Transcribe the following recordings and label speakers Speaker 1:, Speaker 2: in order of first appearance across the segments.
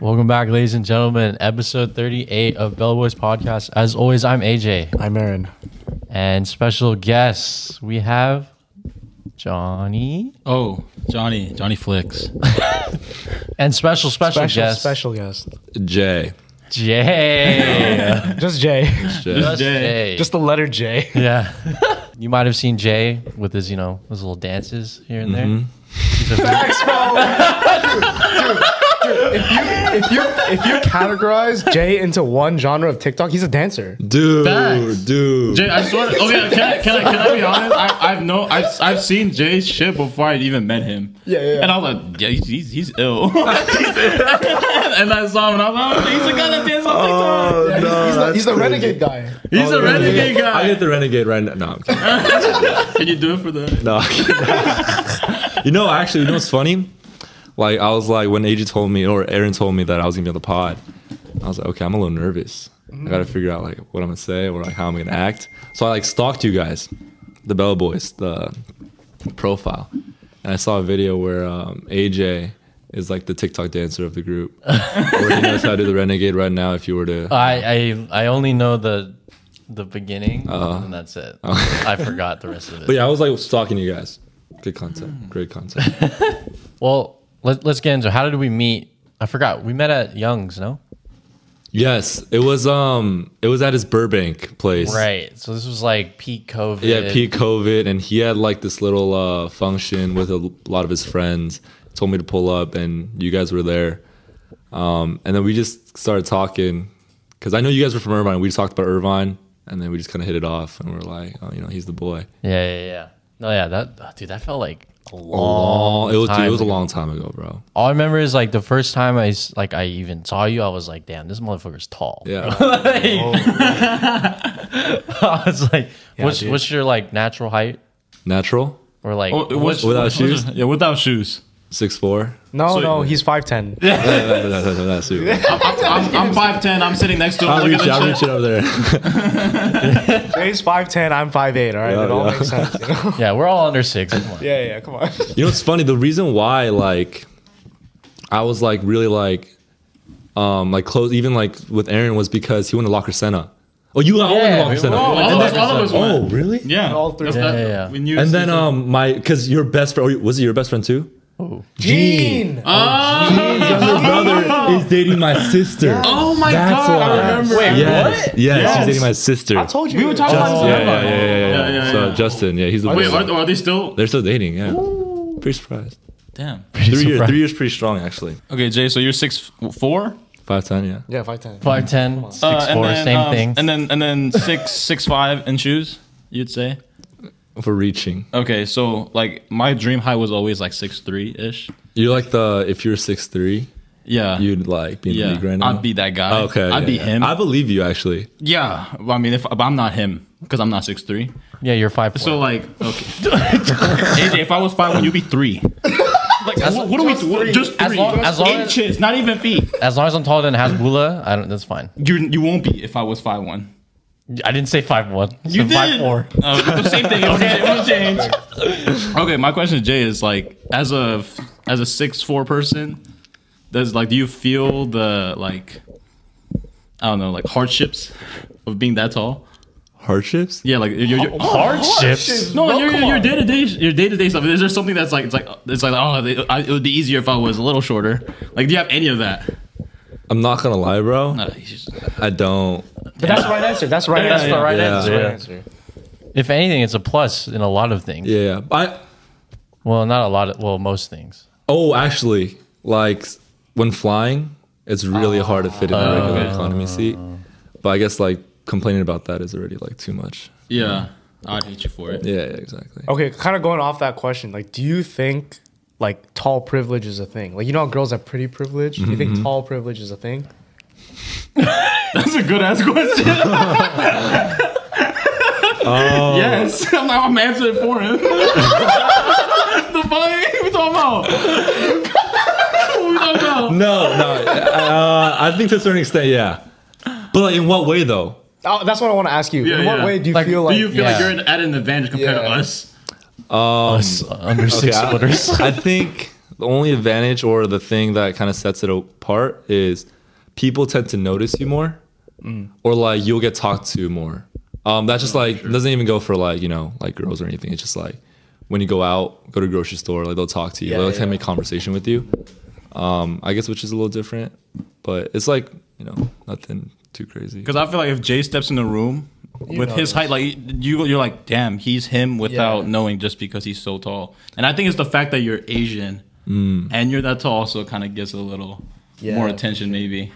Speaker 1: Welcome back, ladies and gentlemen. Episode 38 of Bellboys Podcast. As always, I'm AJ.
Speaker 2: I'm Aaron.
Speaker 1: And special guests, we have Johnny.
Speaker 3: Oh, Johnny, Johnny Flicks.
Speaker 1: And special, special,
Speaker 2: Special
Speaker 1: guest,
Speaker 2: special guest.
Speaker 4: Jay.
Speaker 1: Jay.
Speaker 2: Just Jay.
Speaker 1: Just
Speaker 3: Jay.
Speaker 1: Jay.
Speaker 2: Just the letter J.
Speaker 1: yeah. you might have seen Jay with his, you know, his little dances here and there. He's a very-
Speaker 2: if you if you categorize Jay into one genre of TikTok, he's a dancer.
Speaker 4: Dude,
Speaker 3: Facts.
Speaker 4: dude.
Speaker 3: Jay, I swear. Okay, can, I- can I can I be honest? I, I've no, I've, I've seen Jay's shit before I even met him.
Speaker 2: Yeah, yeah, yeah.
Speaker 3: And I was like, yeah, he's he's, he's ill. He's ill. and I saw him, and I was like, oh, he's a guy that dances on TikTok.
Speaker 4: Oh, no,
Speaker 2: he's the,
Speaker 4: that's
Speaker 2: he's the
Speaker 4: crazy.
Speaker 2: renegade guy.
Speaker 3: He's a renegade
Speaker 4: I
Speaker 3: guy.
Speaker 4: get the renegade right now. No, I'm kidding.
Speaker 3: Can you do it for the?
Speaker 4: no. I'm kidding. you know, actually, you know what's funny? Like, I was like, when AJ told me, or Aaron told me that I was gonna be on the pod, I was like, okay, I'm a little nervous. I gotta figure out like what I'm gonna say or like how I'm gonna act. So I like stalked you guys, the Bell Boys, the profile, and I saw a video where um, AJ is like the TikTok dancer of the group, or he knows how to do the renegade right now. If you were to
Speaker 1: I, I, I only know the the beginning, and that's it. I forgot the rest of it.
Speaker 4: But yeah, I was like stalking you guys. Good content. Great content.
Speaker 1: Well, let, let's get into it. How did we meet? I forgot. We met at Young's, no?
Speaker 4: yes, it was um it was at his Burbank place.
Speaker 1: Right. So this was like peak COVID.
Speaker 4: Yeah, peak COVID and he had like this little uh function with a l- lot of his friends. Told me to pull up and you guys were there. Um and then we just started talking cuz I know you guys were from Irvine. We just talked about Irvine and then we just kind of hit it off and we are like, oh, you know, he's the boy.
Speaker 1: Yeah, yeah, yeah. No, yeah. That oh, dude, that felt like a long.
Speaker 4: Oh, it was dude,
Speaker 1: time
Speaker 4: it was a
Speaker 1: ago.
Speaker 4: long time ago, bro.
Speaker 1: All I remember is like the first time I s- like I even saw you, I was like, damn, this motherfucker's tall.
Speaker 4: Yeah. Oh.
Speaker 1: I was like, what's
Speaker 2: dude.
Speaker 1: what's your like natural height
Speaker 4: Natural?
Speaker 1: or like
Speaker 3: Oh, it was-
Speaker 4: Without
Speaker 3: was-
Speaker 4: shoes?
Speaker 3: Yeah, without shoes.
Speaker 4: 6'4".
Speaker 2: No,
Speaker 3: So-
Speaker 2: no, he's five ten. Yeah.
Speaker 4: That's it.
Speaker 3: I'm- I'm I'm five ten. I'm sitting next to him.
Speaker 4: I'll
Speaker 3: looking at
Speaker 4: reach it, I'll
Speaker 3: shit.
Speaker 4: reach it up there.
Speaker 2: Jay's five ten. I'm five eight. All right,
Speaker 4: Yeah,
Speaker 2: it all
Speaker 4: yeah.
Speaker 2: makes sense. You know?
Speaker 1: yeah, we're all under six. Come on.
Speaker 2: yeah, yeah. Come on.
Speaker 4: You know, it's funny. The reason why, like, I was like really like, um, like close, even like with Aaron was because he went to La Crescenta. Oh, you all
Speaker 1: Yeah,
Speaker 4: went to
Speaker 1: we
Speaker 4: La Crescenta.
Speaker 1: went.
Speaker 3: Oh, all of us- all of us went.
Speaker 4: oh, really?
Speaker 3: Yeah,
Speaker 2: All three.
Speaker 3: That's
Speaker 1: Yeah,
Speaker 3: that-
Speaker 1: yeah, yeah.
Speaker 3: we knew
Speaker 4: And
Speaker 3: it's
Speaker 4: then
Speaker 3: the-
Speaker 4: um, my because your best friend was it your best friend too?
Speaker 2: Gene. Uh,
Speaker 4: His younger brother is dating my sister.
Speaker 3: Oh my
Speaker 4: That's
Speaker 3: god!
Speaker 4: why.
Speaker 3: I remember.
Speaker 1: Wait,
Speaker 4: Yes, yes,
Speaker 3: Yes.
Speaker 4: he's dating my sister.
Speaker 2: I told you.
Speaker 3: We were talking
Speaker 2: Just-
Speaker 3: about
Speaker 4: yeah,
Speaker 3: this.
Speaker 4: yeah, yeah, yeah,
Speaker 3: Yeah,
Speaker 4: yeah,
Speaker 3: yeah,
Speaker 4: So
Speaker 3: yeah.
Speaker 4: Justin, yeah, he's the
Speaker 3: Wait,
Speaker 4: one.
Speaker 3: are, are they still?
Speaker 4: They're still dating. Yeah, pretty surprised.
Speaker 3: Damn.
Speaker 4: Three years,
Speaker 1: surprised.
Speaker 4: three years, pretty strong actually.
Speaker 3: Okay, Jay. So you're six four.
Speaker 4: Five ten, yeah.
Speaker 2: Yeah, five ten.
Speaker 1: Five ten, six
Speaker 3: Uh,
Speaker 1: four, same
Speaker 3: um,
Speaker 1: thing.
Speaker 3: And then and then six six five in shoes. You'd say.
Speaker 4: For reaching.
Speaker 3: Okay, so like my dream height was always like six three ish.
Speaker 4: You're like the if you're six three,
Speaker 3: Yeah.
Speaker 4: you'd like be in the
Speaker 3: yeah,
Speaker 4: league right now.
Speaker 3: I'd be that guy.
Speaker 4: Okay,
Speaker 3: I'd
Speaker 4: yeah,
Speaker 3: be
Speaker 4: yeah.
Speaker 3: him.
Speaker 4: I believe you actually.
Speaker 3: yeah, well, I mean, if but I'm not him, because I'm not six three.
Speaker 1: yeah, you're five. four.
Speaker 3: So like, okay, AJ, if I was five, one, you'd be three. Like, what, what are we? What, just three.
Speaker 1: As long- as long as-
Speaker 3: inches, not even feet.
Speaker 1: as long as I'm taller than Hasbullah, I don't. That's fine.
Speaker 3: You you won't be if I was five one.
Speaker 1: I didn't say five one. You Five four.
Speaker 3: Uh, the same thing. It won't change. It won't change. Okay, my question, Jay, is like as a as a six four person, does like do you feel the like I don't know like hardships of being that tall?
Speaker 4: Hardships?
Speaker 3: Yeah, like you're, you're,
Speaker 1: Hardships.
Speaker 3: no, your your- your day to day your day to day stuff. Is there something that's like it's like it's like oh they, I, it would be easier if I was a little shorter? Like, do you have any of that?
Speaker 4: I'm not gonna lie, bro.
Speaker 3: Uh, he's just-
Speaker 4: I don't.
Speaker 2: But that's the right answer. That's the right
Speaker 1: That's
Speaker 2: answer.
Speaker 1: the right
Speaker 4: yeah,
Speaker 1: answer.
Speaker 4: yeah.
Speaker 2: answer.
Speaker 1: If anything, it's a plus in a lot of things.
Speaker 4: Yeah, I.
Speaker 1: Well, not a lot. Of, well, most things.
Speaker 4: Oh, actually, like when flying, it's really hard to fit in
Speaker 3: Ah.
Speaker 4: a regular economy seat. But I guess like complaining about that is already like too much.
Speaker 3: yeah, I'd hate you for it.
Speaker 4: Yeah, yeah exactly.
Speaker 2: Okay, kind of going off that question, like, do you think like tall privilege is a thing? Like, you know, how girls have pretty privilege. Do you
Speaker 3: Mm-hmm.
Speaker 2: think tall privilege is a thing?
Speaker 3: That's a good ass question. Oh. Yes, I'm, like, I'm answering for him. the fuck? What we talking about? What we talking about?
Speaker 4: No, no. Uh, I think to a certain extent, yeah. But like, in what way though?
Speaker 2: Oh, that's what I want to ask you.
Speaker 3: Yeah,
Speaker 2: In what
Speaker 3: yeah.
Speaker 2: way do you
Speaker 1: Like,
Speaker 2: feel
Speaker 1: do
Speaker 2: like?
Speaker 3: Do you feel
Speaker 1: Yeah.
Speaker 3: like you're at an advantage compared to
Speaker 2: Yeah.
Speaker 3: us?
Speaker 1: Us under six
Speaker 4: I-
Speaker 1: footers.
Speaker 4: I think the only advantage or the thing that kind of sets it apart is people tend to notice you more
Speaker 3: Mm.
Speaker 4: or like you'll get talked to more um that's just
Speaker 3: Oh,
Speaker 4: like doesn't even go for like you know like girls or anything it's just like when you go out go to a grocery store like they'll talk to you
Speaker 2: Yeah,
Speaker 4: they'll
Speaker 2: yeah.
Speaker 4: kind of make conversation with you um i guess which is a little different but it's like you know nothing too crazy
Speaker 3: Because I feel like if Jay steps in the room with his
Speaker 2: notice.
Speaker 3: height, like you, you're like, damn, he's him without
Speaker 2: Yeah.
Speaker 3: knowing just because he's so tall. And I think it's the fact that you're Asian and you're that tall also kind of gets a little
Speaker 2: Mm. Yeah.
Speaker 3: more attention, maybe.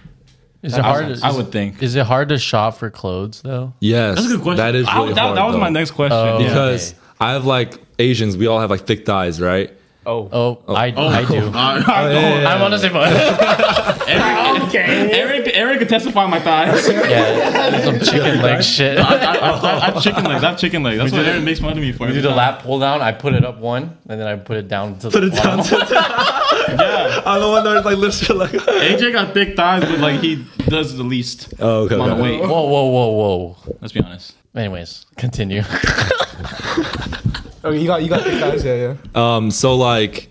Speaker 1: Is it hard?
Speaker 3: I
Speaker 1: is-
Speaker 3: would think.
Speaker 1: Is it hard to shop for clothes though?
Speaker 4: yes
Speaker 3: That's a good question.
Speaker 4: that is
Speaker 3: I-
Speaker 4: really
Speaker 3: that,
Speaker 4: hard,
Speaker 3: that was my
Speaker 4: though.
Speaker 3: next question.
Speaker 1: Oh.
Speaker 3: yeah.
Speaker 4: because I have like Asians, we all have like thick thighs, right?
Speaker 2: Oh,
Speaker 1: Oh, I, I do. I'm on the same boat.
Speaker 2: okay.
Speaker 3: Eric, Eric could testify my thighs. I,
Speaker 1: yeah, some chicken leg shit.
Speaker 3: I, I, I have chicken legs. I have chicken legs. That's what Eric makes fun of me for.
Speaker 1: We
Speaker 3: every
Speaker 1: do the
Speaker 3: time.
Speaker 1: lap pull down. I put it up one, and then I put it down to the bottom.
Speaker 4: I'm the one that like lifts your leg.
Speaker 3: AJ got thick thighs, but like he does the least
Speaker 4: Oh, okay.
Speaker 3: amount of
Speaker 4: okay.
Speaker 3: weight.
Speaker 1: Whoa, whoa, whoa, whoa.
Speaker 3: Let's be honest.
Speaker 1: Anyways, continue.
Speaker 2: Okay, Oh, you got you got the guys. Yeah, yeah.
Speaker 4: Um, so like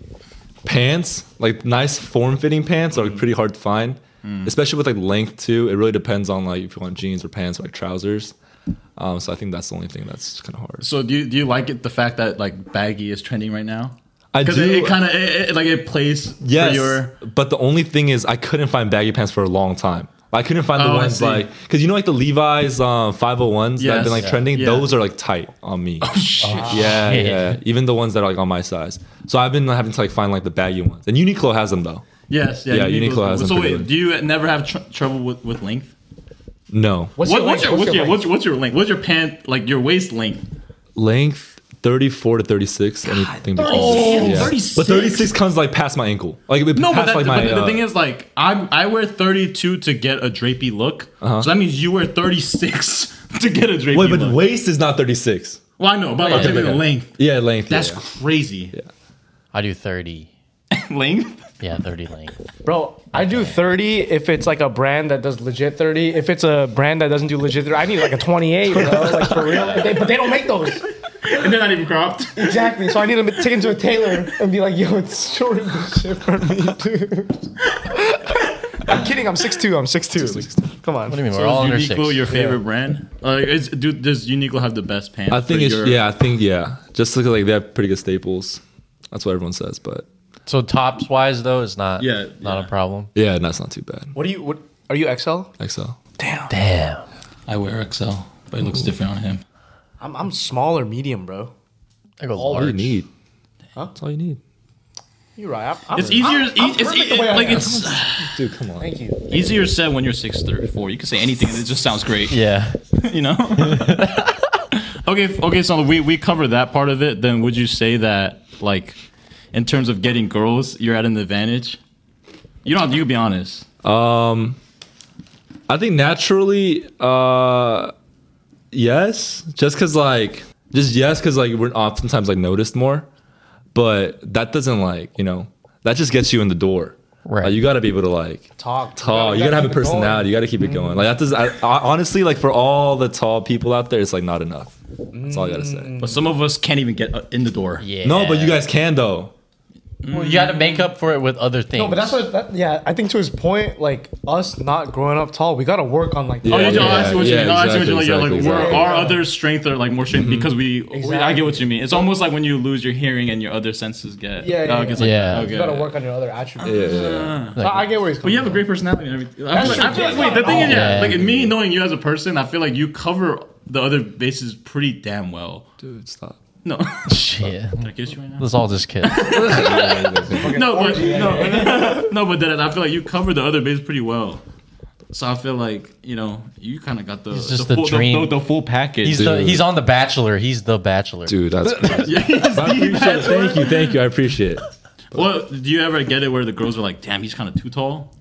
Speaker 4: pants, like nice form-fitting pants are pretty hard to find, especially with like length too. It really depends on like if you want jeans or pants or like trousers. Um, so I think that's the only thing that's kind of hard.
Speaker 3: So do you, do you like it the fact that like baggy is trending right now?
Speaker 4: I
Speaker 3: Because
Speaker 4: do.
Speaker 3: it, kind of it, it- like it plays for
Speaker 4: Yes,
Speaker 3: your
Speaker 4: but the only thing is I couldn't find baggy pants for a long time. I couldn't find the
Speaker 3: Oh, I
Speaker 4: ones
Speaker 3: see.
Speaker 4: like because you know like the Levi's um, 501s that have
Speaker 3: Yes.
Speaker 4: been like
Speaker 3: Yeah.
Speaker 4: trending.
Speaker 3: Yeah. Oh,
Speaker 4: Those are like tight on me. yeah,
Speaker 1: shit.
Speaker 4: yeah. Even the ones that are like on my size. So I've been having to like find like the baggy ones. And Uniqlo has them though.
Speaker 3: yes yeah,
Speaker 4: Yeah, Uniqlo has them
Speaker 3: So
Speaker 4: pretty
Speaker 3: wait,
Speaker 4: good.
Speaker 3: do you never have tr- trouble with, with length?
Speaker 4: No
Speaker 3: What, what's your what's your
Speaker 2: length?
Speaker 3: what's, what's your length? What's your pant like your waist length?
Speaker 4: length. 34 to 36, anything between.
Speaker 3: Oh,
Speaker 4: Yeah.
Speaker 3: 36.
Speaker 4: But 36 comes like past my ankle. Like, it
Speaker 3: No, but,
Speaker 4: past,
Speaker 3: that,
Speaker 4: like my,
Speaker 3: but the
Speaker 4: uh,
Speaker 3: thing is, like, I I wear 32 to get a drapey look.
Speaker 4: Uh-huh.
Speaker 3: So that means you wear 36 to get a drapey
Speaker 4: Wait, but
Speaker 3: look.
Speaker 4: waist is not 36.
Speaker 3: Well, I know, but I'm
Speaker 1: Okay,
Speaker 3: saying
Speaker 1: okay.
Speaker 3: the length.
Speaker 4: Yeah, length.
Speaker 3: That's
Speaker 4: yeah.
Speaker 3: crazy.
Speaker 1: I do 30.
Speaker 3: length?
Speaker 1: Yeah, 30 length.
Speaker 2: Bro, I do 30 if it's like a brand that does legit 30. If it's a brand that doesn't do legit 30, I need like a 28, bro. Like for real. But they, but they don't make those.
Speaker 3: And they're not even cropped.
Speaker 2: Exactly. So I need to take it to a tailor and be like, yo, it's shorten this shit for me, dude. I'm kidding. I'm 6'2. I'm 6'2. Come on.
Speaker 1: What do you mean? We're
Speaker 3: Is
Speaker 1: all under six.
Speaker 3: Uniqlo your favorite brand? Like, is, do, does Uniqlo have the best pants?
Speaker 4: I think
Speaker 3: for
Speaker 4: it's
Speaker 3: your-
Speaker 4: yeah. I think yeah. Just look like they have pretty good staples. That's what everyone says, but
Speaker 1: So tops wise though, it's not
Speaker 3: Yeah,
Speaker 1: not
Speaker 3: yeah.
Speaker 1: a problem.
Speaker 4: yeah, that's not too bad.
Speaker 2: What do you, what, are you XL?
Speaker 4: XL.
Speaker 1: Damn.
Speaker 3: I wear XL, but it looks different on him.
Speaker 2: I'm, I'm small or medium, bro.
Speaker 1: I go
Speaker 4: All you
Speaker 1: large.
Speaker 4: need. That's all you need.
Speaker 2: You're right. I'm, I'm,
Speaker 3: It's
Speaker 4: e-
Speaker 3: easier.
Speaker 2: I'm, I'm
Speaker 3: it's, it's,
Speaker 2: perfect the way I
Speaker 3: like
Speaker 2: am.
Speaker 3: it's
Speaker 4: Dude, come on.
Speaker 2: Thank you.
Speaker 3: easier said when you're six thirty four. You can say anything. and It just sounds great.
Speaker 1: Yeah.
Speaker 3: you know. okay, f- okay. So we we covered that part of it. Then would you say that like, in terms of getting girls, you're at an advantage? You don't. have- You can be honest.
Speaker 4: I think naturally, uh, yes. Just cause like, just yes, cause like we're oftentimes like noticed more, but that doesn't like you know that just gets you in the door.
Speaker 1: Right.
Speaker 4: Like, you got to be able to like
Speaker 2: Talk.
Speaker 4: tall. You gotta, have a personality. You gotta keep it going. Like that does. I, I, honestly, like for all the tall people out there, it's like not enough. That's all I gotta say.
Speaker 3: But some of us can't even get uh, in the door.
Speaker 1: Yeah.
Speaker 4: No, but you guys can though.
Speaker 1: Well, you got to make up for it with other things.
Speaker 2: No, but that's what. That, yeah, I think to his point, like us not growing up tall, we gotta work on like.
Speaker 4: Yeah.
Speaker 3: Oh, you know, I see what you
Speaker 4: Yeah,
Speaker 3: mean. No, I see what you mean.
Speaker 4: exactly,
Speaker 3: Like, yeah, like
Speaker 4: exactly,
Speaker 3: we're,
Speaker 4: exactly.
Speaker 3: our other strength are like more strength because we, we. I get what you mean. It's almost like when you lose your hearing and your other senses get.
Speaker 2: Yeah, yeah,
Speaker 3: oh, it
Speaker 2: yeah.
Speaker 3: gets like-
Speaker 1: Yeah.
Speaker 3: okay.
Speaker 2: You gotta work on your other attributes.
Speaker 4: Yeah, yeah, yeah.
Speaker 2: So I get where he's
Speaker 3: But
Speaker 2: coming.
Speaker 3: you have a great personality and everything. I feel like,
Speaker 2: true.
Speaker 3: I feel like
Speaker 2: Yeah.
Speaker 3: wait, the thing is, yeah,
Speaker 1: Yeah.
Speaker 3: like me knowing you as a person, I feel like you cover the other bases pretty damn well.
Speaker 4: Dude, stop.
Speaker 3: No, Did
Speaker 1: Shit.
Speaker 3: I kiss you right now.
Speaker 1: Let's all just kid.
Speaker 3: No, but no, no, but that I feel like you cover the other base pretty well. So I feel like you know you kind of got the
Speaker 1: He's just the
Speaker 3: the, full,
Speaker 1: dream.
Speaker 3: The, the full package.
Speaker 1: He's the
Speaker 4: Dude.
Speaker 1: he's on the Bachelor. He's the Bachelor.
Speaker 4: Dude, that's. crazy.
Speaker 3: Yeah, he's
Speaker 4: I
Speaker 3: the
Speaker 4: appreciate it.
Speaker 3: best one.
Speaker 4: Thank you, thank you. I appreciate it.
Speaker 3: Well, do you ever get it where the girls are like, "Damn, he's kind of too tall"?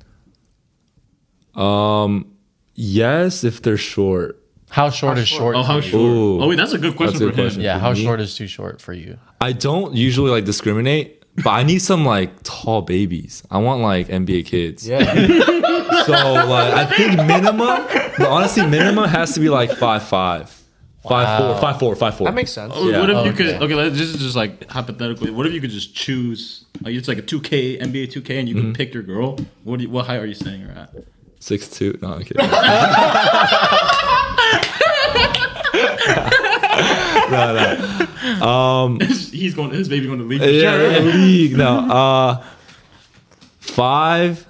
Speaker 4: Yes, if they're short.
Speaker 1: How short is
Speaker 2: short?
Speaker 1: short?
Speaker 3: Oh, how
Speaker 1: to you?
Speaker 3: short?
Speaker 4: Ooh.
Speaker 3: oh, wait, that's a good question
Speaker 4: That's a good
Speaker 3: for him.
Speaker 4: question.
Speaker 1: yeah. How
Speaker 4: Me?
Speaker 1: short is too short for you?
Speaker 4: I don't usually like discriminate, but I need some like tall babies. I want like NBA kids.
Speaker 2: Yeah,
Speaker 4: So like, I think minimum, but honestly, minimum has to be like five five. Five four, five four, five four.
Speaker 2: That makes sense.
Speaker 3: Oh,
Speaker 4: Yeah.
Speaker 3: What if
Speaker 1: Okay.
Speaker 3: you could? Okay, let's- this is just like hypothetically. What if you could just choose? Like it's like a 2K NBA 2K, and you
Speaker 4: Mm-hmm.
Speaker 3: can pick your girl. What do you, what height are you saying her at?
Speaker 4: six two. No, I'm kidding. no, no.
Speaker 3: He's going. His baby going to leave.
Speaker 4: yeah, yeah, league. No, uh, five,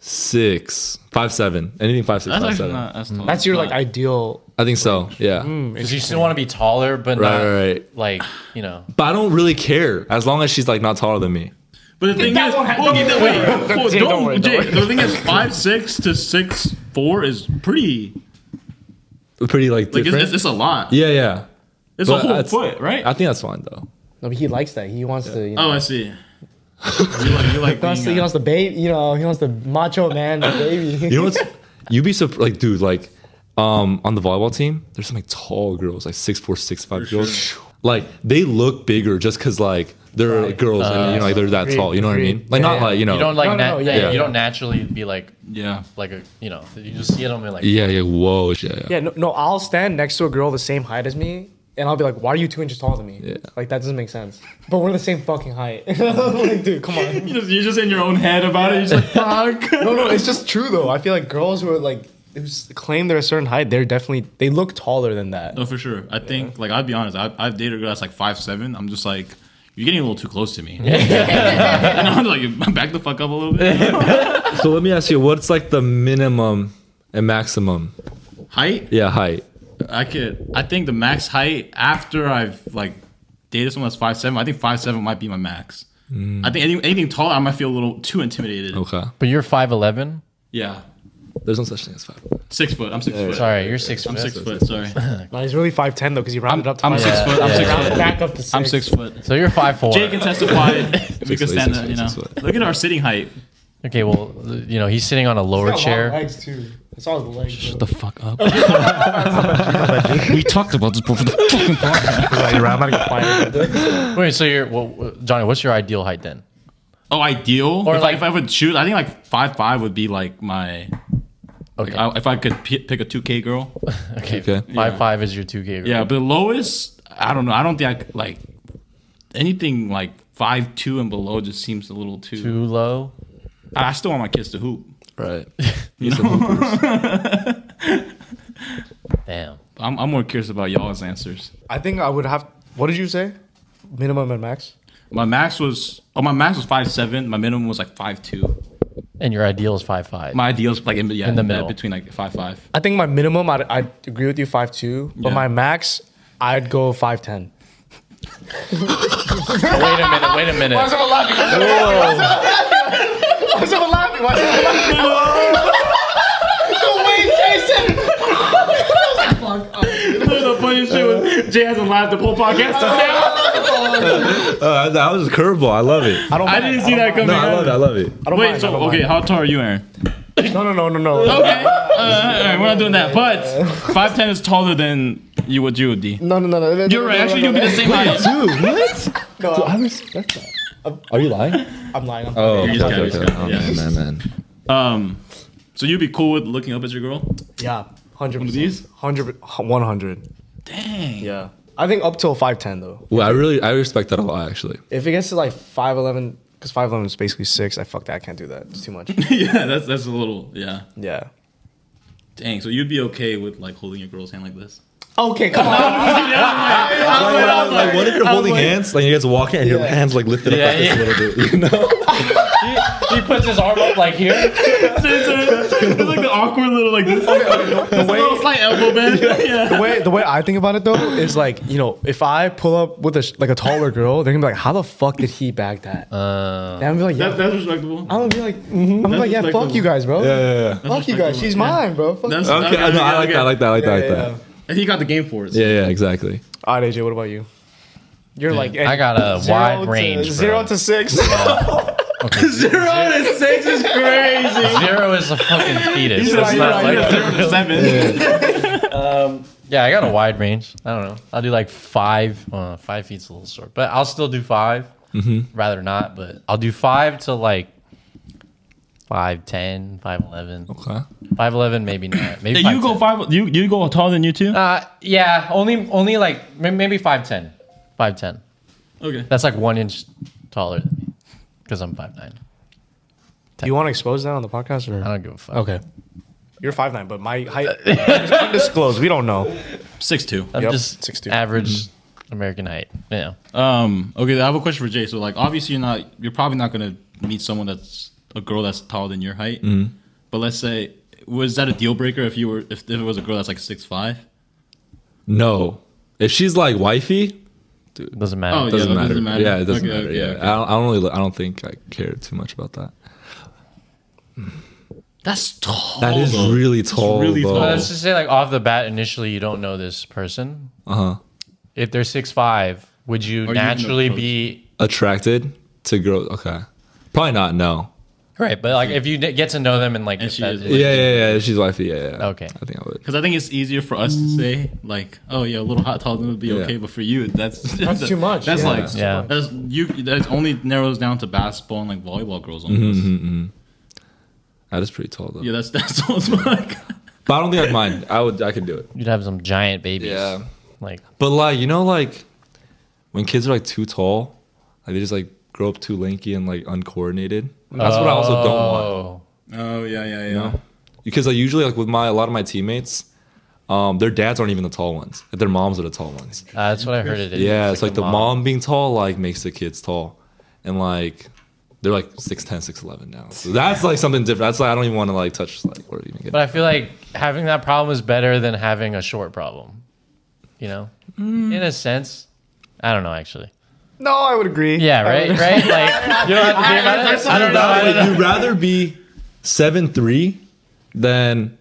Speaker 4: six, five, seven. Anything five, six,
Speaker 3: That's
Speaker 4: five,
Speaker 3: actually
Speaker 4: seven. Mm-hmm.
Speaker 3: not. Mm, That's, not,
Speaker 2: That's your
Speaker 3: not-
Speaker 2: like ideal.
Speaker 4: I think so. Yeah.
Speaker 1: Because you still want to be taller, but
Speaker 4: Right,
Speaker 1: not
Speaker 4: right, right.
Speaker 1: like you know.
Speaker 4: But I don't really care as long as she's like not taller than me.
Speaker 3: But the thing
Speaker 2: That
Speaker 3: is,
Speaker 2: won't happen.
Speaker 3: okay, then wait, well,
Speaker 2: Jay,
Speaker 3: don't,
Speaker 2: don't worry, don't
Speaker 3: Jay,
Speaker 2: worry.
Speaker 3: the thing is, five six to six four is pretty.
Speaker 4: Pretty like
Speaker 3: Like it's,
Speaker 4: different.
Speaker 3: it's, it's a lot.
Speaker 4: yeah, yeah.
Speaker 3: it's a
Speaker 4: but
Speaker 3: whole
Speaker 4: that's-
Speaker 3: foot, right?
Speaker 4: I think that's fine though.
Speaker 2: No, but he likes that. He wants to. You know,
Speaker 3: oh, I see. you like, you like
Speaker 2: he wants, the,
Speaker 3: being,
Speaker 2: he
Speaker 3: uh,
Speaker 2: wants the baby. You know, he wants the macho man, the baby.
Speaker 4: You know what's? You'd be surprised, like, dude, like, um, on the volleyball team, there's some like tall girls, like six four, six five girls. Like they look bigger just because like they're like, girls
Speaker 3: uh,
Speaker 4: and you know like they're that
Speaker 2: Agreed,
Speaker 4: tall. You know what I
Speaker 2: agreed.
Speaker 4: mean? Like
Speaker 2: Yeah,
Speaker 4: not
Speaker 2: yeah.
Speaker 4: like you know.
Speaker 1: You don't like
Speaker 2: No,
Speaker 1: nat-
Speaker 2: no, yeah,
Speaker 4: yeah.
Speaker 1: you don't naturally be like
Speaker 3: yeah.
Speaker 1: like a you know you just see them and like
Speaker 4: yeah, yeah. Whoa. Yeah. yeah.
Speaker 2: yeah, no, no, I'll stand next to a girl the same height as me, and I'll be like, "Why are you two inches taller than me?
Speaker 4: Yeah.
Speaker 2: Like that doesn't make sense." But we're the same fucking height. like, dude, come on.
Speaker 3: You just, you're just in your own head about it. You're just like, fuck.
Speaker 2: No, no, it's just true though. I feel like girls who are like who s- claim they're a certain height, they're definitely they look taller than that.
Speaker 3: No, for sure. I think, like, I'd be honest. I, I've dated a girl that's like five seven. I'm just like, you're getting a little too close to me. and I'm like, back the fuck up a little bit.
Speaker 4: So let me ask you, what's like the minimum and maximum?
Speaker 3: Height,
Speaker 4: Yeah, height.
Speaker 3: I could. I think the max height after I've like dated someone that's five seven. I think five seven might be my max.
Speaker 4: Mm.
Speaker 3: I think anything, anything taller, I might feel a little too intimidated.
Speaker 4: Okay.
Speaker 1: But you're five eleven.
Speaker 3: Yeah,
Speaker 4: There's no such thing as five.
Speaker 3: six foot. I'm six foot.
Speaker 1: Sorry, you're six.
Speaker 3: I'm
Speaker 1: foot.
Speaker 3: six foot. Sorry,
Speaker 2: No, he's really five ten though because he rounded up to
Speaker 3: I'm
Speaker 2: five-
Speaker 3: six foot. I'm
Speaker 2: Yeah.
Speaker 3: six
Speaker 2: Round it
Speaker 3: foot.
Speaker 2: back up to six.
Speaker 3: I'm six foot.
Speaker 1: So you're five four.
Speaker 3: Jay can testify. we can
Speaker 4: foot,
Speaker 3: stand that.
Speaker 4: six foot,
Speaker 3: You know,
Speaker 4: six foot.
Speaker 3: look at our sitting height.
Speaker 1: Okay, well you know he's sitting on a lower
Speaker 2: He's got
Speaker 1: chair.
Speaker 2: long legs too. It's all his legs. bro.
Speaker 1: The fuck up.
Speaker 5: We talked about this before.
Speaker 1: Wait, so you're well, Johnny? What's your ideal height then?
Speaker 3: Oh, ideal.
Speaker 1: Or
Speaker 3: Or if,
Speaker 1: like-
Speaker 3: like, if I would choose, I think like five five would be like my.
Speaker 1: Okay,
Speaker 3: I, if I could p- pick a two K girl,
Speaker 1: okay.
Speaker 4: Okay.
Speaker 1: Five five is your two gig.
Speaker 3: yeah. But the lowest, I don't know. I don't think I could, like anything like five two and below just seems a little too.
Speaker 1: Too low.
Speaker 3: I I still want my kids to hoop.
Speaker 4: Right.
Speaker 3: You know,
Speaker 1: Damn.
Speaker 3: I'm, I'm more curious about y'all's answers.
Speaker 2: I think I would have. What did you say? Minimum and max.
Speaker 3: My max was oh my max was five seven. My minimum was like five two.
Speaker 1: And your ideal is five five.
Speaker 3: My ideal is like in, yeah,
Speaker 1: In the
Speaker 3: that
Speaker 1: middle.
Speaker 3: between like five five.
Speaker 2: I think my minimum, I'd, I'd agree with you five two, but
Speaker 3: Yeah.
Speaker 2: my max, I'd go five ten.
Speaker 1: wait a minute. Wait a minute.
Speaker 2: someone laughing? Why is someone laughing? Why is someone laughing? The way Jason.
Speaker 3: the funny shit was Jay hasn't laughed the whole podcast.
Speaker 4: Uh, that was a curveball. I love it.
Speaker 2: I don't.
Speaker 3: I
Speaker 2: Mind.
Speaker 3: didn't see that coming.
Speaker 4: No, I love it. I love it.
Speaker 2: I don't
Speaker 3: Wait,
Speaker 2: mind, I
Speaker 3: so
Speaker 2: don't
Speaker 3: okay,
Speaker 2: mind.
Speaker 3: how tall are you, Aaron?
Speaker 2: No, no, no, no, no.
Speaker 3: Okay, uh, all right, we're not doing that. But five ten is taller than you would you would D.
Speaker 2: No, no, no, no, no.
Speaker 3: You're right. Actually, you'll be the same height.
Speaker 4: Dude, what? Dude, I respect that. Are you lying?
Speaker 2: I'm lying. I'm
Speaker 4: Oh,
Speaker 3: He's
Speaker 4: okay,
Speaker 3: got it,
Speaker 4: okay,
Speaker 3: he's
Speaker 4: okay.
Speaker 3: got it,
Speaker 4: Oh,
Speaker 3: yeah.
Speaker 4: man, man, man.
Speaker 3: Um, so you'd be cool with looking up at your girl?
Speaker 2: Yeah, hundred
Speaker 3: One of these?
Speaker 2: percent. Hundred, one hundred.
Speaker 3: Dang.
Speaker 2: Yeah, I think up till five ten though.
Speaker 4: Well, I really, I respect that a lot, actually.
Speaker 2: If it gets to like five eleven, because five eleven is basically six. I fuck that. I can't do that. It's too much.
Speaker 3: yeah, that's that's a little yeah.
Speaker 2: yeah.
Speaker 3: Dang. So you'd be okay with like holding your girl's hand like this?
Speaker 2: Okay, come on.
Speaker 5: Oh
Speaker 4: Like, what if you're holding
Speaker 2: like-
Speaker 4: hands? Like you guys walking and your
Speaker 2: Yeah.
Speaker 4: hands like lifted
Speaker 1: Yeah,
Speaker 4: up like
Speaker 1: yeah.
Speaker 4: this a little bit, you know?
Speaker 1: He puts his arm up like here.
Speaker 3: it's, like the awkward little like this.
Speaker 2: The way,
Speaker 3: slight elbow bend. yeah.
Speaker 2: the way, the way I think about it though is like you know, if I pull up with a sh- like a taller girl, they're gonna be like, "How the fuck did he bag that?"
Speaker 1: Uh,
Speaker 2: and I'm gonna be like, yeah.
Speaker 3: That, that's respectable.
Speaker 2: I'm gonna be like, mm-hmm. I'm gonna be like, yeah,
Speaker 3: respectable.
Speaker 2: fuck you guys, bro.
Speaker 4: Yeah, yeah, yeah.
Speaker 2: Fuck you guys. She's mine, bro. Fuck
Speaker 3: That's-
Speaker 2: you.
Speaker 4: Okay, no, I like that. I like that. I like that. I like
Speaker 2: Yeah, yeah,
Speaker 4: that.
Speaker 3: And he got the game for us.
Speaker 4: Yeah, yeah, exactly.
Speaker 2: All right, AJ, what about you? You're like,
Speaker 1: I got a
Speaker 2: zero
Speaker 1: wide
Speaker 2: to-
Speaker 1: range.
Speaker 2: Zero
Speaker 1: bro.
Speaker 2: to six.
Speaker 3: Zero out of Oh, six is crazy.
Speaker 1: zero is a fucking fetus.
Speaker 3: He's
Speaker 1: It's
Speaker 3: like,
Speaker 1: not
Speaker 3: you're
Speaker 1: like-
Speaker 3: like zero to seven.
Speaker 1: yeah, I got a wide range. I don't know. I'll do like five. Uh, five feet's a little short, but I'll still do 5 Rather not, but I'll do five to like 5'10", 5'11".
Speaker 4: Okay.
Speaker 1: 5'11", maybe not. Maybe
Speaker 3: You go
Speaker 1: 5'10".
Speaker 3: five. You you go taller than you too.
Speaker 1: Uh, yeah, only only like may- maybe 5'10". 5'10".
Speaker 3: okay.
Speaker 1: That's like one inch taller than me because I'm 5'9".
Speaker 2: Do you want to expose that on the podcast or?
Speaker 1: I don't give a fuck.
Speaker 2: Okay. You're five nine, but my height is undisclosed. We don't know.
Speaker 3: Six two.
Speaker 1: I'm
Speaker 2: Yep,
Speaker 1: just
Speaker 2: 6'2".
Speaker 1: average American height. Yeah.
Speaker 3: Um. Okay. I have a question for Jay. So like, obviously, you're not. You're probably not gonna meet someone that's a girl that's taller than your height. But let's say, was that a deal breaker if you were if, if it was a girl that's like six five?
Speaker 4: No. If she's like wifey,
Speaker 1: It doesn't matter.
Speaker 3: Oh, yeah.
Speaker 4: doesn't,
Speaker 3: that
Speaker 4: matter.
Speaker 3: doesn't matter.
Speaker 4: Yeah, it doesn't
Speaker 3: Okay,
Speaker 4: matter.
Speaker 3: okay,
Speaker 4: yeah,
Speaker 3: okay.
Speaker 4: I, don't, I don't really. I don't think I care too much about that.
Speaker 3: That's tall.
Speaker 4: That is
Speaker 3: though.
Speaker 4: really tall.
Speaker 3: really
Speaker 4: though.
Speaker 3: tall.
Speaker 1: Well, let's just say like off the bat, initially you don't know this person.
Speaker 4: Uh-huh.
Speaker 1: If they're six five, would you
Speaker 3: even
Speaker 1: naturally
Speaker 3: approach-
Speaker 1: be
Speaker 4: Attracted to girls. Okay. Probably not. No.
Speaker 1: right? But like if you d- get to know them and like
Speaker 3: And
Speaker 1: if
Speaker 3: she
Speaker 1: that-
Speaker 3: is-
Speaker 4: Yeah, yeah, yeah. if She's wifey. Yeah, yeah.
Speaker 1: Okay.
Speaker 4: I think I would.
Speaker 3: Because I think it's easier for us to say like, oh yeah, a little hot tall would be
Speaker 4: Yeah.
Speaker 3: okay, but for you, that's
Speaker 2: That's too much,
Speaker 3: That's
Speaker 2: yeah.
Speaker 3: like
Speaker 2: That's
Speaker 1: too Yeah. much.
Speaker 3: That's you. That only narrows down to basketball and like volleyball girls. Almost.
Speaker 4: That is pretty tall though.
Speaker 3: Yeah, that's that's almost like.
Speaker 4: But I don't think I'd mind. I would. I could do it.
Speaker 1: you'd have some giant babies.
Speaker 4: Yeah.
Speaker 1: Like
Speaker 4: But like you know, like when kids are like too tall, like they just like grow up too lanky and like uncoordinated. That's what I also don't want.
Speaker 1: oh,
Speaker 3: Oh yeah, yeah, yeah.
Speaker 4: you know? Because like usually like with my a lot of my teammates, um, their dads aren't even the tall ones. Like, Their moms are the tall ones.
Speaker 1: uh, that's what I heard it is.
Speaker 4: Yeah, it's like, the mom. being tall like makes the kids tall, and like they're like 6'10", 6'11" now. So that's like something different. That's like I don't even want to like touch like or even get.
Speaker 1: But I feel like having that problem is better than having a short problem. You know,
Speaker 4: Mm.
Speaker 1: in a sense, I don't know actually.
Speaker 2: No, I would agree.
Speaker 1: Yeah, right, right. Like you don't have to think about it. I don't know. I don't know.
Speaker 4: You'd rather be seven three than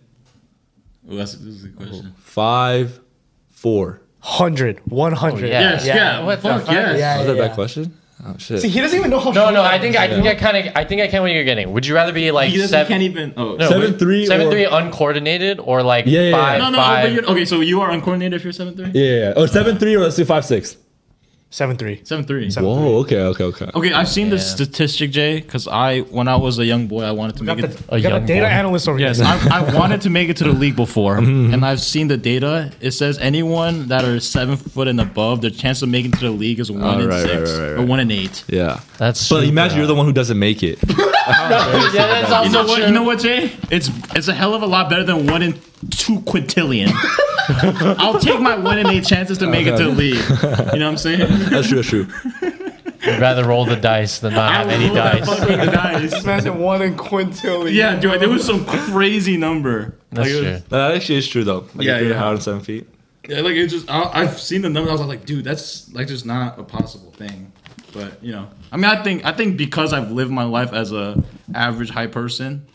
Speaker 3: Ooh, that's, this is a good question.
Speaker 4: five four.
Speaker 2: 100, 100.
Speaker 1: Yeah,
Speaker 3: Yes, yeah.
Speaker 1: What the
Speaker 3: fuck,
Speaker 1: fuck?
Speaker 3: yes.
Speaker 2: Yeah,
Speaker 4: Was that
Speaker 2: yeah.
Speaker 4: that question? Oh shit.
Speaker 2: See, he doesn't even know how
Speaker 1: No, no. I think I think I kind of I think I can what you're getting. Would you rather be like
Speaker 3: He doesn't,
Speaker 1: seven?
Speaker 3: can't even. Oh
Speaker 1: No,
Speaker 4: Seven
Speaker 1: wait.
Speaker 4: three
Speaker 1: seven
Speaker 4: or-
Speaker 1: three uncoordinated or like
Speaker 4: Yeah, yeah, yeah.
Speaker 1: five
Speaker 4: No,
Speaker 3: no, no.
Speaker 1: five.
Speaker 3: But you're, okay, so you are uncoordinated if you're seven three.
Speaker 4: yeah, yeah, yeah. Oh, seven three or let's do five six.
Speaker 2: 7 3.
Speaker 3: Seven three.
Speaker 4: Whoa. Okay. Okay. Okay.
Speaker 3: Okay, I've seen this
Speaker 1: Yeah.
Speaker 3: statistic, Jay, because I, when I was a young boy, I wanted to
Speaker 2: Got
Speaker 3: make it.
Speaker 2: the, got
Speaker 1: young
Speaker 2: the data
Speaker 1: boy.
Speaker 2: analyst over
Speaker 3: Yes,
Speaker 2: here.
Speaker 3: I, I wanted to make it to the league before,
Speaker 4: Mm-hmm.
Speaker 3: and I've seen the data. It says anyone that are seven foot and above, their chance of making it to the league is one
Speaker 4: Oh,
Speaker 3: in
Speaker 4: right, right,
Speaker 3: six
Speaker 4: right, right,
Speaker 3: or
Speaker 4: right.
Speaker 3: one in eight.
Speaker 4: Yeah.
Speaker 1: That's
Speaker 4: But imagine you're the one who doesn't make it.
Speaker 1: yeah, that's
Speaker 3: You
Speaker 1: also
Speaker 3: know what? You know what, Jay? It's it's a hell of a lot better than one in two quintillion. I'll take my one in eight chances to make it to the league. You know what I'm saying?
Speaker 4: That's true. That's true.
Speaker 1: You'd rather roll the dice than not have any
Speaker 3: Roll that
Speaker 1: dice.
Speaker 3: fucking dice.
Speaker 2: Imagine 1 in quintillion.
Speaker 3: Yeah, dude, it was some crazy number.
Speaker 1: That's
Speaker 3: Like, it was-
Speaker 1: true.
Speaker 4: No, that actually is true though. Like
Speaker 3: Yeah,
Speaker 4: yeah, yeah.
Speaker 3: yeah.
Speaker 4: Higher than seven feet.
Speaker 3: Yeah, like it just I, I've seen the numbers. I was like, dude, that's like just not a possible thing. But you know, I mean, I think I think because I've lived my life as a average high person,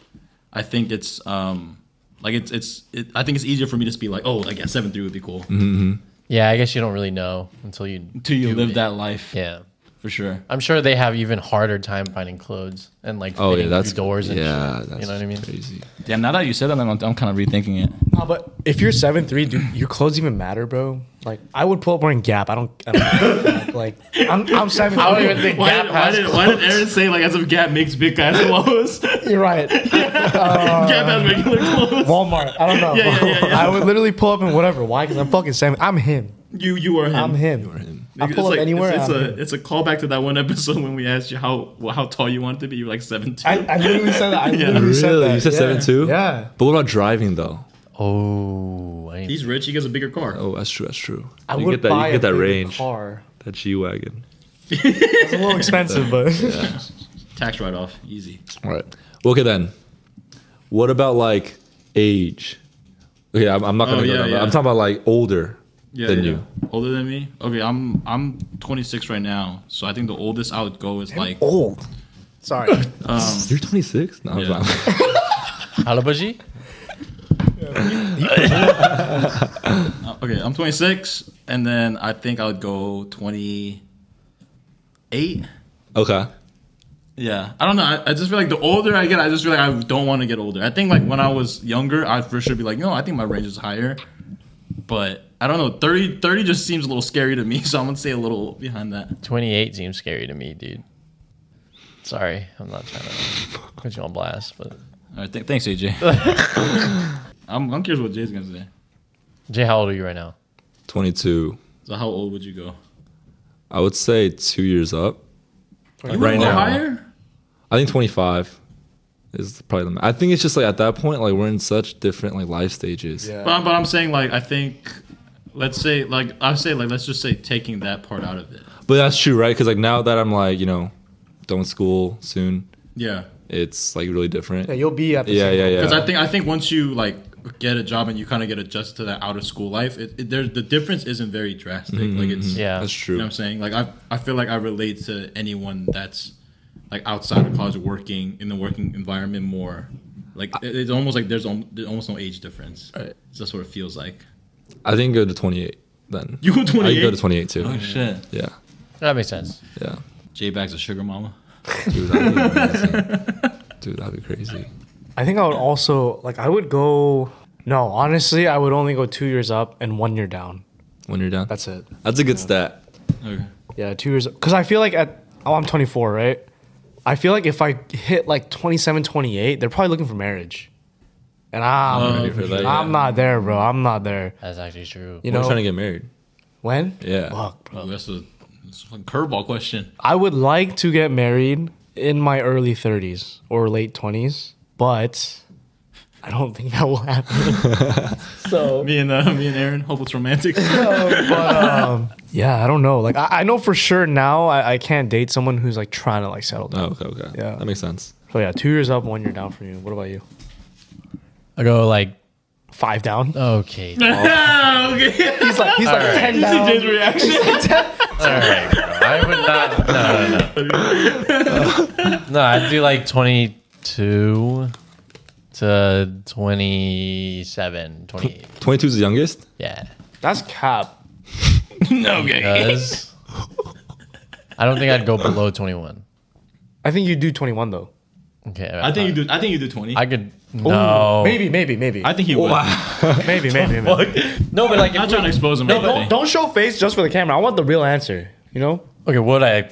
Speaker 3: I think it's um like it's it's it, I think it's easier for me to just be like, oh, like yeah, seven three would be cool
Speaker 1: Mm-hmm. Yeah, I guess you don't really know until you.
Speaker 3: until you live that life
Speaker 1: Yeah,
Speaker 3: for sure.
Speaker 1: I'm sure they have even harder time finding clothes and like
Speaker 4: Oh yeah,
Speaker 1: fitting
Speaker 4: that's
Speaker 1: doors and
Speaker 4: yeah,
Speaker 1: shit.
Speaker 4: that's
Speaker 1: you know what I mean?
Speaker 4: Crazy.
Speaker 3: Damn, now that you said that, I'm, I'm kind of rethinking it.
Speaker 2: Nah, but if you're 7 3, dude, your clothes even matter, bro. Like, I would pull up wearing Gap. I don't. I don't like, I'm, I'm 7
Speaker 1: I don't
Speaker 2: 3.
Speaker 1: even think
Speaker 3: Why
Speaker 1: Gap
Speaker 3: did, why,
Speaker 1: has.
Speaker 3: did, why did Aaron say like as if Gap makes big guys clothes?
Speaker 2: You're right.
Speaker 3: Gap has regular clothes.
Speaker 2: Walmart. I don't know.
Speaker 3: Yeah, yeah, yeah, yeah.
Speaker 2: I would literally pull up in whatever. Why? Because I'm fucking 7 I'm him.
Speaker 3: You you are him.
Speaker 2: I'm him. I
Speaker 3: It's
Speaker 2: pull up
Speaker 3: like-
Speaker 2: anywhere.
Speaker 3: It's, it's
Speaker 2: I'm him.
Speaker 3: a it's a callback to that one episode when we asked you how well, how tall you wanted to be. You were like seven two.
Speaker 2: I, I literally said that. I
Speaker 3: Yeah.
Speaker 2: literally said
Speaker 4: Really?
Speaker 2: that.
Speaker 4: You said
Speaker 2: yeah.
Speaker 4: seven two?
Speaker 2: Yeah.
Speaker 4: But what about driving though?
Speaker 1: Oh, I
Speaker 3: He's rich. He gets a bigger car.
Speaker 4: Oh, that's true. That's true.
Speaker 2: I
Speaker 4: you
Speaker 2: would
Speaker 4: get that.
Speaker 2: buy
Speaker 4: You get
Speaker 2: a
Speaker 4: that
Speaker 2: bigger
Speaker 4: range.
Speaker 2: Car.
Speaker 4: That G wagon.
Speaker 2: It's a little expensive, but
Speaker 3: Tax write off, easy.
Speaker 4: All right. Well, okay then. What about like age? Okay, I'm, I'm not gonna
Speaker 3: Oh,
Speaker 4: go
Speaker 3: yeah,
Speaker 4: down.
Speaker 3: yeah.
Speaker 4: I'm talking about like older than you.
Speaker 3: Older than me? Okay, I'm I'm 26 right now, so I think the oldest I would go is like
Speaker 2: old. Sorry.
Speaker 4: You're 26. No, I'm
Speaker 3: Yeah.
Speaker 4: fine.
Speaker 1: Halabaji?
Speaker 3: uh, okay, I'm 26, and then I think I would go 28.
Speaker 4: okay.
Speaker 3: Yeah, I don't know. I, I just feel like the older I get, I just feel like I don't want to get older. I think like when I was younger, I'd for sure be like, no, I think my range is higher. But I don't know, 30, 30 just seems a little scary to me, so I'm gonna stay a little behind that.
Speaker 1: 28 seems scary to me, dude. Sorry, I'm not trying to put you on blast, but
Speaker 3: All right, th- thanks, AJ. I'm, I'm curious what Jay's gonna say.
Speaker 1: Jay, how old are you right now?
Speaker 4: 22.
Speaker 3: So, how old would you go?
Speaker 4: I would say two years up. right
Speaker 3: Go
Speaker 4: now,
Speaker 3: higher?
Speaker 4: I think 25 is probably the. ma- I think it's just like at that point, like we're in such different like life stages.
Speaker 2: Yeah.
Speaker 3: But, but I'm saying like I think, let's say like I say like let's just say taking that part out of it.
Speaker 4: But that's true, right? Because like now that I'm like you know, done with school soon,
Speaker 3: Yeah,
Speaker 4: it's like really different.
Speaker 2: Yeah, you'll be at the
Speaker 4: Yeah, yeah, yeah.
Speaker 3: because I think I think once you like get a job and you kind of get adjusted to that out of school life, it, it, there the difference isn't very drastic. Like it's
Speaker 1: Yeah.
Speaker 4: That's
Speaker 3: You
Speaker 4: Mm-hmm. true.
Speaker 3: know what I'm saying? Like I I feel like I relate to anyone that's like outside of college working in the working environment more. Like it- it's almost like there's, al- there's almost no age difference.
Speaker 4: Right.
Speaker 3: So that's what it feels like.
Speaker 4: I think go to 28 then.
Speaker 3: You go
Speaker 4: I
Speaker 3: 28.
Speaker 4: could go to 28 too.
Speaker 3: Oh shit.
Speaker 4: Yeah,
Speaker 1: That makes sense.
Speaker 4: yeah.
Speaker 3: J Bag's a sugar mama.
Speaker 4: Dude, that'd be amazing. Dude, that'd be crazy.
Speaker 2: I think I would also like I would go. No, honestly, I would only go two years up and one year down.
Speaker 4: When you're down, that's,
Speaker 2: That's it.
Speaker 4: a good stat.
Speaker 3: Okay.
Speaker 2: Yeah, two years. Because I feel like at oh, I'm 24, right? I feel like if I hit like 27, 28, they're probably looking for marriage, and I'm
Speaker 3: Um,
Speaker 4: Ready for that?
Speaker 2: I'm not there, bro. I'm not there.
Speaker 1: That's actually true.
Speaker 2: You
Speaker 4: We're
Speaker 2: know
Speaker 4: trying to get married.
Speaker 2: when?
Speaker 4: Yeah.
Speaker 2: Fuck,
Speaker 3: Oh, that's a, that's a fucking curveball question.
Speaker 2: I would like to get married in my early 30s or late 20s, but I don't think that will happen. so,
Speaker 3: Me and uh, me and Aaron, hope it's romantic.
Speaker 4: Oh.
Speaker 2: yeah, I don't know. Like, I, I know for sure now I, I can't date someone who's like trying to like settle down.
Speaker 4: Oh, okay, okay.
Speaker 2: Yeah.
Speaker 4: that makes sense.
Speaker 2: So, yeah, two years up, one year down for you. What about you?
Speaker 1: I go like,
Speaker 2: Five down?
Speaker 1: okay.
Speaker 3: okay.
Speaker 2: He's like, he's like 10
Speaker 3: See Jay's
Speaker 2: down.
Speaker 3: reaction.
Speaker 1: All right, bro. I would not. No, no, no. no, I'd do like 22 to 27, 28.
Speaker 4: 22 is the youngest.
Speaker 1: Yeah.
Speaker 2: That's cap.
Speaker 3: okay.
Speaker 1: Because I don't think I'd go below 21.
Speaker 2: I think you do 21 though.
Speaker 1: Okay.
Speaker 3: I think you do. I think you do 20.
Speaker 1: I could. No.
Speaker 2: Maybe, maybe, maybe.
Speaker 3: I think he would.
Speaker 2: maybe, maybe, maybe.
Speaker 1: No, but like,
Speaker 3: I'm not trying to expose him. No,
Speaker 2: Don't, don't show face just for the camera. I want the real answer, you know?
Speaker 1: okay, would I?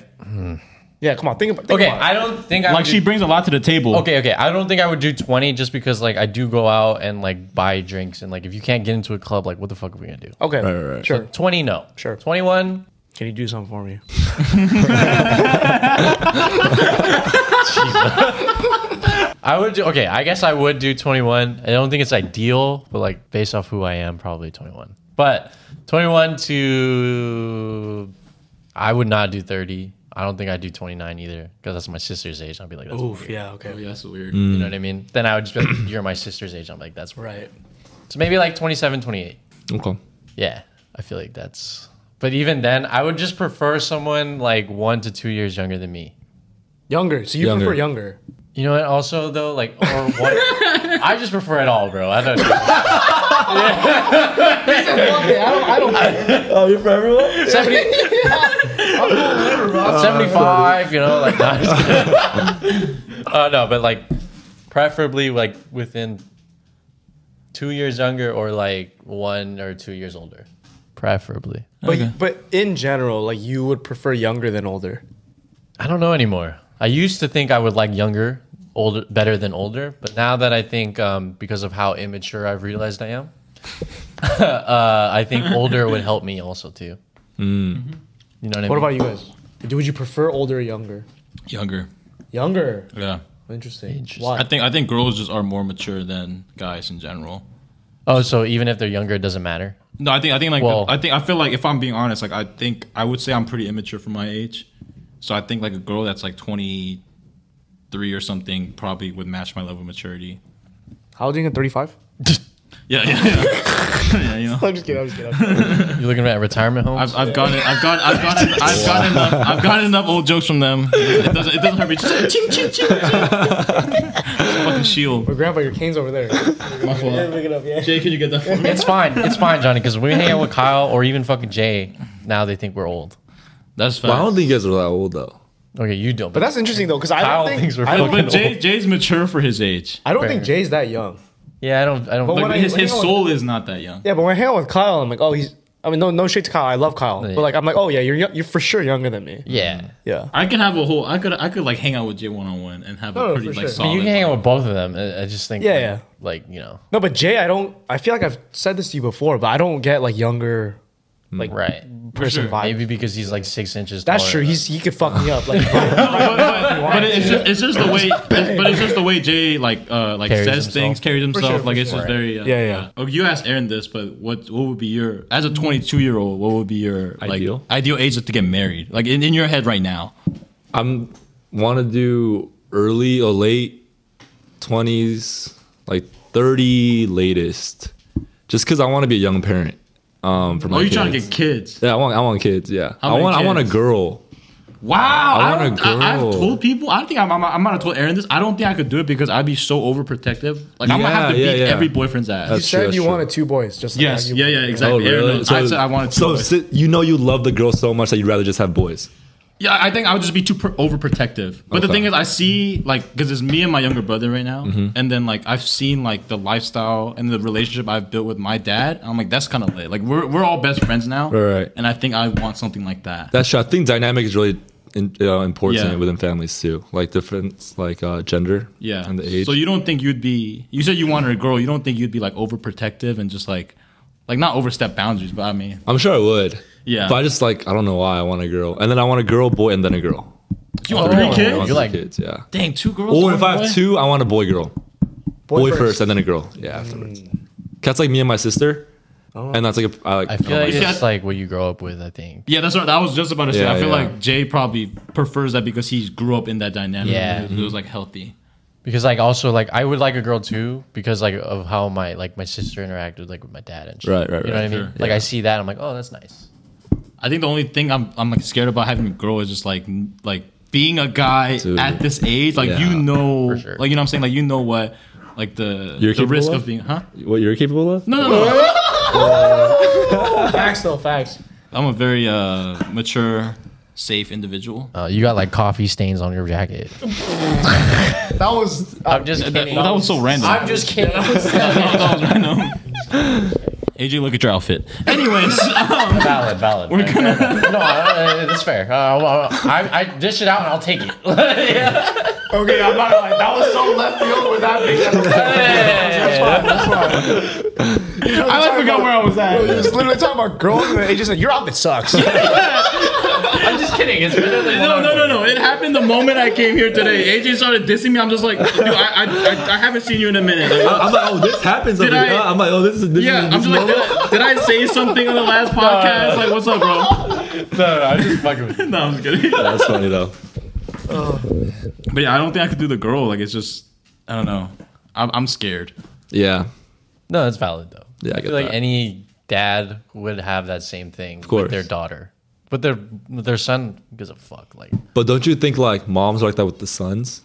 Speaker 2: Yeah, come on. Think about think
Speaker 1: Okay,
Speaker 2: about it.
Speaker 1: I don't think I
Speaker 3: Like
Speaker 1: would
Speaker 3: she
Speaker 1: do-
Speaker 3: brings a lot to the table.
Speaker 1: Okay, okay. I don't think I would do 20 just because like I do go out and like buy drinks and like if you can't get into a club, like what the fuck are we gonna do?
Speaker 3: Oh.
Speaker 2: Okay,
Speaker 4: Right, right, right.
Speaker 2: sure.
Speaker 1: 20, no.
Speaker 2: Sure.
Speaker 1: 21,
Speaker 2: Can you do something for me?
Speaker 1: I would do, okay. I guess I would do 21. I don't think it's ideal, but like based off who I am, probably 21. But 21 to I would not do 30. I don't think I'd do 29 either because that's my sister's age. I'd be like, that's
Speaker 2: Oof,
Speaker 1: weird.
Speaker 2: Oh, yeah, okay.
Speaker 3: Yeah, that's weird.
Speaker 1: You know what I mean? Then I would just be like, you're my sister's age. I'm like, that's weird.
Speaker 2: Right.
Speaker 1: So maybe like 27, 28.
Speaker 4: Okay.
Speaker 1: Yeah, I feel like that's. But even then, I would just prefer someone like one to two years younger than me.
Speaker 2: Younger. So you
Speaker 4: Younger.
Speaker 2: prefer younger.
Speaker 1: You know what? Also, though, like, or what? I just prefer it all, bro. I don't.
Speaker 2: Okay, I don't. I don't.
Speaker 4: Oh, you're for everyone.
Speaker 1: 70, 75, you know, like, not uh, no, but like, preferably like within two years younger or like one or two years older. Preferably.
Speaker 2: But but in general, like you would prefer younger than older.
Speaker 1: I don't know anymore. I used to think I would like younger, older, better than older, but now that I think, um, because of how immature I've realized I am, uh, I think older would help me also too. You know what I mean?
Speaker 2: What about you guys? Would you prefer older or younger?
Speaker 3: Younger.
Speaker 2: Younger.
Speaker 3: Yeah.
Speaker 2: Interesting.
Speaker 1: Interesting.
Speaker 2: Why?
Speaker 3: I think I think girls just are more mature than guys in general.
Speaker 1: Oh, so even if they're younger, it doesn't matter.
Speaker 3: No, I think I think like
Speaker 1: Well-
Speaker 3: I think I feel like if I'm being honest, like I think I would say I'm pretty immature for my age. So I think like a girl that's like 23 or something probably would match my level of maturity.
Speaker 2: How old are you? Thirty-five.
Speaker 3: Yeah, yeah, yeah. yeah you know.
Speaker 2: I'm just kidding. I'm just kidding.
Speaker 1: You're looking at retirement homes.
Speaker 3: I've, I've gotten I've got I've gotten I've gotten enough I've gotten enough old jokes from them. It doesn't it doesn't hurt me. Just ching, ching, ching, ching. Fucking shield.
Speaker 2: Grandpa, your cane's over there.
Speaker 3: My fault.
Speaker 2: it up, yeah.
Speaker 3: Jay, could you get that for me?
Speaker 1: it's fine. It's fine, Johnny. Because when we hang out with Kyle or even fucking Jay, now they think we're old.
Speaker 3: That's
Speaker 4: Well, I
Speaker 3: fine.
Speaker 4: don't think you guys are that old though.
Speaker 1: Okay, you don't.
Speaker 2: But that's interesting though, because I
Speaker 1: Kyle
Speaker 2: don't think
Speaker 1: thinks we're
Speaker 2: I don't,
Speaker 1: fucking
Speaker 3: But Jay, Jay's mature for his age.
Speaker 2: I don't think Jay's that young.
Speaker 1: yeah, I don't. I don't.
Speaker 2: But when
Speaker 3: Like,
Speaker 2: I-
Speaker 3: his
Speaker 2: when
Speaker 3: his
Speaker 2: I-
Speaker 3: soul is not that young.
Speaker 2: Yeah, but when I hang out with Kyle, I'm like, oh, he's. I mean, no, no shade to Kyle. I love Kyle,
Speaker 1: Yeah.
Speaker 2: but like, I'm like, oh yeah, you're yo- you're for sure younger than me.
Speaker 1: Yeah.
Speaker 2: Yeah,
Speaker 3: I could have a whole. I could. I could like hang out with Jay one on one and have
Speaker 2: Oh,
Speaker 3: a pretty
Speaker 2: for
Speaker 3: like
Speaker 2: sure.
Speaker 1: But
Speaker 3: solid.
Speaker 1: you can hang out with both of them. I, I just think,
Speaker 2: Yeah,
Speaker 1: like,
Speaker 2: yeah.
Speaker 1: like, you know,
Speaker 2: no, but Jay, I don't. I feel like I've said this to you before, but I don't get like younger like
Speaker 1: right?
Speaker 2: person
Speaker 3: sure.
Speaker 2: vibe.
Speaker 1: Maybe because he's like six inches.
Speaker 2: That's
Speaker 1: taller
Speaker 4: Oh,
Speaker 2: true.
Speaker 1: than
Speaker 2: He's he could fuck me up. Like,
Speaker 3: but, but- but it's just it's just the way. It's, but it's just the way Jay like uh like
Speaker 1: Carries
Speaker 3: says
Speaker 1: himself.
Speaker 3: things, carries himself.
Speaker 2: sure,
Speaker 3: like
Speaker 2: for
Speaker 3: it's just
Speaker 1: sure.
Speaker 3: very. Uh,
Speaker 2: Yeah, yeah.
Speaker 3: Oh, you asked Aaron this, but what what would be your as a 22 year old? What would be your like
Speaker 4: Ideal?
Speaker 3: ideal age to get married? Like in, in your head right now.
Speaker 4: I'm want to do early or late 20s, like 30 latest, just because I want to be a young parent. Um, for
Speaker 3: Oh,
Speaker 4: my
Speaker 3: you
Speaker 4: kids.
Speaker 3: trying to get kids?
Speaker 4: Yeah, I want. I want kids. Yeah,
Speaker 3: How
Speaker 4: I
Speaker 3: many
Speaker 4: want. I want a
Speaker 3: kids?
Speaker 4: girl.
Speaker 3: Wow,
Speaker 4: I
Speaker 3: I,
Speaker 4: want a
Speaker 3: don't- I, have
Speaker 4: girl.
Speaker 3: told people. I don't think I'm. I'm, I'm gonna told Aaron this. I don't think I could do it because I'd be so overprotective. Like I'm gonna have to
Speaker 4: Yeah, yeah,
Speaker 3: beat
Speaker 4: yeah.
Speaker 3: every boyfriend's ass.
Speaker 2: you
Speaker 4: That's true,
Speaker 2: said
Speaker 4: that's
Speaker 2: you
Speaker 4: true.
Speaker 2: wanted two boys, just like
Speaker 3: yes,
Speaker 2: how you
Speaker 3: yeah, yeah,
Speaker 2: wanted.
Speaker 3: exactly. Aaron, knows. I said I wanted to.
Speaker 4: Oh, So
Speaker 3: do it.
Speaker 4: si- you know you love the girl so much that you'd rather just have boys.
Speaker 3: Yeah, I think I would just be too per- overprotective. But the
Speaker 4: Okay. Mm-hmm.
Speaker 3: thing is, I see like because it's me and my younger brother right now, and then like I've seen like the lifestyle and the relationship I've built with my dad. I'm like, that's kind of lit. Like we're we're all best friends now,
Speaker 4: Right, right.
Speaker 3: And I think I want something like that.
Speaker 4: That's true. I think dynamic is really in, uh, important
Speaker 3: Yeah.
Speaker 4: within families too, like difference, like uh, gender,
Speaker 3: yeah.
Speaker 4: and the age.
Speaker 3: So you don't think you'd be? You said you wanted a girl. You don't think you'd be like overprotective and just like, like not overstep boundaries, but I mean,
Speaker 4: I'm sure I would.
Speaker 3: Yeah.
Speaker 4: But I just like I don't know why I want a girl, and then I want a girl, boy, and then a
Speaker 1: Oh,
Speaker 4: girl.
Speaker 3: you want three
Speaker 4: I
Speaker 3: kids?
Speaker 4: want
Speaker 1: You
Speaker 4: three
Speaker 1: like-
Speaker 4: kids? Yeah.
Speaker 3: Dang, two girls.
Speaker 4: Or
Speaker 3: one
Speaker 4: if I
Speaker 3: boy?
Speaker 4: have two, I want a boy, girl, boy, first. Hmm. and then a girl. Yeah, afterwards. That's like me and my sister, and that's like a, I like.
Speaker 1: I feel
Speaker 4: oh my
Speaker 1: like
Speaker 4: God.
Speaker 1: it's like what you grow up with. I think.
Speaker 3: Yeah, that's what I was just about to say.
Speaker 4: Yeah,
Speaker 3: I feel
Speaker 4: yeah.
Speaker 3: like Jay probably prefers that because he grew up in that dynamic.
Speaker 1: Yeah.
Speaker 3: it
Speaker 4: Mm-hmm.
Speaker 3: was like healthy.
Speaker 1: because like also like I would like a girl too because like of how my like my sister interacted like with my dad and shit.
Speaker 4: Right, right,
Speaker 1: You know
Speaker 4: right.
Speaker 1: what I mean?
Speaker 3: Sure.
Speaker 1: Like I see that I'm like, oh, that's nice.
Speaker 3: I think the only thing I'm I'm like scared about having a girl is just like n- like being a guy
Speaker 4: Dude.
Speaker 3: at this age. Like
Speaker 4: Yeah,
Speaker 3: you know,
Speaker 1: for sure.
Speaker 3: like you know what I'm saying. Like you know what, like the
Speaker 4: You're
Speaker 3: the
Speaker 4: capable
Speaker 3: risk
Speaker 4: of?
Speaker 3: of being huh?
Speaker 4: what you're capable of?
Speaker 3: No, no, no.
Speaker 2: Facts though, facts.
Speaker 3: I'm a very uh mature, safe individual.
Speaker 1: Uh, you got like coffee stains on your jacket.
Speaker 2: That was
Speaker 1: I'm just kidding.
Speaker 3: that was so random.
Speaker 1: I'm just kidding.
Speaker 3: AJ, look at your outfit. Anyways, um,
Speaker 1: valid, valid. We're gonna no, uh, that's fair. Uh, well, I, I dish it out and I'll take it. yeah.
Speaker 2: okay. I'm not like that was so left field with that. Big I like forgot where I was at. You was literally talking about girls and they just like your outfit sucks.
Speaker 1: I'm just kidding. It's literally
Speaker 3: No, no, no, no. It happened the moment I came here today. AJ started dissing me. I'm just like, dude, I, I, I, I haven't seen you in a minute. Like,
Speaker 4: I'm like, oh, this happens. Over
Speaker 3: Did I-
Speaker 4: here. I'm like, oh, this is this
Speaker 3: yeah,
Speaker 4: is
Speaker 3: I'm
Speaker 4: this
Speaker 3: just like, did I, did I say something on the last podcast? Like, what's up, bro?
Speaker 1: no, no. I'm just fucking with you.
Speaker 3: No, I'm just kidding.
Speaker 4: That's funny though.
Speaker 3: But yeah, I don't think I could do the girl. Like, it's just, I don't know. I'm, I'm scared.
Speaker 4: Yeah.
Speaker 1: No, it's valid though.
Speaker 4: Yeah, I
Speaker 1: feel
Speaker 4: get
Speaker 1: like
Speaker 4: that.
Speaker 1: any dad would have that same thing with
Speaker 4: course.
Speaker 1: their daughter, but their with their son gives a fuck. Like,
Speaker 4: But don't you think like moms are like that with the sons?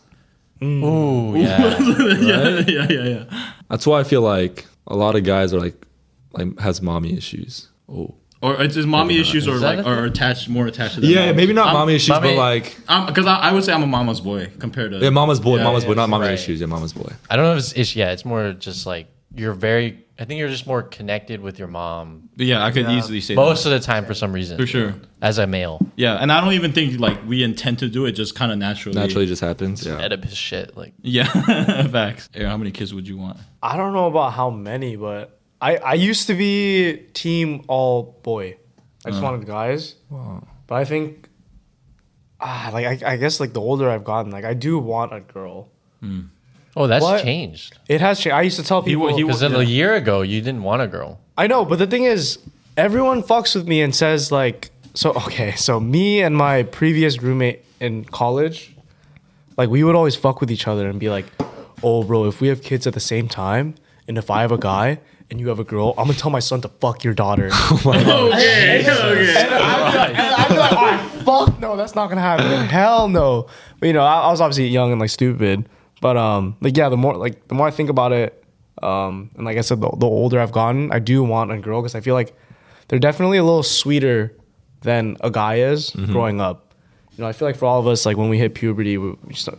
Speaker 1: ooh, yeah,
Speaker 3: yeah, yeah, yeah, yeah.
Speaker 4: That's why I feel like a lot of guys are like like has mommy issues. Oh.
Speaker 3: Or it's, it's mommy issues or
Speaker 1: Is that
Speaker 3: like,
Speaker 1: a thing?
Speaker 3: or attached, more attached to that.
Speaker 4: Yeah, maybe not
Speaker 1: Um,
Speaker 4: mommy issues,
Speaker 1: mommy-
Speaker 4: but like
Speaker 3: Because I, I would say I'm a mama's boy compared to.
Speaker 4: yeah, mama's boy, mama's
Speaker 1: yeah,
Speaker 4: boy, not mommy
Speaker 1: right.
Speaker 4: issues, yeah, mama's boy.
Speaker 1: I don't know if it's ish. Yeah, it's more just like you're very. I think you're just more connected with your mom
Speaker 3: yeah, I could easily say that.
Speaker 1: most of the time for some reason.
Speaker 3: For sure.
Speaker 1: as a male,
Speaker 3: Yeah, and I don't even think like we intend to do it, just kind of naturally.
Speaker 4: Naturally just happens. Yeah.
Speaker 1: Oedipus shit. Like,
Speaker 3: Yeah, facts. Aaron, how many kids would you want?
Speaker 2: I don't know about how many, but I I used to be team all boy. I
Speaker 3: Uh.
Speaker 2: just wanted guys. But I think, ah, like I, I guess like the older I've gotten, like I do want a girl.
Speaker 1: oh, that's
Speaker 2: What?
Speaker 1: changed.
Speaker 2: It has changed. I used to tell people.
Speaker 3: wa- he wa-
Speaker 1: Because a
Speaker 3: Yeah.
Speaker 1: year ago, you didn't want a girl.
Speaker 2: I know, but the thing is, everyone fucks with me and says like, so okay, so me and my previous roommate in college, like we would always fuck with each other and be like, oh bro, if we have kids at the same time, and if I have a guy and you have a girl, I'm gonna tell my son to fuck your daughter.
Speaker 3: Okay, okay.
Speaker 2: And I'd be like, oh, fuck no, that's not gonna happen. Hell no. But you know, I, I was obviously young and like stupid. But um, like yeah, the more like the more I think about it, um, and like I said, the, the older I've gotten, I do want a girl because I feel like they're definitely a little sweeter
Speaker 3: Mm-hmm.
Speaker 2: than a guy is growing up. You know, I feel like for all of us, like when we hit puberty, we, we just I,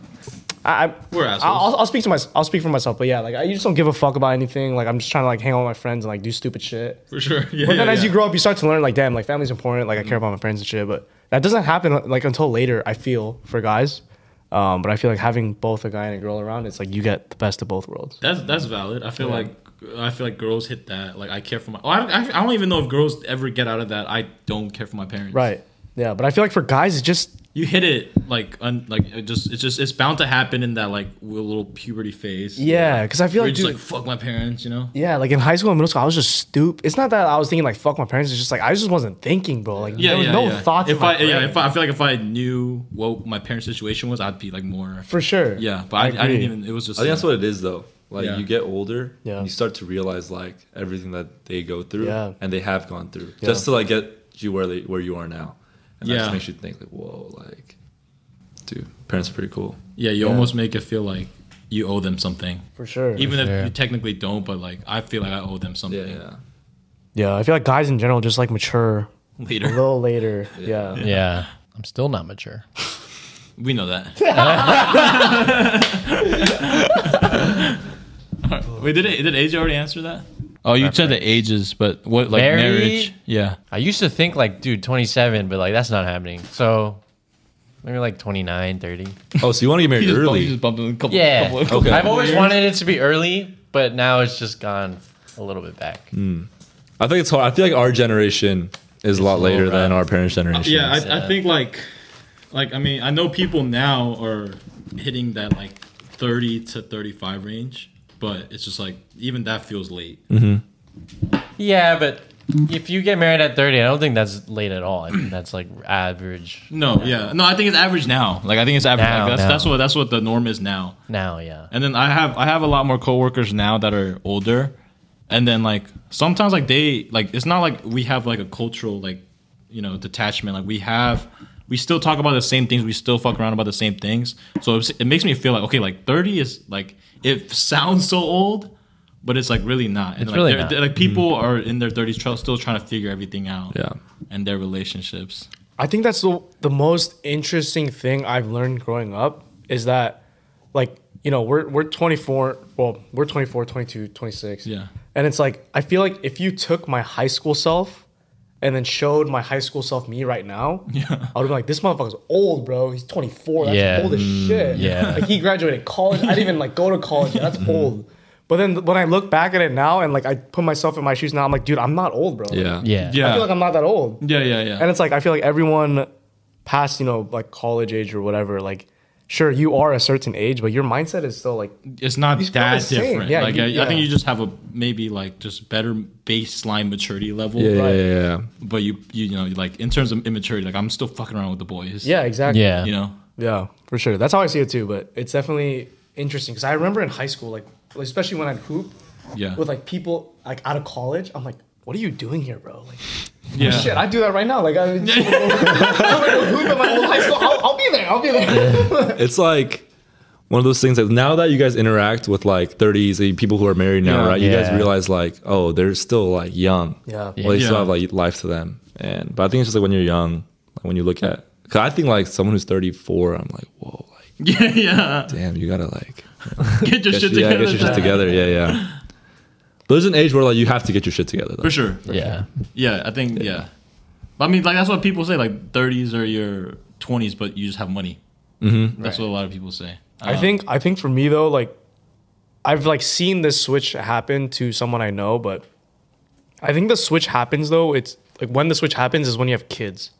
Speaker 2: I
Speaker 3: We're
Speaker 2: I'll,
Speaker 3: assholes.
Speaker 2: I'll- I'll speak to my I'll speak for myself, but yeah, like I you just don't give a fuck about anything. Like I'm just trying to like hang out with my friends and like do stupid shit.
Speaker 3: for sure. Yeah,
Speaker 2: But
Speaker 3: yeah,
Speaker 2: then as
Speaker 3: yeah.
Speaker 2: you grow up, you start to learn like damn, like family's important. Like I care about my friends and shit, but that doesn't happen like until later. I feel for guys, um, but I feel like having both a guy and a girl around, it's like you get the best of both worlds.
Speaker 3: That's that's valid. I feel like I feel like girls hit that. Like I care for my. Oh, I, don't, I, I don't even know if girls ever get out of that. I don't care for my parents.
Speaker 2: Right. Yeah, but I feel like for guys, it's just
Speaker 3: You hit it like un, like it just it's just it's bound to happen in that like little puberty phase.
Speaker 2: yeah, because I feel
Speaker 3: You're
Speaker 2: like
Speaker 3: just
Speaker 2: dude,
Speaker 3: like fuck my parents. You know.
Speaker 2: yeah, like in high school and middle school, I was just stupid. It's not that I was thinking like fuck my parents. It's just like I just wasn't thinking, bro. Like
Speaker 3: Yeah,
Speaker 2: there was
Speaker 3: yeah,
Speaker 2: no
Speaker 3: yeah.
Speaker 2: thoughts.
Speaker 3: If
Speaker 2: in my
Speaker 3: I yeah,
Speaker 2: brain.
Speaker 3: if I, I feel like if I knew what my parents' situation was, I'd be like more.
Speaker 2: for sure.
Speaker 3: Yeah, but I, I,
Speaker 2: agree.
Speaker 3: didn't even. It was just.
Speaker 4: I think that's what it is though. Like
Speaker 3: Yeah.
Speaker 4: you get older,
Speaker 2: Yeah.
Speaker 4: and you start to realize like everything that they go through
Speaker 2: Yeah.
Speaker 4: and they have gone through, just to like get you where they where you are now, and that
Speaker 3: Yeah.
Speaker 4: just makes you think like, whoa, like, dude, parents are pretty cool.
Speaker 3: yeah, you almost make it feel like you owe them something,
Speaker 2: for sure.
Speaker 3: even
Speaker 1: sure.
Speaker 3: if you technically don't. But like, I feel like I owe them something
Speaker 4: Yeah, yeah.
Speaker 2: yeah, I feel like guys in general just like mature a
Speaker 3: later.
Speaker 2: little later. Yeah.
Speaker 1: Yeah. I'm still not mature.
Speaker 3: We know that. Wait, did it, did AJ already answer that? Oh, you said the ages, but what like
Speaker 1: Married?
Speaker 3: marriage? Yeah,
Speaker 1: I used to think like, dude, 27, but like that's not happening. So maybe like 29, 30.
Speaker 4: Oh, so you want to get married
Speaker 6: just,
Speaker 4: early?
Speaker 6: he just bumped in a couple.
Speaker 1: Yeah.
Speaker 6: couple of-
Speaker 4: Okay.
Speaker 1: I've always wanted it to be early, but now it's just gone a little bit back.
Speaker 4: I think it's hard. I feel like our generation is a lot
Speaker 1: little
Speaker 4: later than
Speaker 1: rough.
Speaker 4: our parents' generation.
Speaker 3: yeah. I, I think like, like I mean, I know people now are hitting that like thirty to thirty-five range, but it's just like even that feels late.
Speaker 6: Mm.
Speaker 1: Yeah, but if you get married at 30, I don't think that's late at all. I mean, that's like average
Speaker 3: No, yeah, no, I think it's average now. Like I think it's average.
Speaker 1: Now,
Speaker 3: like, that's
Speaker 1: now.
Speaker 3: that's what that's what the norm is now.
Speaker 1: now, yeah.
Speaker 3: And then I have I have a lot more coworkers now that are older, and then like sometimes like they like it's not like we have like a cultural like you know detachment like we have we still talk about the same things we still fuck around about the same things so it's, it makes me feel like okay like 30 is like it sounds so old but it's like really not and like,
Speaker 1: really
Speaker 3: they're-
Speaker 1: not.
Speaker 3: they're- like people are in their 30s tr- still trying to figure everything out
Speaker 4: Yeah.
Speaker 3: and their relationships
Speaker 2: I think that's the, the most interesting thing I've learned growing up is that, like, you know, we're, we're 24, well, we're 24, 22, 26.
Speaker 3: Yeah.
Speaker 2: And it's like, I feel like if you took my high school self and then showed my high school self me right now, yeah. I would have been like, this motherfucker's old, bro. He's 24. That's
Speaker 1: Yeah.
Speaker 2: old as shit.
Speaker 1: yeah.
Speaker 2: Like, he graduated college. I didn't even, like, go to college. yet. That's old. But then when I look back at it now and, like, I put myself in my shoes now, I'm like, dude, I'm not old, bro.
Speaker 4: yeah,
Speaker 1: Yeah.
Speaker 3: yeah
Speaker 2: I feel like I'm not that old.
Speaker 3: yeah yeah yeah
Speaker 2: And it's like I feel like everyone past, you know, like college age or whatever, like sure you are a certain age, but your mindset is still like
Speaker 3: it's not
Speaker 2: You feel
Speaker 3: that
Speaker 2: the same.
Speaker 3: different.
Speaker 2: Yeah,
Speaker 3: like
Speaker 2: you-
Speaker 3: I, I think
Speaker 2: yeah.
Speaker 3: you just have a maybe like just better baseline maturity level.
Speaker 4: yeah, yeah,
Speaker 3: right?
Speaker 4: yeah, yeah.
Speaker 3: But you you know like in terms of immaturity, like I'm still fucking around with the boys.
Speaker 2: Yeah, exactly.
Speaker 1: Yeah.
Speaker 3: You know.
Speaker 2: Yeah, for sure. That's how I see it too, but it's definitely interesting cuz I remember in high school like especially when I'd hoop
Speaker 3: Yeah.
Speaker 2: with like people like out of college, I'm like what are you doing here, bro? Like,
Speaker 3: yeah.
Speaker 2: shit, I do that right now. Like, I, I'm gonna go hoop at my old high school. I'll, I'll be there. I'll be there.
Speaker 4: It's like one of those things that now that you guys interact with like 30s and people who are married now,
Speaker 3: Yeah.
Speaker 4: right? You guys
Speaker 1: Yeah.
Speaker 4: realize like, oh, they're still like young.
Speaker 2: Yeah.
Speaker 4: Well, they still
Speaker 3: Yeah.
Speaker 4: have like life to them. And but I think it's just like when you're young, like, when you look at, cause I think like someone who's 34, I'm like, whoa, like
Speaker 3: yeah. Yeah.
Speaker 4: damn, you gotta like
Speaker 3: Get your
Speaker 4: get,
Speaker 3: shit
Speaker 4: your- yeah,
Speaker 3: together.
Speaker 4: get your shit
Speaker 3: Zach.
Speaker 4: together. Yeah, yeah. There's an age where like you have to get your shit together. Though.
Speaker 3: For sure.
Speaker 1: Yeah.
Speaker 3: Yeah. I think yeah. But I mean, like that's what people say. Like 30s or your 20s, but you just have money. Mm-hmm. That's what a lot of people say. Um,
Speaker 2: I think I think for me though, like I've like seen this switch happen to someone I know, but I think the switch happens though. It's like when the switch happens is when you have kids.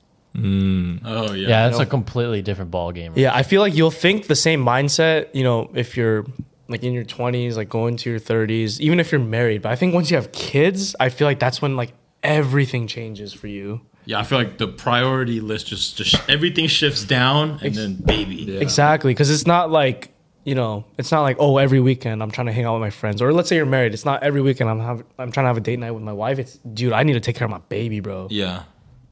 Speaker 3: Oh yeah.
Speaker 1: Yeah, that's a completely different ball game.
Speaker 2: Yeah, I feel like you'll think the same mindset, you know, if you're like in your 20s, like going to your 30s, even if you're married. But I think once you have kids, I feel like that's when like everything changes for you.
Speaker 3: Yeah. I feel like the priority list just just everything shifts down and then baby.
Speaker 2: Exactly, because it's not like you know, it's not like oh, every weekend I'm trying to hang out with my friends, or let's say you're married, it's not every weekend I'm have, I'm trying to have a date night with my wife. It's dude, I need to take care of my baby, bro.
Speaker 3: Yeah.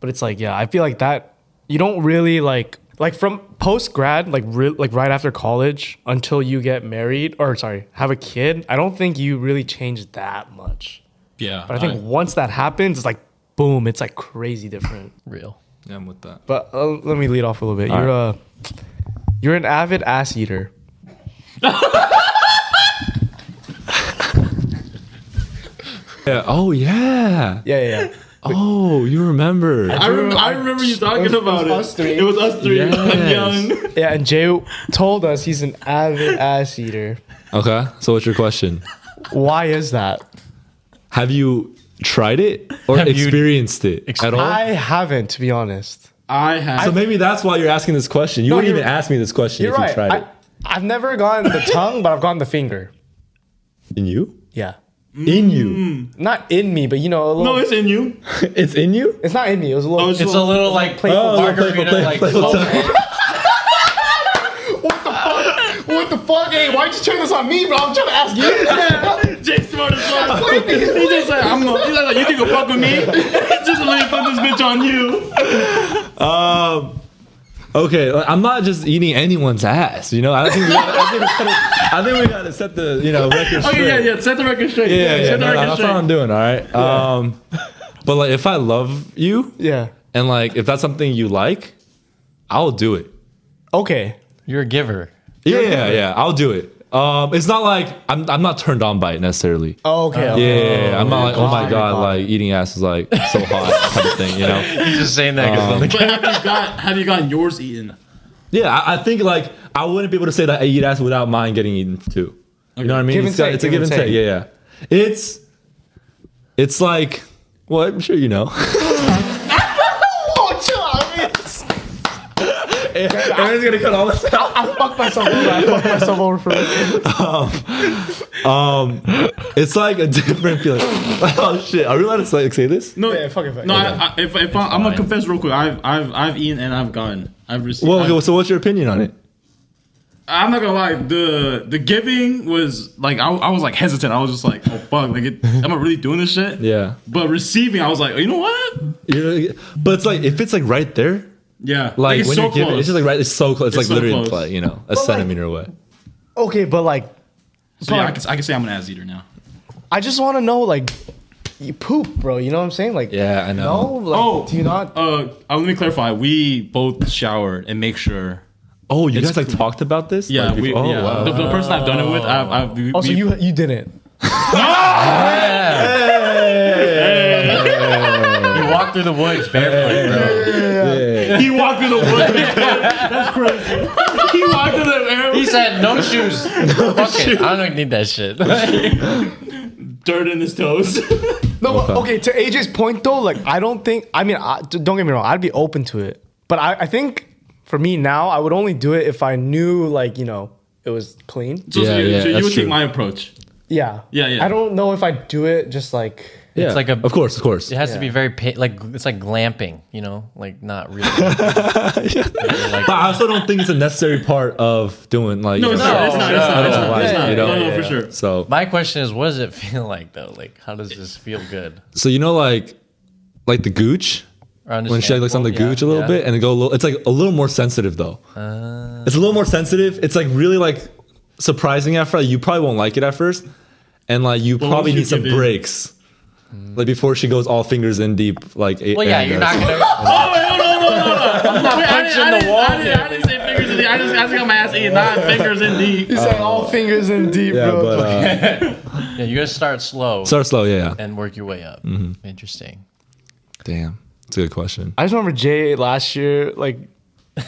Speaker 2: But it's like yeah, I feel like that you don't really like like from post grad, like re- like right after college until you get married or sorry, have a kid. I don't think you really change that much.
Speaker 3: Yeah.
Speaker 2: But I think once that happens, it's like boom, it's like crazy different.
Speaker 1: Real.
Speaker 4: Yeah, I'm with that.
Speaker 2: But uh, let me lead off a little bit. you're uh, you're an avid ass eater.
Speaker 4: Yeah. Oh yeah.
Speaker 2: Yeah, yeah, yeah.
Speaker 4: Oh, you remember?
Speaker 3: I, rem- I remember you talking
Speaker 2: was- it
Speaker 3: about it.
Speaker 2: was us three.
Speaker 3: It was us three.
Speaker 4: Yes.
Speaker 3: Young.
Speaker 2: Yeah, and Jay told us he's an avid ass eater.
Speaker 4: Okay. So what's your question?
Speaker 2: Why is that?
Speaker 4: Have you tried it or
Speaker 1: Have you
Speaker 4: experienced it at all?
Speaker 2: I haven't, to be honest.
Speaker 3: I have.
Speaker 4: so maybe that's why you're asking this question. You wouldn't
Speaker 2: you're-
Speaker 4: even ask me this question
Speaker 2: You're
Speaker 4: if you
Speaker 2: right.
Speaker 4: tried
Speaker 2: I,
Speaker 4: it.
Speaker 2: I've never gotten the tongue, but I've gotten the finger.
Speaker 4: In you?
Speaker 2: Yeah.
Speaker 4: In you?
Speaker 2: Not in me, but you know, a little.
Speaker 3: no, it's in you.
Speaker 4: it's in you?
Speaker 2: it's not in me. It was a little.
Speaker 3: Oh, it's
Speaker 1: It's a little like
Speaker 2: playful
Speaker 1: playful
Speaker 4: Oh, playful,
Speaker 1: margarita,
Speaker 4: playful,
Speaker 1: like
Speaker 4: playful
Speaker 1: slow-
Speaker 2: what the fuck? Hey, why'd you turn this on me, bro? I'm trying to ask you.
Speaker 3: Jake smart as fuck. He's just like, I'm gonna, he's like, you think you'll fuck with me? just let me fuck this bitch on you.
Speaker 4: Okay, like, I'm not just eating anyone's ass. You know, I think we gotta, I think we gotta, I think we gotta set the you know record straight.
Speaker 3: Okay, yeah, yeah. Set the record straight.
Speaker 4: yeah, yeah.
Speaker 3: set
Speaker 4: no,
Speaker 3: the
Speaker 4: no,
Speaker 3: record
Speaker 4: that's
Speaker 3: straight.
Speaker 4: what I'm doing. All right. Um, but like, if I love you
Speaker 2: yeah.
Speaker 4: and like if that's something you like, I'll do it.
Speaker 2: Okay.
Speaker 1: You're a giver.
Speaker 4: Yeah, yeah, yeah. I'll do it. Um, it's not like I'm, I'm not turned on by it necessarily.
Speaker 2: Oh, okay.
Speaker 4: Yeah,
Speaker 2: okay.
Speaker 4: yeah, yeah. I'm not like, oh my
Speaker 2: God.
Speaker 4: god, like eating ass is like so hot kind of thing, you know?
Speaker 1: He's just saying that because
Speaker 3: But have you got have you gotten yours eaten?
Speaker 4: Yeah, I, I think like I wouldn't be able to say that I eat ass without mine getting eaten too. You know what I mean?
Speaker 2: Give
Speaker 4: It's
Speaker 2: and
Speaker 4: got-
Speaker 2: take,
Speaker 4: it's a
Speaker 2: give
Speaker 4: give
Speaker 2: and
Speaker 4: and take. Yeah, yeah. It's it's like well, I'm sure you know.
Speaker 2: Oh, chill out. I mean,
Speaker 4: Aaron's gonna cut all this out.
Speaker 2: I fucked myself over. I fucked myself over for it.
Speaker 4: Um, It's like a different feeling. oh shit! Are we allowed to like, say this?
Speaker 3: No,
Speaker 2: Yeah, fuck it, fuck it.
Speaker 3: no. I, I, if if I, I'm gonna confess real quick, I've I've I've eaten and I've gotten. I've received.
Speaker 4: Well,
Speaker 3: I've-
Speaker 4: okay, so what's your opinion on it?
Speaker 3: I'm not gonna lie. The the giving was like I, I was like hesitant. I was just like, oh fuck, like it, am I really doing this shit?
Speaker 4: Yeah,
Speaker 3: But receiving, I was like, you know what?
Speaker 4: You're- but it's like if it's like right there,
Speaker 3: Yeah,
Speaker 4: like
Speaker 3: it's
Speaker 4: when
Speaker 3: so
Speaker 4: you're giving,
Speaker 3: close.
Speaker 4: it's just like right, it's so close. It's,
Speaker 3: It's
Speaker 4: like
Speaker 3: so
Speaker 4: literally
Speaker 3: close.
Speaker 4: like you know a
Speaker 2: like-
Speaker 4: centimeter away.
Speaker 2: Okay, but like,
Speaker 3: So yeah, I can, I can say I'm an ass eater now.
Speaker 2: I just want to know, like, you poop, bro. You know what I'm saying? Like,
Speaker 4: Yeah, I
Speaker 2: No,
Speaker 4: know.
Speaker 2: like,
Speaker 3: Oh.
Speaker 2: do you not?
Speaker 3: Uh, uh, let me clarify. We both showered and make sure. Oh,
Speaker 4: Oh, you
Speaker 3: It's
Speaker 4: guys like talked about this?
Speaker 3: Yeah,
Speaker 4: Like, oh,
Speaker 3: we.
Speaker 4: before-
Speaker 3: yeah. The, the person I've done it with, I've. I've we,
Speaker 2: Oh, so
Speaker 3: we-
Speaker 2: you you didn't.
Speaker 1: you walk through the woods barefoot, bro.
Speaker 3: he walked through the woods. That's crazy. He walked through the air.
Speaker 1: He said no shoes. Fuck it. I don't need that shit.
Speaker 3: dirt in his toes.
Speaker 2: No, but
Speaker 4: Okay.
Speaker 2: okay. To AJ's point though, like I don't think. I mean, I, d- don't get me wrong. I'd be open to it, but I, I think for me now, I would only do it if I knew, like you know, it was clean.
Speaker 3: So, so
Speaker 4: Yeah,
Speaker 3: you,
Speaker 4: yeah,
Speaker 3: so you
Speaker 4: that's
Speaker 3: would
Speaker 4: true.
Speaker 3: take my approach.
Speaker 2: Yeah.
Speaker 3: Yeah, yeah.
Speaker 2: I don't know if I do it just like.
Speaker 4: yeah.
Speaker 1: It's like a-
Speaker 4: of course, of course.
Speaker 1: It has to be very pa- like it's like glamping, you know, like not really.
Speaker 4: But I also don't think it's a necessary part of doing like.
Speaker 3: No,
Speaker 4: you
Speaker 3: it's
Speaker 4: know,
Speaker 3: not. It's not. It's not. It's not. It's
Speaker 4: Oh, Yeah,
Speaker 3: not.
Speaker 4: you
Speaker 3: No,
Speaker 4: know?
Speaker 3: no, for sure.
Speaker 4: So
Speaker 1: My question is, what does it feel like though? Like, how does this feel good?
Speaker 4: so you know like like the gooch.
Speaker 1: Or
Speaker 4: when she like looks on the
Speaker 1: understandable?
Speaker 4: gooch a
Speaker 1: Yeah,
Speaker 4: little
Speaker 1: yeah.
Speaker 4: bit and go a little it's like a little more sensitive though it's a little more sensitive it's like really like surprising at first you probably won't like it at first and like you probably
Speaker 3: once you
Speaker 4: need some
Speaker 3: give in-
Speaker 4: breaks like before she goes all fingers in deep like
Speaker 1: Well, yeah, you're not gonna.
Speaker 3: Oh, wait, hold on, hold on, hold on. Wait, I didn't-
Speaker 1: punching
Speaker 3: I
Speaker 1: the
Speaker 3: didn't-
Speaker 1: wall
Speaker 3: I didn't- I didn't say fingers in the. I just I just got my ass eaten. Not fingers in deep.
Speaker 2: It's like all fingers in deep,
Speaker 4: yeah
Speaker 2: bro.
Speaker 4: but uh,
Speaker 1: Yeah, you're gonna start slow
Speaker 4: start slow yeah yeah
Speaker 1: and work your way up.
Speaker 4: Mm-hmm.
Speaker 1: Interesting.
Speaker 4: damn it's a good question
Speaker 2: I just remember Jay last year, like.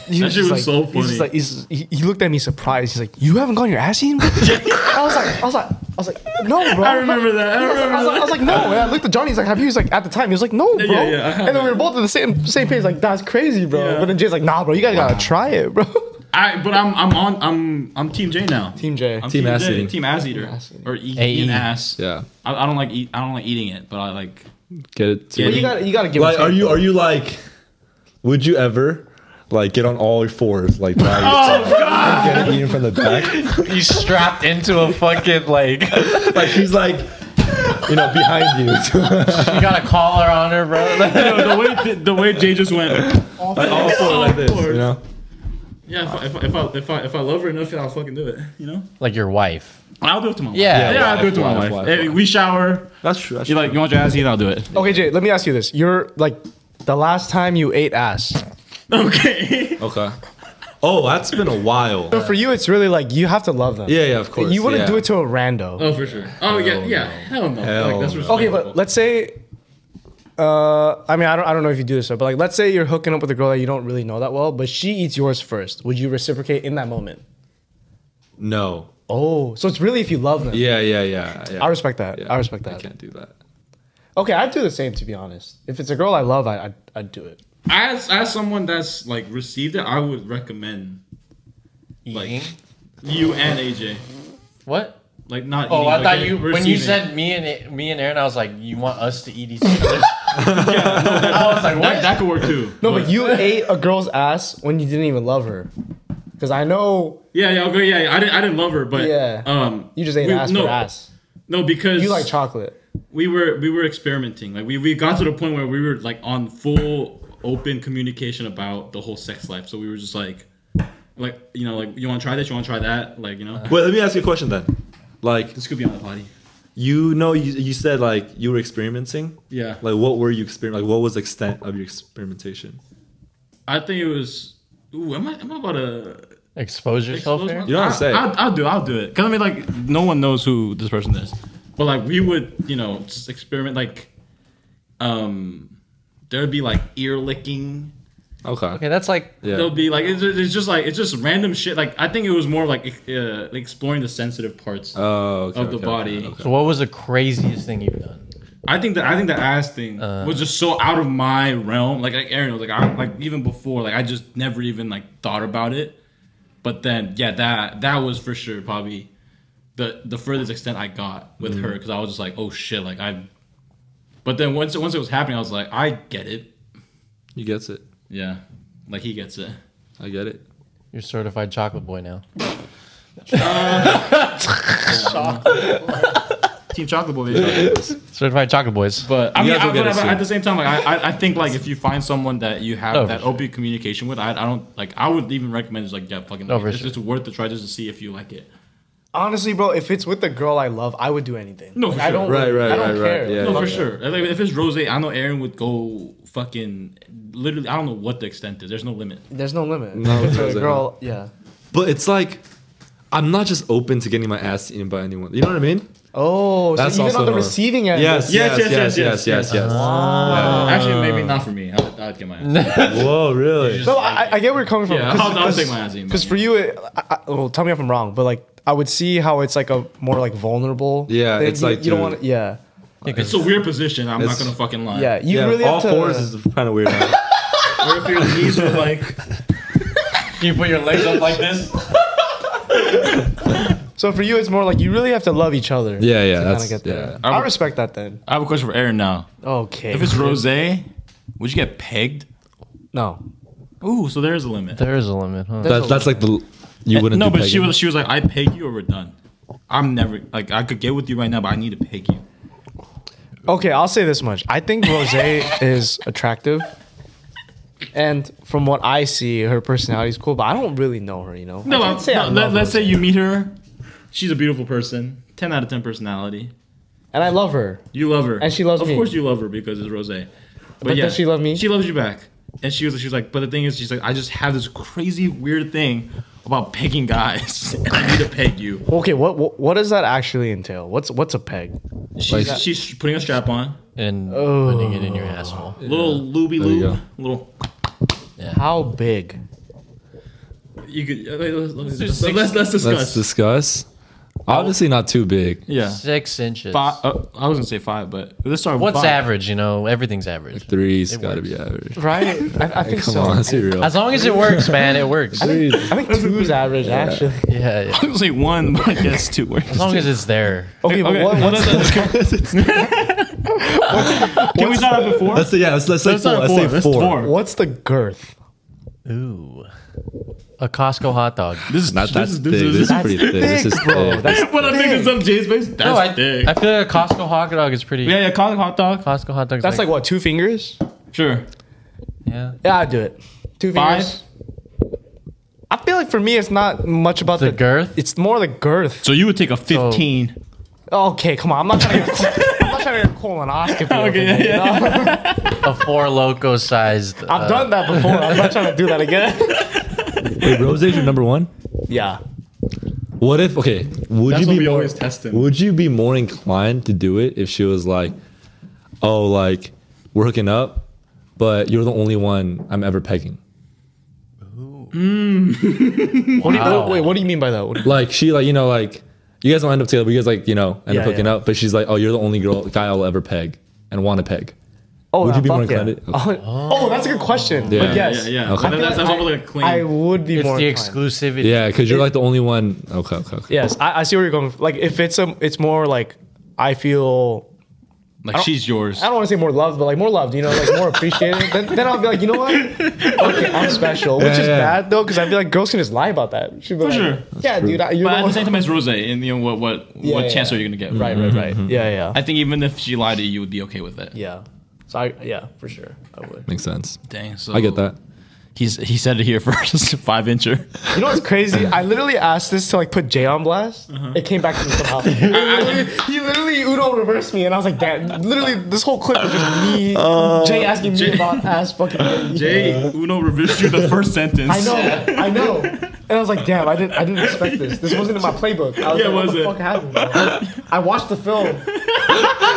Speaker 2: He
Speaker 3: That shit was
Speaker 2: like,
Speaker 3: so
Speaker 2: He's
Speaker 3: funny.
Speaker 2: just like, he's, he, he looked at me surprised. He's like, "You haven't gotten your ass eaten?" I was like, "I was like, I was like, no, bro."
Speaker 3: I remember that. I
Speaker 2: I was,
Speaker 3: remember
Speaker 2: like, I
Speaker 3: that.
Speaker 2: was like, no. And I looked at Johnny. He's like, have you? He's like, at the time, he was like, no, bro.
Speaker 3: Yeah, yeah, yeah, I have
Speaker 2: and then we were both on the same same page. Like, that's crazy, bro.
Speaker 3: Yeah.
Speaker 2: But then Jay's like, nah, bro. You guys gotta try it, bro.
Speaker 3: I, but I'm I'm on I'm I'm Team J now.
Speaker 2: Team J.
Speaker 3: I'm
Speaker 4: Team ass
Speaker 3: J,
Speaker 4: eating. E.
Speaker 3: Team ass eater. Or eat,
Speaker 1: AE.
Speaker 3: eating ass.
Speaker 4: yeah
Speaker 3: I, I don't like eat. I don't like eating it, but I like.
Speaker 4: get it
Speaker 3: Yeah,
Speaker 2: you gotta you gotta give.
Speaker 4: like
Speaker 2: it
Speaker 4: are you are you like would you ever like get on all fours like that oh god get it eaten from the back
Speaker 1: He's strapped into a fucking like. You
Speaker 4: like she's like you know behind you
Speaker 1: got a collar on her, bro.
Speaker 3: the way the way Jay just went.
Speaker 4: all four like this you know
Speaker 3: Yeah, if I, if, I, if I if I love her enough, I'll fucking do it. You know.
Speaker 1: like your wife.
Speaker 3: I'll do it tomorrow.
Speaker 1: Yeah.
Speaker 3: yeah, I'll do it tomorrow.
Speaker 4: Why,
Speaker 3: my
Speaker 4: why,
Speaker 3: wife.
Speaker 4: why?
Speaker 3: Hey, we shower.
Speaker 4: That's true. That's
Speaker 3: You like you want your ass eaten? I'll do it.
Speaker 2: Okay, Jay. Let me ask you this. You're like the last time you ate ass.
Speaker 3: Okay.
Speaker 4: okay. Oh, that's been a while.
Speaker 2: But for you, it's really like you have to love them.
Speaker 4: Yeah, yeah, of course.
Speaker 2: You wouldn't
Speaker 4: yeah.
Speaker 2: do it to a rando.
Speaker 3: Oh, for sure. Oh, yeah, yeah. Hell no.
Speaker 4: Hell
Speaker 3: like, that's
Speaker 4: no.
Speaker 3: respectful.
Speaker 2: Okay, but let's say, uh, I mean, I don't, I don't know if you do this, but like, let's say you're hooking up with a girl that you don't really know that well, but she eats yours first. Would you reciprocate in that moment?
Speaker 4: No.
Speaker 2: Oh, so it's really if you love them.
Speaker 4: Yeah, yeah, yeah. yeah.
Speaker 2: I respect that.
Speaker 4: Yeah.
Speaker 2: I respect
Speaker 4: I
Speaker 2: that.
Speaker 4: can't do that.
Speaker 2: Okay, I'd do the same to be honest. If it's a girl I love, I, I'd, I'd do it.
Speaker 3: as as someone that's like received it, I would recommend
Speaker 1: Eating?
Speaker 3: you and AJ.
Speaker 1: What?
Speaker 3: Like not.
Speaker 1: Oh,
Speaker 3: eating,
Speaker 1: I
Speaker 3: like,
Speaker 1: thought you when you
Speaker 3: receiving.
Speaker 1: said me and me and Aaron, I was like, you want us to eat each other? I was like,
Speaker 3: that,
Speaker 1: what?
Speaker 3: that could work too.
Speaker 2: No, but you ate a girl's ass when you didn't even love her. Because I know
Speaker 3: Yeah, yeah, okay, yeah, yeah. I didn't, I didn't love her, but
Speaker 2: Yeah.
Speaker 3: um,
Speaker 2: you just ate
Speaker 3: We-
Speaker 2: ass
Speaker 3: no.
Speaker 2: for ass.
Speaker 3: no, because
Speaker 2: You like chocolate.
Speaker 3: we were we were experimenting. Like we we got to the point where we were like on full open communication about the whole sex life. So we were just like, like you know, like you want to try this, you want to try that, like you know.
Speaker 4: Wait, let me ask you a question then. Like,
Speaker 3: this could be on the potty.
Speaker 4: you know, you, you said like you were experimenting.
Speaker 3: Yeah.
Speaker 4: Like, what were you experiment? Like, what was the extent of your experimentation?
Speaker 3: I think it was. Ooh, am I am I about to
Speaker 1: Expose yourself
Speaker 3: Expose
Speaker 1: here.
Speaker 3: myself?
Speaker 4: You know what I'm saying?
Speaker 3: I'll, I'll do. I'll do it. Cause I mean, like, no one knows who this person is. But like, we would, you know, just experiment. Like, um, there'd be like ear licking.
Speaker 4: Okay.
Speaker 1: Okay, that's like
Speaker 4: Yeah.
Speaker 3: There'll be like, it's, it's just like it's just random shit. Like, I think it was more like ex- uh, exploring the sensitive parts.
Speaker 4: oh, okay,
Speaker 3: of the
Speaker 4: okay,
Speaker 3: body.
Speaker 4: okay, okay.
Speaker 1: so. What was the craziest thing you've done?
Speaker 3: I think that I think the ass thing was just so out of my realm. Like, like Aaron was like, I, like even before, like I just never even like thought about it. But then, yeah, that that was for sure probably the the furthest extent I got with her because I was just like, oh shit, like I. But then once once it was happening, I was like, I get it.
Speaker 4: You gets it.
Speaker 3: Yeah, like he gets it.
Speaker 4: I get it.
Speaker 1: You're certified chocolate boy now.
Speaker 3: Team Chocolate Boy.
Speaker 1: Certified chocolate boys.
Speaker 3: but I
Speaker 4: You
Speaker 3: mean,
Speaker 4: guys will
Speaker 3: I,
Speaker 4: get
Speaker 3: but,
Speaker 4: it
Speaker 3: but
Speaker 4: soon.
Speaker 3: at the same time, like I, I, I think like if you find someone that you have
Speaker 1: Oh, for
Speaker 3: that
Speaker 1: sure.
Speaker 3: open communication with, I, I don't like. I would even recommend just like yeah, fucking.
Speaker 1: Oh,
Speaker 3: like,
Speaker 1: for
Speaker 3: it's
Speaker 1: sure.
Speaker 3: just worth the try just to see if you like it.
Speaker 2: Honestly, bro, if it's with the girl I love, I would do anything.
Speaker 3: No,
Speaker 2: Like,
Speaker 3: for
Speaker 2: I
Speaker 3: sure.
Speaker 2: don't.
Speaker 4: Right, right,
Speaker 2: I don't
Speaker 4: right, right.
Speaker 2: care.
Speaker 4: Yeah.
Speaker 3: No,
Speaker 4: Fuck
Speaker 3: for sure. Like, if it's rose, I know Aaron would go fucking literally. I don't know what the extent is. There's no limit.
Speaker 2: There's no limit.
Speaker 4: No,
Speaker 2: If it's
Speaker 4: there's
Speaker 2: a
Speaker 4: no
Speaker 2: girl, yeah.
Speaker 4: But it's like, I'm not just open to getting my ass eaten by anyone. You know what I mean?
Speaker 2: Oh,
Speaker 4: That's
Speaker 2: so even
Speaker 4: also
Speaker 2: on the
Speaker 4: a-
Speaker 2: receiving end.
Speaker 4: Yes, yes,
Speaker 3: Yes,
Speaker 4: yes,
Speaker 3: yes,
Speaker 4: yes, yes, yes,
Speaker 3: yes,
Speaker 4: yes.
Speaker 3: Actually, maybe not for me. I would, I would get my ass.
Speaker 4: Whoa, really?
Speaker 2: No, I, I get where you're coming from.
Speaker 3: Yeah,
Speaker 2: Cause,
Speaker 3: I'll- I'll
Speaker 2: cause-
Speaker 3: take my ass in,
Speaker 2: Because
Speaker 3: man.
Speaker 2: for you, it, I, I, well, tell me if I'm wrong, but like I would see how it's like a more like vulnerable.
Speaker 4: Yeah,
Speaker 2: thing.
Speaker 4: it's
Speaker 2: you,
Speaker 4: like,
Speaker 2: you don't
Speaker 4: dude.
Speaker 2: want. Yeah,
Speaker 3: It's a weird position. I'm
Speaker 4: It's-
Speaker 3: not gonna fucking lie.
Speaker 2: yeah. You
Speaker 4: yeah,
Speaker 2: really
Speaker 4: all
Speaker 2: have to.
Speaker 4: fours is kind of weird.
Speaker 3: Or if your knees are like,
Speaker 1: Can you put your legs up like this?
Speaker 2: so for you, it's more like you really have to love each other.
Speaker 4: yeah, yeah,
Speaker 2: to
Speaker 4: that's
Speaker 2: kind of get there.
Speaker 4: yeah.
Speaker 2: I respect that then.
Speaker 3: I have a question for Aaron now.
Speaker 2: Okay.
Speaker 3: If it's rose, would you get pegged?
Speaker 2: no,
Speaker 3: Ooh, so there's a limit.
Speaker 1: There is a limit, huh?
Speaker 4: That's that's like the you wouldn't.
Speaker 3: Eh, no,
Speaker 4: do
Speaker 3: but she
Speaker 4: pegging.
Speaker 3: was she was like, I peg you or we're done. I'm never like I could get with you right now, but I need to peg you.
Speaker 2: Okay, I'll say this much. I think Rose is attractive. And from what I see, her personality is cool, but I don't really know her, you know?
Speaker 3: No,
Speaker 2: I
Speaker 3: I
Speaker 2: can't say I
Speaker 3: no,
Speaker 2: love
Speaker 3: let, us
Speaker 2: her.
Speaker 3: say you meet her. She's a beautiful person. 10 out of 10 personality.
Speaker 2: And I love her.
Speaker 3: You love her.
Speaker 2: And she loves
Speaker 3: of
Speaker 2: me.
Speaker 3: Of course you love her because it's Rosé. But,
Speaker 2: does she love me?
Speaker 3: She loves you back. And she was she was like, but the thing is, she's like, I just have this crazy weird thing about pegging guys. and I need to peg you.
Speaker 2: Okay, what, what what does that actually entail? What's what's a peg?
Speaker 3: She's, she's putting a strap on.
Speaker 1: and
Speaker 2: Oh.
Speaker 1: putting it in your asshole.
Speaker 3: Little looby
Speaker 4: There you
Speaker 3: lube. Little
Speaker 2: How big?
Speaker 3: you could uh, let's, let's,
Speaker 1: just
Speaker 3: let's,
Speaker 1: six-
Speaker 3: let's,
Speaker 4: Let's
Speaker 3: discuss.
Speaker 4: discuss. Obviously, not too big.
Speaker 3: yeah.
Speaker 1: Six inches.
Speaker 3: Five, uh, I was gonna say five, but let's start. with
Speaker 1: What's
Speaker 3: five.
Speaker 1: average? You know, everything's average.
Speaker 4: Three's got to be average.
Speaker 2: Right? I, I think
Speaker 4: Come
Speaker 2: so.
Speaker 4: on, let's be real.
Speaker 1: As long as it works, man, it works. Yeah,
Speaker 4: Threes.
Speaker 2: I think two's average, actually.
Speaker 1: yeah.
Speaker 3: I was like one, but I guess two works.
Speaker 1: As long as it's there.
Speaker 2: Okay, but what,
Speaker 3: What
Speaker 2: what's,
Speaker 3: is it? Can we start at four?
Speaker 4: Let's say yeah. Let's, let's say
Speaker 3: Let's
Speaker 4: four.
Speaker 3: not
Speaker 4: Let's
Speaker 3: four,
Speaker 4: say
Speaker 3: let's
Speaker 4: four.
Speaker 3: four.
Speaker 2: what's the girth?
Speaker 1: Ooh. A Costco hot dog.
Speaker 3: This is
Speaker 4: Not that
Speaker 3: is-
Speaker 4: thick. This is pretty thick. This is
Speaker 2: bro.
Speaker 4: thick.
Speaker 2: That's
Speaker 3: What I'm thinking is some Jay's face. That's
Speaker 1: No, I,
Speaker 3: thick.
Speaker 1: I feel like a Costco hot dog is pretty.
Speaker 3: yeah, yeah. Call it hot dog.
Speaker 1: Costco hot dogs.
Speaker 2: that's like what, two fingers?
Speaker 3: Sure.
Speaker 1: Yeah.
Speaker 2: Yeah, I'd do it. Two
Speaker 3: Five.
Speaker 2: fingers. I feel like for me, it's not much about
Speaker 1: The
Speaker 2: the,
Speaker 1: girth?
Speaker 2: It's more the girth.
Speaker 3: So you would take a 15.
Speaker 2: Okay, come on. I'm not trying to get, I'm not trying to get a colonoscopy.
Speaker 3: Okay,
Speaker 2: Okay,
Speaker 3: yeah,
Speaker 1: A four loco uh, sized.
Speaker 2: I've done that before. I'm not trying to do that again.
Speaker 4: Wait, Rose's your number one?
Speaker 2: Yeah.
Speaker 4: What if okay? Would
Speaker 3: That's what
Speaker 4: you be
Speaker 3: we
Speaker 4: more,
Speaker 3: always test him.
Speaker 4: Would you be more inclined to do it if she was like, "Oh, like we're hooking up, but you're the only one I'm ever pegging."
Speaker 2: What do you, what- wait, what do you mean by that? What do you-
Speaker 4: Like she like you know like you guys don't end up together, but you guys like you know end
Speaker 2: Yeah,
Speaker 4: up hooking
Speaker 2: yeah.
Speaker 4: up. But she's like, "Oh, you're the only girl guy I'll ever peg and want to peg."
Speaker 2: Oh,
Speaker 4: Would you
Speaker 2: uh,
Speaker 4: be more
Speaker 2: fuck yeah.
Speaker 4: inclined to-
Speaker 2: Oh, oh, that's a good question.
Speaker 4: Yeah.
Speaker 2: But
Speaker 4: Yeah,
Speaker 2: yes,
Speaker 3: Yeah, yeah.
Speaker 4: Okay.
Speaker 3: That- that's, that's almost like a clean.
Speaker 2: I would be
Speaker 1: It's
Speaker 2: more
Speaker 1: the
Speaker 2: inclined.
Speaker 1: exclusivity.
Speaker 4: Yeah, because you're like the only one. Okay, okay, okay.
Speaker 2: Yes, I, I see where you're going. Like if it's a, it's more like I feel
Speaker 3: like she's yours.
Speaker 2: I don't want to say more loved, but like more loved, you know, like more appreciated. then, then I'll be like, you know what? Okay, I'm special, which
Speaker 4: Yeah,
Speaker 2: is
Speaker 4: yeah.
Speaker 2: bad though, because I feel like girls can just lie about that. She'd be like,
Speaker 3: sure.
Speaker 2: Yeah, dude, I, you're
Speaker 3: But
Speaker 2: the
Speaker 3: at the
Speaker 2: one.
Speaker 3: same time, it's Rose, and you know what? What
Speaker 2: Yeah,
Speaker 3: what
Speaker 2: yeah.
Speaker 3: chance are you gonna get?
Speaker 2: right,
Speaker 4: Mm-hmm,
Speaker 2: right, right. Yeah, yeah,
Speaker 3: I think even if she lied to you, you would be okay with that.
Speaker 2: yeah. So I, yeah, for sure, I would.
Speaker 4: Makes sense.
Speaker 3: Dang. So
Speaker 4: I get that.
Speaker 3: He's he said it here first. Five incher.
Speaker 2: You know what's crazy? I literally asked this to like put Jay on blast.
Speaker 3: Uh-huh.
Speaker 2: It came back to me somehow. I- I- he literally Uno reversed me, and I was like, "Damn!" Literally, this whole clip was just me, Jay asking me about ass fucking.
Speaker 3: Uh, Jay Uno reversed you the first sentence.
Speaker 2: I know, I know. And I was like, "Damn, I didn't, I didn't expect this. This wasn't in my playbook." I was
Speaker 3: Yeah,
Speaker 2: like, "What
Speaker 3: was
Speaker 2: the
Speaker 3: it?
Speaker 2: fuck happened?" Bro? I watched the film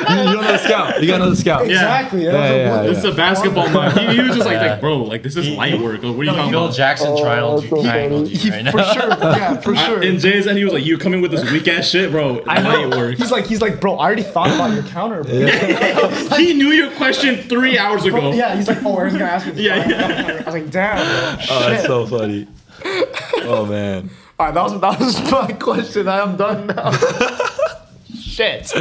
Speaker 4: You, you don't know the scout. You got another scout.
Speaker 2: exactly. and I was
Speaker 4: Yeah,
Speaker 2: like,
Speaker 4: yeah,
Speaker 2: what the
Speaker 4: yeah.
Speaker 3: This is a basketball mind. He, he was just like, like, bro, like this is light work. Like, what are you talking
Speaker 1: Bill
Speaker 3: about?
Speaker 1: Jackson triangled you, triangled you right
Speaker 2: For
Speaker 1: now.
Speaker 2: sure, yeah, for sure.
Speaker 3: And Jay said he was like, you coming with this weak ass shit, bro.
Speaker 2: I
Speaker 3: Light
Speaker 2: know.
Speaker 3: work.
Speaker 2: He's like, he's like, bro. I already thought about your counter. Bro.
Speaker 3: He knew your question three hours ago.
Speaker 2: Yeah, he's like, oh, Aaron's gonna ask me. This
Speaker 3: Yeah,
Speaker 2: I was like, damn. Bro.
Speaker 4: Oh, that's so funny. Oh man.
Speaker 2: All right, that was that was my question. I am done now. Shit.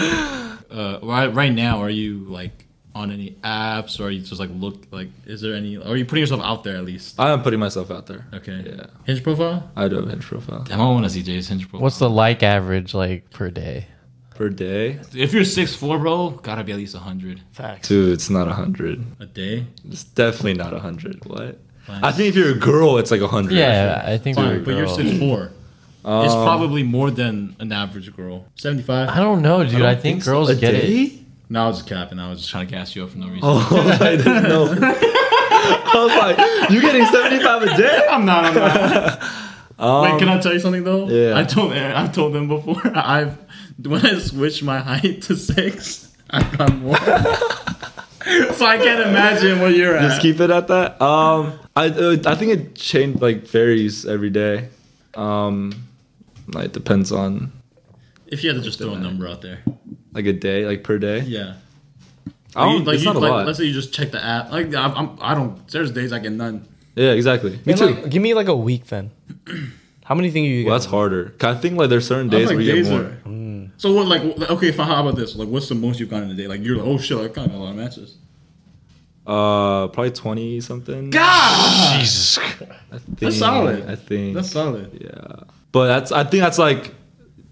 Speaker 3: Uh, right, right now, are you like on any apps, or are you just like look like? Is there any? Are you putting yourself out there at least?
Speaker 4: I am putting myself out there.
Speaker 3: Okay.
Speaker 4: Yeah.
Speaker 3: Hinge profile.
Speaker 4: I do have a hinge profile
Speaker 3: Damn, I want to see Jay's hinge profile.
Speaker 1: What's the like average like per day?
Speaker 4: per day.
Speaker 3: If you're six four, bro, gotta be at least hundred
Speaker 2: Facts.
Speaker 4: Dude, it's not a hundred.
Speaker 3: a day.
Speaker 4: It's definitely not a hundred. What? I think if you're a girl, it's like a hundred.
Speaker 1: Yeah, I think. we
Speaker 3: Fine,
Speaker 1: were
Speaker 3: but you're
Speaker 1: girl.
Speaker 3: six four. it's
Speaker 4: Um,
Speaker 3: probably more than an average girl. Seventy
Speaker 1: I
Speaker 3: five.
Speaker 1: don't know, dude. I, think, girls get it.
Speaker 3: No, I was just capping. I was just trying to gas you up for no reason.
Speaker 4: like, there's no. I was like, you're getting seventy five a day.
Speaker 3: I'm not. I'm not. Wait, can I tell you something though?
Speaker 4: Um, yeah.
Speaker 3: I told I've told them before. I've when I switched my height to six, I got more. so I can't imagine what you're
Speaker 4: Just
Speaker 3: at.
Speaker 4: keep it at that. Um, I uh, I think it changed like varies every day. Um, like depends on
Speaker 3: if you had to just throw a number out there,
Speaker 4: like a day, like per day.
Speaker 3: yeah.
Speaker 4: I don't,
Speaker 3: You- like,
Speaker 4: it's
Speaker 3: you,
Speaker 4: not a
Speaker 3: like,
Speaker 4: lot.
Speaker 3: Let's say you just check the app. Like I'm, I'm, I don't. There's days I get none.
Speaker 4: yeah, exactly. Me
Speaker 2: And,
Speaker 4: too.
Speaker 2: like, give me like a week then. How many things you get?
Speaker 4: well, that's harder. 'Cause I think like there's certain days
Speaker 3: I'm
Speaker 4: where
Speaker 3: like
Speaker 4: you
Speaker 3: days
Speaker 4: get more.
Speaker 3: are. Mm. So what? Like okay, fine, how about this? Like what's the most you've gotten in a day? Like you're like oh shit, I kind of a lot of matches.
Speaker 4: Uh, probably twenty something.
Speaker 3: God,
Speaker 1: Jesus.
Speaker 4: I think,
Speaker 3: solid.
Speaker 4: I think
Speaker 3: that's solid.
Speaker 4: Yeah, but that's I think that's like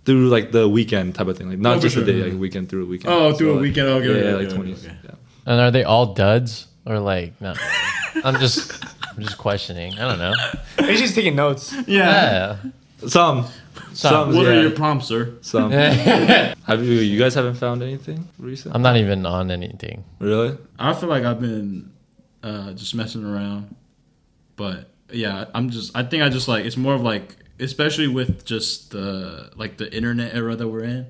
Speaker 4: through like the weekend type of thing, like not
Speaker 3: Oh, for
Speaker 4: just
Speaker 3: sure.
Speaker 4: a day, like weekend through a weekend.
Speaker 3: Oh, through a
Speaker 4: like,
Speaker 3: weekend, okay, okay,
Speaker 4: yeah,
Speaker 3: okay,
Speaker 4: like
Speaker 3: okay,
Speaker 4: twenty.
Speaker 3: okay.
Speaker 4: Yeah.
Speaker 1: And are they all duds or like? No, I'm just, I'm just questioning. I don't know.
Speaker 2: He's just taking notes.
Speaker 3: Yeah.
Speaker 1: Yeah.
Speaker 4: Some, some.
Speaker 3: What
Speaker 4: yeah,
Speaker 3: are your prompts, sir?
Speaker 4: some?
Speaker 1: I'm
Speaker 4: Have you? You guys haven't found anything recently?
Speaker 1: not even on anything.
Speaker 4: really?
Speaker 3: I feel like I've been uh, just messing around, but yeah, I'm just. I think I just like it's more of like, especially with just the like the internet era that we're in.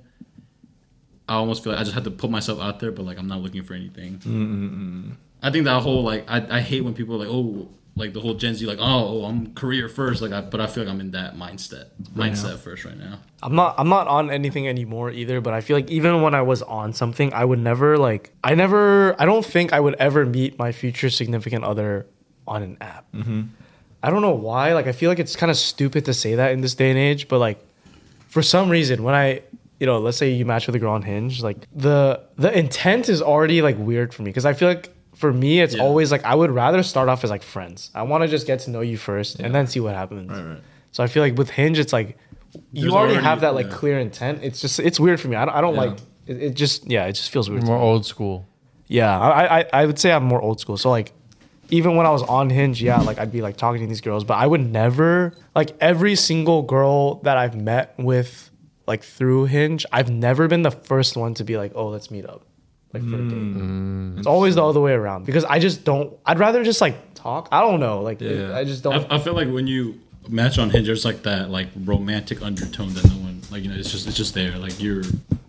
Speaker 3: I almost feel like I just had to put myself out there, but like I'm not looking for anything. I think that whole like I, I hate when people are like oh like the whole Gen Z like oh, oh I'm career first like I but I feel like I'm in that mindset mindset first right now.
Speaker 2: I'm not. I'm not on anything anymore either. But I feel like even when I was on something, I would never like. I never. I don't think I would ever meet my future significant other on an app. I don't know why. Like I feel like it's kind of stupid to say that in this day and age. But like, for some reason, when I, you know, let's say you match with a girl on Hinge, like the the intent is already like weird for me because I feel like. For me, it's always like I would rather start off as like friends. I want to just get to know you first and then see what happens. So I feel like with Hinge, it's like you
Speaker 3: There's
Speaker 2: already,
Speaker 3: already-
Speaker 2: have that like
Speaker 3: yeah.
Speaker 2: clear intent. It's just it's weird for me. I don't, I don't like it, it. Just yeah, it just feels weird. to
Speaker 1: More
Speaker 2: me.
Speaker 1: old school.
Speaker 2: Yeah, I, I I would say I'm more old school. So like, even when I was on Hinge, yeah, like I'd be like talking to these girls, but I would never like every single girl that I've met with like through Hinge, I've never been the first one to be like, oh, let's meet up, like for a date.
Speaker 3: Mm.
Speaker 2: It's always the other way around because I just don't. I'd rather just like talk. I don't know. Like
Speaker 4: Yeah.
Speaker 2: I just don't.
Speaker 3: I, I feel like when you match on Hinge, there's like that like romantic undertone that no one like you know it's just it's just there. Like you're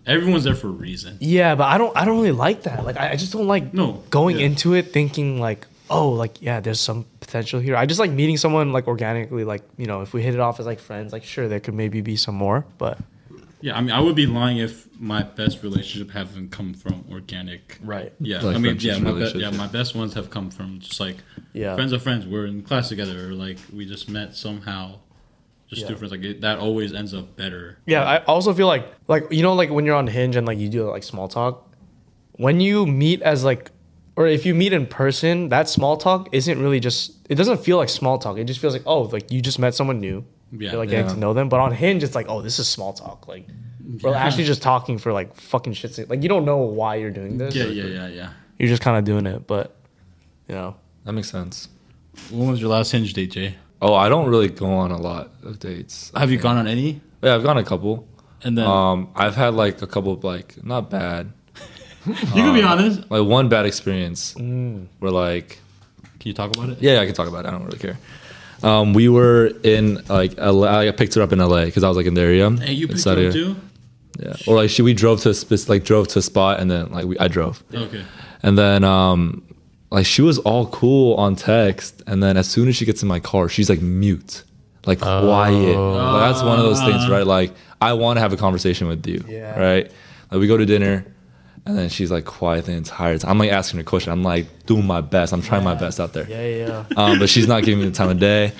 Speaker 3: everyone's there for a reason.
Speaker 2: Yeah, but I don't I don't really like that. Like I, I just don't like
Speaker 3: No,
Speaker 2: going
Speaker 3: yeah.
Speaker 2: into it thinking like, oh, like yeah, there's some potential here. I just like meeting someone like organically, like, you know, if we hit it off as like friends, like sure there could maybe be some more, but
Speaker 3: Yeah, I mean I would be lying if my best relationship haven't come from organic.
Speaker 2: Right.
Speaker 3: Yeah,
Speaker 4: Like
Speaker 3: I mean
Speaker 4: friendships,
Speaker 3: yeah, my be-
Speaker 4: relationships.
Speaker 3: yeah, my best ones have come from just like
Speaker 2: Yeah.
Speaker 3: friends of friends. We're in class together, or like we just met somehow, just
Speaker 2: Yeah.
Speaker 3: through friends. Like it, that always ends up better.
Speaker 2: Yeah, I also feel like like you know like when you're on Hinge and like you do like small talk, when you meet as like or if you meet in person, that small talk isn't really just it doesn't feel like small talk. It just feels like oh, like you just met someone new.
Speaker 3: Yeah.
Speaker 2: You're like getting
Speaker 4: Yeah.
Speaker 2: to know them, but on Hinge it's like oh, this is small talk. Like we're actually just talking for like fucking shit. sake. Like you don't know why you're doing this.
Speaker 3: Yeah, yeah, yeah, yeah.
Speaker 2: You're just kind of doing it, but you know.
Speaker 4: That makes sense.
Speaker 3: When was your last Hinge date, Jay?
Speaker 4: Oh, I don't really go on a lot of dates.
Speaker 3: Have you gone on any?
Speaker 4: Yeah, I've gone a couple.
Speaker 3: And then
Speaker 4: Um, I've had like a couple of like not bad,
Speaker 3: you can be
Speaker 2: uh,
Speaker 3: honest.
Speaker 4: like one bad experience
Speaker 3: Mm.
Speaker 4: where like
Speaker 3: Can you talk about it?
Speaker 4: yeah, I can talk about it. I don't really care. Um, we were in like LA, I picked her up in LA because I was like in the area.
Speaker 3: Hey, you
Speaker 4: in
Speaker 3: picked
Speaker 4: Saudi-
Speaker 3: up too.
Speaker 4: Yeah. Or like she, we drove to a spec- like drove to a spot and then like we, I drove.
Speaker 3: Okay.
Speaker 4: And then um like she was all cool on text and then as soon as she gets in my car, she's like mute. Like quiet. Like, that's one of those things, right? Like I want to have a conversation with you.
Speaker 2: Yeah.
Speaker 4: Right? Like we go to dinner and then she's like quiet the entire time. I'm like asking her question. I'm like doing my best. I'm trying my best out there
Speaker 2: Yeah, yeah, yeah.
Speaker 4: um, but she's not giving me the time of day.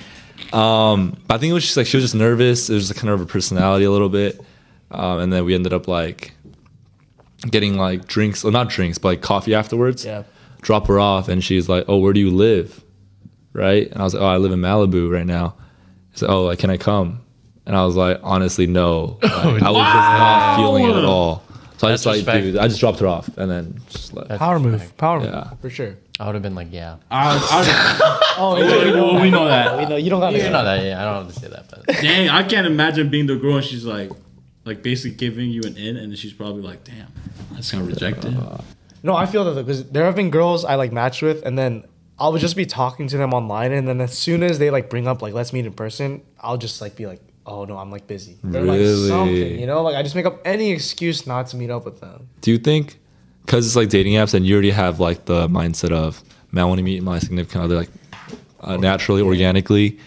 Speaker 4: Um, but I think it was just like she was just nervous. It was just kind of her personality a little bit, um, and then we ended up like getting like drinks, well, not drinks, but like coffee afterwards.
Speaker 2: Yeah.
Speaker 4: Drop her off, and she's like, "Oh, where do you live?" Right, and I was like, "Oh, I live in Malibu right now." She's like, "Oh, like can I come?" And I was like, "Honestly, no. Like, I was just not feeling it at all." So I
Speaker 1: That's
Speaker 4: just like,
Speaker 1: respect.
Speaker 4: dude, I just dropped her off, and then just left.
Speaker 2: Power move, power
Speaker 4: Yeah.
Speaker 2: move for sure.
Speaker 1: I would have been like, yeah.
Speaker 2: Oh, we know,
Speaker 3: we know that.
Speaker 2: we know you don't got
Speaker 1: You're not that. Yeah, I don't have to say that, but
Speaker 3: Dang, I can't imagine being the girl and she's like, like basically giving you an in, and then she's probably like, damn, I just got rejected.
Speaker 2: No, I feel that because there have been girls I like matched with, and then I would just be talking to them online, and then as soon as they like bring up like let's meet in person, I'll just like be like, oh no, I'm like busy. They're like
Speaker 4: Really?
Speaker 2: something, you know? Like I just make up any excuse not to meet up with them.
Speaker 4: Do you think because it's like dating apps and you already have like the mindset of man, I want to meet my significant other like uh, naturally, organically.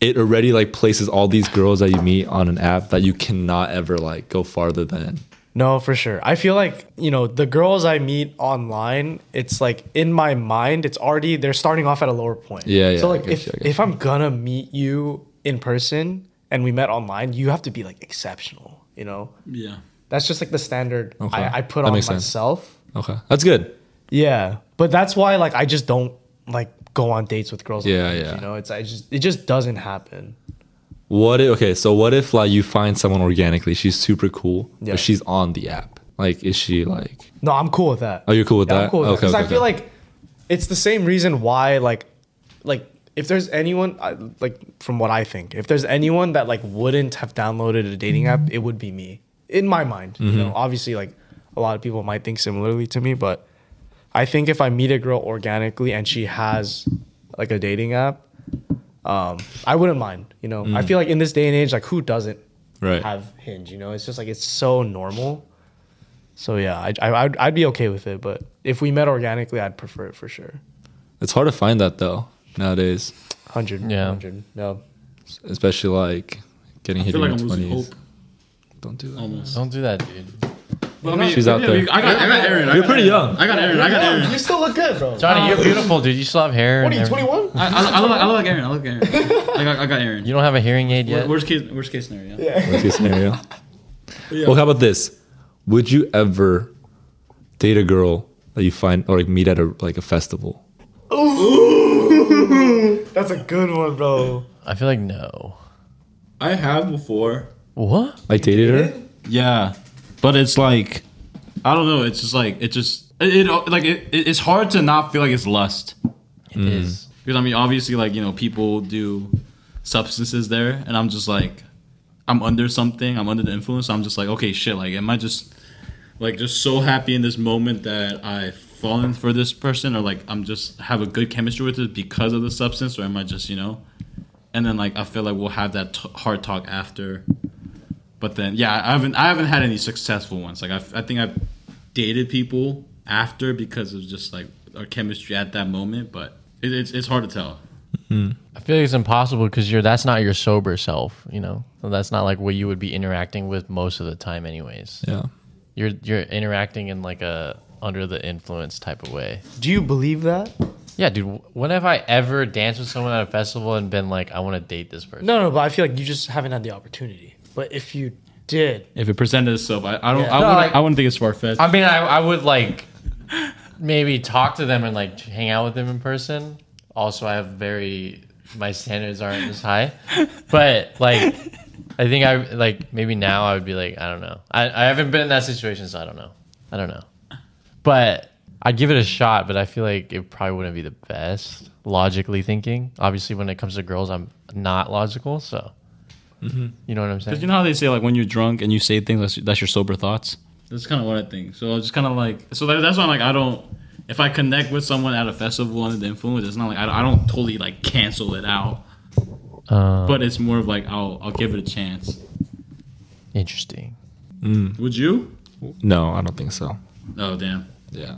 Speaker 4: It already like places all these girls that you meet on an app that you cannot ever like go farther than.
Speaker 2: No, for sure. I feel like, you know, the girls I meet online, it's like in my mind, it's already they're starting off at a lower point.
Speaker 4: Yeah, yeah,
Speaker 2: So
Speaker 4: I
Speaker 2: like
Speaker 4: get
Speaker 2: if
Speaker 4: you, I get
Speaker 2: if I'm gonna meet you in person and we met online, you have to be like exceptional, you know?
Speaker 3: Yeah.
Speaker 2: That's just like the standard
Speaker 4: Okay.
Speaker 2: I, I put
Speaker 4: That
Speaker 2: on
Speaker 4: makes sense.
Speaker 2: myself.
Speaker 4: Okay, that's good.
Speaker 2: Yeah, but that's why like I just don't like go on dates with girls. on
Speaker 4: Yeah,
Speaker 2: Hinge,
Speaker 4: yeah.
Speaker 2: You know, it's I just it just doesn't happen.
Speaker 4: What if, okay, so what if like you find someone organically, she's super cool,
Speaker 2: Yeah.
Speaker 4: but she's on the app? Like, is she like,
Speaker 2: No, I'm cool with that.
Speaker 4: Oh, you're cool with
Speaker 2: Yeah, I'm
Speaker 4: that?
Speaker 2: cool with
Speaker 4: Okay,
Speaker 2: Because
Speaker 4: okay,
Speaker 2: I feel
Speaker 4: okay.
Speaker 2: like it's the same reason why like like if there's anyone I- like from what I think, if there's anyone that like wouldn't have downloaded a dating app, it would be me in my mind. You
Speaker 4: Mm-hmm.
Speaker 2: know, obviously like a lot of people might think similarly to me, but I think if I meet a girl organically and she has like a dating app, um, I wouldn't mind. You know,
Speaker 4: Mm.
Speaker 2: I feel like in this day and age, like who doesn't
Speaker 4: Right.
Speaker 2: have Hinge? You know, it's just like it's so normal. So yeah, I, I I'd, I'd be okay with it, but if we met organically, I'd prefer it for sure.
Speaker 4: it's hard to find that though nowadays,
Speaker 2: Hundred,
Speaker 1: Yeah.
Speaker 2: hundred, no.
Speaker 4: especially like getting
Speaker 3: I
Speaker 4: hit
Speaker 3: feel like
Speaker 4: in
Speaker 3: I'm
Speaker 4: your
Speaker 3: losing
Speaker 4: 20s.
Speaker 3: hope
Speaker 4: Don't do that.
Speaker 3: almost.
Speaker 1: don't do that, dude.
Speaker 3: But I mean,
Speaker 4: She's out
Speaker 3: yeah,
Speaker 4: there.
Speaker 3: we- I got, I got Aaron. I
Speaker 4: You're
Speaker 3: got
Speaker 4: pretty
Speaker 3: Aaron.
Speaker 4: young.
Speaker 3: I got Aaron. I got Aaron.
Speaker 2: You still look good, bro.
Speaker 1: Johnny, you're beautiful, dude. You still have hair.
Speaker 2: What
Speaker 1: and
Speaker 2: are you,
Speaker 1: everything.
Speaker 2: 21?
Speaker 3: I, I, I, look, I look like Aaron. I look like Aaron. I got, I got Aaron.
Speaker 1: You don't have a hearing aid yet.
Speaker 3: Worst case, worst case scenario. Yeah.
Speaker 4: Worst case scenario. Well, how about this? Would you ever date a girl that you find or like meet at a like a festival?
Speaker 2: That's a good one, bro.
Speaker 1: I feel like no.
Speaker 3: I have before.
Speaker 1: What?
Speaker 4: Like dated her?
Speaker 3: Yeah, but it's like, I don't know. It's just like it just it, it like it, it- It's hard to not feel like it's lust.
Speaker 1: It
Speaker 3: Mm.
Speaker 1: is.
Speaker 3: Because I mean, obviously, like you know, people do substances there, and I'm just like, I'm under something. I'm under the influence. I'm just like, okay, shit. Like, am I just like just so happy in this moment that I've fallen for this person, or like I'm just have a good chemistry with it because of the substance, or am I just you know? and then like I feel like we'll have that t- hard talk after. But then yeah, I haven't I haven't had any successful ones. Like I've, I think I've dated people after because of just like our chemistry at that moment, but it, it's it's hard to tell.
Speaker 1: I feel like it's impossible because you're that's not your sober self, you know. So that's not like what you would be interacting with most of the time, anyways.
Speaker 4: Yeah.
Speaker 1: You're you're interacting in like a under the influence type of way.
Speaker 2: Do you believe that?
Speaker 1: Yeah, dude. wh- When have I ever danced with someone at a festival and been like, I want to date this person?
Speaker 2: No, no, but I feel like you just haven't had the opportunity. But if you did,
Speaker 3: If it presented itself, I, I don't
Speaker 1: No,
Speaker 3: I, wouldn't,
Speaker 1: like-
Speaker 3: I wouldn't think it's far fetched.
Speaker 1: I mean, I, I would like maybe talk to them and like hang out with them in person. Also, I have very my standards aren't as high, but like I think I like maybe now I would be like I don't know. I I haven't been in that situation, so I don't know. I don't know, but I'd give it a shot. But I feel like it probably wouldn't be the best logically thinking. Obviously, when it comes to girls, I'm not logical, so.
Speaker 2: Mm-hmm.
Speaker 1: You know what I'm saying?
Speaker 3: you know how they say like when you're drunk and you say things that's, that's your sober thoughts. That's kind of what I think. So it's kind of like so that, that's why I'm like I don't. If I connect with someone at a festival under the influence, it's not like I, I don't totally like cancel it out. but it's more of like I'll I'll give it a chance.
Speaker 1: Interesting.
Speaker 3: Would you?
Speaker 4: No, I don't think so.
Speaker 3: Oh damn!
Speaker 4: Yeah.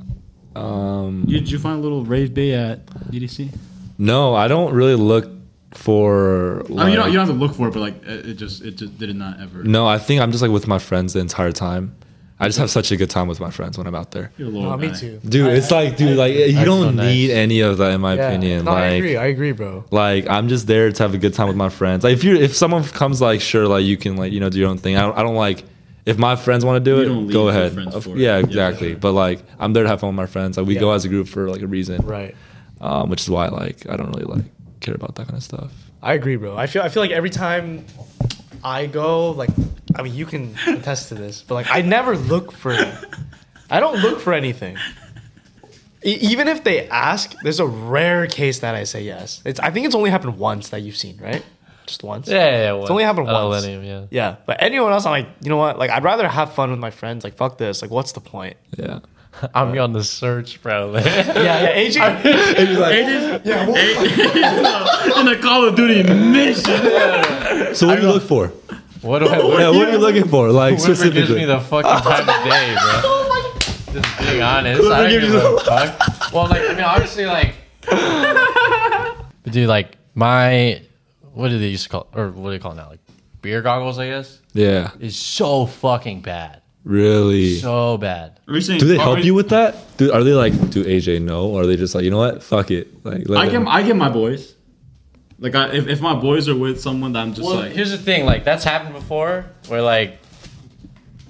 Speaker 4: Um,
Speaker 3: You, did you find a little rave bay at DDC?
Speaker 4: no, I don't really look for.
Speaker 3: I mean, you don't
Speaker 4: like-
Speaker 3: you don't have to look for it, but like it it just it just did not ever.
Speaker 4: No, I think I'm just like with my friends the entire time. I just have such a good time with my friends when I'm out there.
Speaker 3: You're a
Speaker 2: no,
Speaker 3: little
Speaker 2: me
Speaker 3: guy.
Speaker 2: too.
Speaker 4: Dude,
Speaker 2: I-
Speaker 4: it's
Speaker 2: I-
Speaker 4: like, dude,
Speaker 2: I-
Speaker 4: like you
Speaker 1: That's so
Speaker 4: don't
Speaker 1: nice.
Speaker 4: need any of that in my
Speaker 2: yeah.
Speaker 4: opinion.
Speaker 2: No,
Speaker 4: like,
Speaker 2: I agree. I agree, bro.
Speaker 4: like I'm just there to have a good time with my friends. Like if you if someone comes like sure like you can like you know do your own thing. I don't I don't like if my friends want to do
Speaker 3: You don't
Speaker 4: it,
Speaker 3: leave
Speaker 4: go
Speaker 3: your
Speaker 4: ahead.
Speaker 3: friends
Speaker 4: Of-
Speaker 3: for it.
Speaker 4: yeah,
Speaker 3: Yeah,
Speaker 4: exactly.
Speaker 3: sure.
Speaker 4: But like I'm there to have fun with my friends. Like we
Speaker 2: Yeah.
Speaker 4: go as a group for like a reason,
Speaker 2: Right.
Speaker 4: um, which is why like I don't really like care about that kind of stuff.
Speaker 2: I agree, bro. I feel I feel like every time I go, like I mean, you can attest to this, but like I never look for, I don't look for anything. E- even if they ask, there's a rare case that I say yes. It's I think it's only happened once that you've seen, right? Just once.
Speaker 1: Yeah, yeah, yeah. It's
Speaker 2: only happened once.
Speaker 1: yeah.
Speaker 2: Yeah, but anyone else, I'm like, you know what? Like, I'd rather have fun with my friends. Like, fuck this. Like, what's the point?
Speaker 4: Yeah.
Speaker 1: I'm on the search, bro.
Speaker 2: Yeah, yeah. AJ,
Speaker 3: On the Call of Duty mission.
Speaker 4: So what do you look for?
Speaker 1: what do I? What,
Speaker 4: Yeah, what are you looking for? Like
Speaker 1: Whoever gives me
Speaker 4: specifically.
Speaker 1: the fucking time of day, bro. Just being honest, I don't give a fuck. Well, like I mean, obviously, like, but dude, like my what do they used to call or what do they call it now? Like beer goggles, I guess,
Speaker 4: Yeah.
Speaker 1: is so fucking bad,
Speaker 4: Really.
Speaker 1: so bad.
Speaker 4: Do they help you with that? Do, are they like, do AJ know? Or are they just like, you know what? Fuck it. Like, let
Speaker 3: I get
Speaker 4: them-
Speaker 3: I get my boys. Like I, if, if my boys are with someone that I'm just
Speaker 1: Well,
Speaker 3: like
Speaker 1: here's the thing, like that's happened before, where like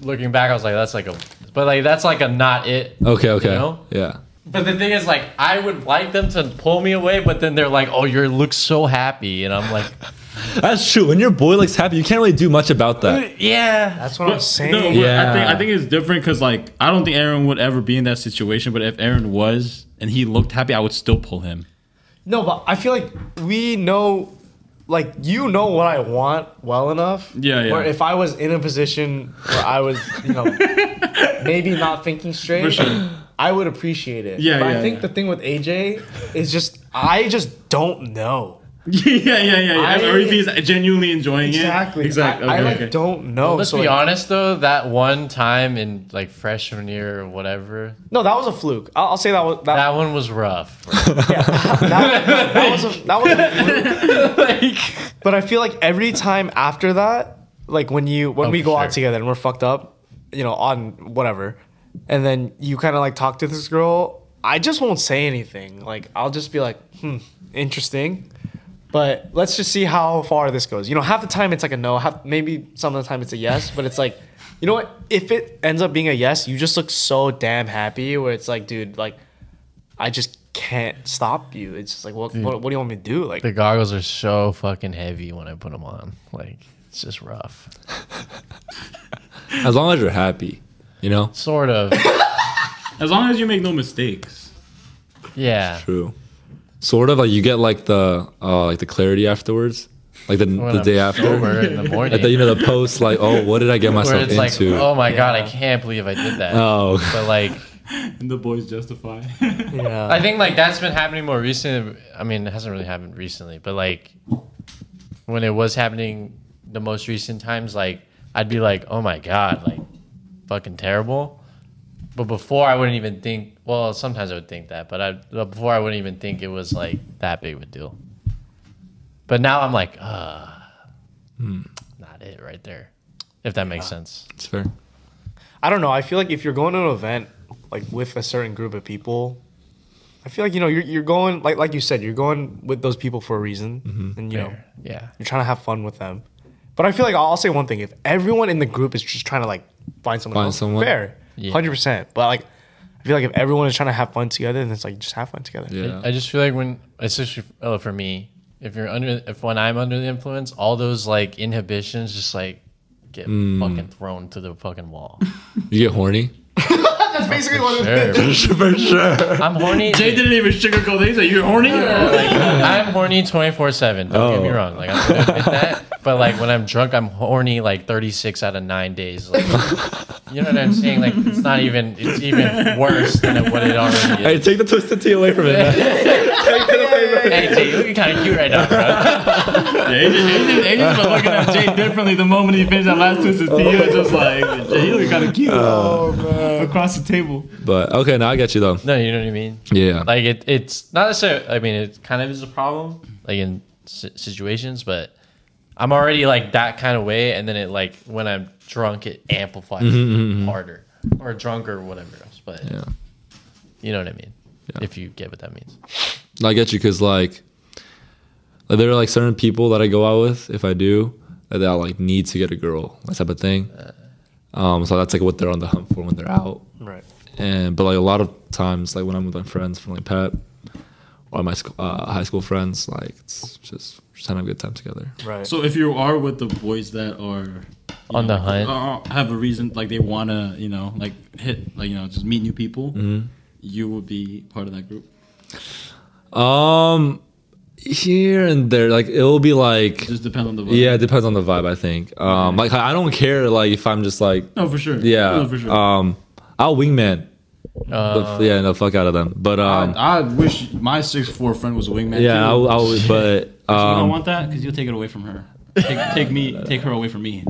Speaker 1: looking back, I was like, that's like a, but like that's like a not it
Speaker 4: okay, okay.
Speaker 1: You know?
Speaker 4: Yeah.
Speaker 1: But the thing is, like, I would like them to pull me away, but then they're like, "Oh, you look so happy," and I'm like,
Speaker 4: That's true. When your boy looks happy, you can't really do much about that.
Speaker 1: "Yeah."
Speaker 2: that's what I'm
Speaker 3: No,
Speaker 2: saying.
Speaker 3: but I think
Speaker 4: Yeah.
Speaker 3: I think it's different because like I don't think Aaron would ever be in that situation. But if Aaron was and he looked happy, I would still pull him.
Speaker 2: No, but I feel like we know, like you know what I want well enough.
Speaker 3: Yeah, yeah.
Speaker 2: Where if I was in a position where I was, you know, maybe not thinking straight, I would appreciate it.
Speaker 3: Yeah,
Speaker 2: but I
Speaker 3: yeah,
Speaker 2: think
Speaker 3: yeah.
Speaker 2: the thing with AJ is just I just don't know
Speaker 3: yeah, yeah, yeah. yeah.
Speaker 2: I-
Speaker 3: Everything is genuinely enjoying
Speaker 2: exactly.
Speaker 3: it. Exactly.
Speaker 2: I, I,
Speaker 3: Okay,
Speaker 2: like
Speaker 3: okay.
Speaker 2: don't know.
Speaker 1: Let's
Speaker 2: so,
Speaker 1: be
Speaker 2: like,
Speaker 1: honest, though, that one time in like freshman year or whatever,
Speaker 2: No, that was a fluke. I'll, I'll say that was that,
Speaker 1: that one was rough.
Speaker 2: yeah, that, that was a, that was a fluke.
Speaker 1: like,
Speaker 2: But I feel like every time after that, like when you when
Speaker 1: Oh,
Speaker 2: we
Speaker 1: for
Speaker 2: go
Speaker 1: sure.
Speaker 2: out together and we're fucked up, you know, on whatever, and then you kind of like talk to this girl, I just won't say anything. Like I'll just be like, hmm, interesting. But let's just see how far this goes. You know, half the time it's like a no, half maybe some of the time it's a yes, but it's like, you know what? If it ends up being a yes, you just look so damn happy where it's like, dude, like I just can't stop you. It's just like, what,
Speaker 1: Mm.
Speaker 2: what, what do you want me to do? Like,
Speaker 1: the goggles are so fucking heavy when I put them on. Like, it's just rough.
Speaker 4: As long as you're happy, you know?
Speaker 1: Sort of.
Speaker 3: As long as you make no mistakes.
Speaker 1: Yeah.
Speaker 4: True. Sort of like you get like the uh like the clarity afterwards. Like the,
Speaker 1: When
Speaker 4: the
Speaker 1: I'm
Speaker 4: day after.
Speaker 1: sober in the morning,
Speaker 4: Like the, you know the post like, oh, what did I get
Speaker 1: where
Speaker 4: myself
Speaker 1: it's like,
Speaker 4: into?
Speaker 1: "Oh my god, I can't believe I did that."
Speaker 4: oh.
Speaker 1: But like.
Speaker 3: And the boys justify.
Speaker 2: yeah.
Speaker 1: I think like that's been happening more recently. I mean, it hasn't really happened recently, but like when it was happening the most recent times, like I'd be like, oh my god, like fucking terrible. But before I wouldn't even think. Well, sometimes I would think that, but I but before I wouldn't even think it was like that big of a deal. But now I'm like, uh, not it right there. If that makes sense.
Speaker 4: It's fair.
Speaker 2: I don't know. I feel like if you're going to an event like with a certain group of people, I feel like you know you're you're going like like you said you're going with those people for a reason,
Speaker 3: Mm-hmm.
Speaker 2: and you know
Speaker 1: Yeah.
Speaker 2: you're trying to have fun with them. But I feel like I'll, I'll say one thing: if everyone in the group is just trying to like find someone,
Speaker 4: Find
Speaker 2: else,
Speaker 4: someone.
Speaker 2: fair,
Speaker 1: Yeah.
Speaker 2: hundred percent. But like, I feel like if everyone is trying to have fun together, then it's like just have fun together.
Speaker 4: Yeah.
Speaker 1: I just feel like when, especially f- oh, for me, if you're under, if when I'm under the influence, all those like inhibitions just like get
Speaker 3: Mm.
Speaker 1: fucking thrown to the fucking wall.
Speaker 4: you get horny.
Speaker 2: That's basically what it
Speaker 1: Sure.
Speaker 4: for sure.
Speaker 1: I'm horny.
Speaker 3: They didn't even sugarcoat things. Like you're horny.
Speaker 1: I'm horny 24 seven. Don't get me
Speaker 4: Oh.
Speaker 1: wrong. Like I'm gonna admit that. But like when I'm drunk, I'm horny like 36 out of nine days. Like, you know what I'm saying? Like it's not even. It's even worse than what it already is.
Speaker 4: Hey, take the twisted tea away from it. Man. take that away from it.
Speaker 1: Hey, Jay, you looking kind of cute right now, bro.
Speaker 3: Asian, Asian's been looking at Jay differently the moment he finished that last twisted tea. He was just like, Jay, you look kind of cute. Oh, man. Across the table.
Speaker 4: But okay, now I got you though.
Speaker 1: No, you know what I mean.
Speaker 4: Yeah.
Speaker 1: like it, it's not necessarily i mean it kind of is a problem like in si- situations but i'm already like that kind of way and then it like when i'm drunk it amplifies harder or drunk or whatever else but
Speaker 4: yeah.
Speaker 1: you know what i mean if you get what that means
Speaker 4: No, I get you because like, like there are like certain people that I go out with. If I do, that I like need to get a girl, that type of thing. Um, so that's like what they're on the hunt for when they're out.
Speaker 2: Right.
Speaker 4: And but like a lot of times, like when I'm with my friends from like Pep or my sc- uh, high school friends, like it's just just having a good time together.
Speaker 2: Right.
Speaker 3: So if you are with the boys that are you
Speaker 1: On
Speaker 3: know,
Speaker 1: the hunt.
Speaker 3: like, uh, have a reason like they want to, you know, like hit, like you know, just meet new people.
Speaker 4: Mm-hmm.
Speaker 3: You would be part of that group.
Speaker 4: Um, here and there, like it'll be like.
Speaker 3: Just depends on the vibe.
Speaker 4: Yeah, it depends on the vibe. I think. Um, like I I don't care. Like if I'm just like
Speaker 3: No, for sure.
Speaker 4: Yeah.
Speaker 3: No, for sure.
Speaker 4: Um, I'll wingman.
Speaker 1: Uh,
Speaker 4: the, f- yeah, the fuck out of them. But um,
Speaker 3: I, I wish my six four friend was a wingman.
Speaker 4: yeah,
Speaker 3: too.
Speaker 4: I'll, I'll but
Speaker 3: you don't
Speaker 4: um,
Speaker 3: want that because you'll take it away from her. Take, take me, take her away from me.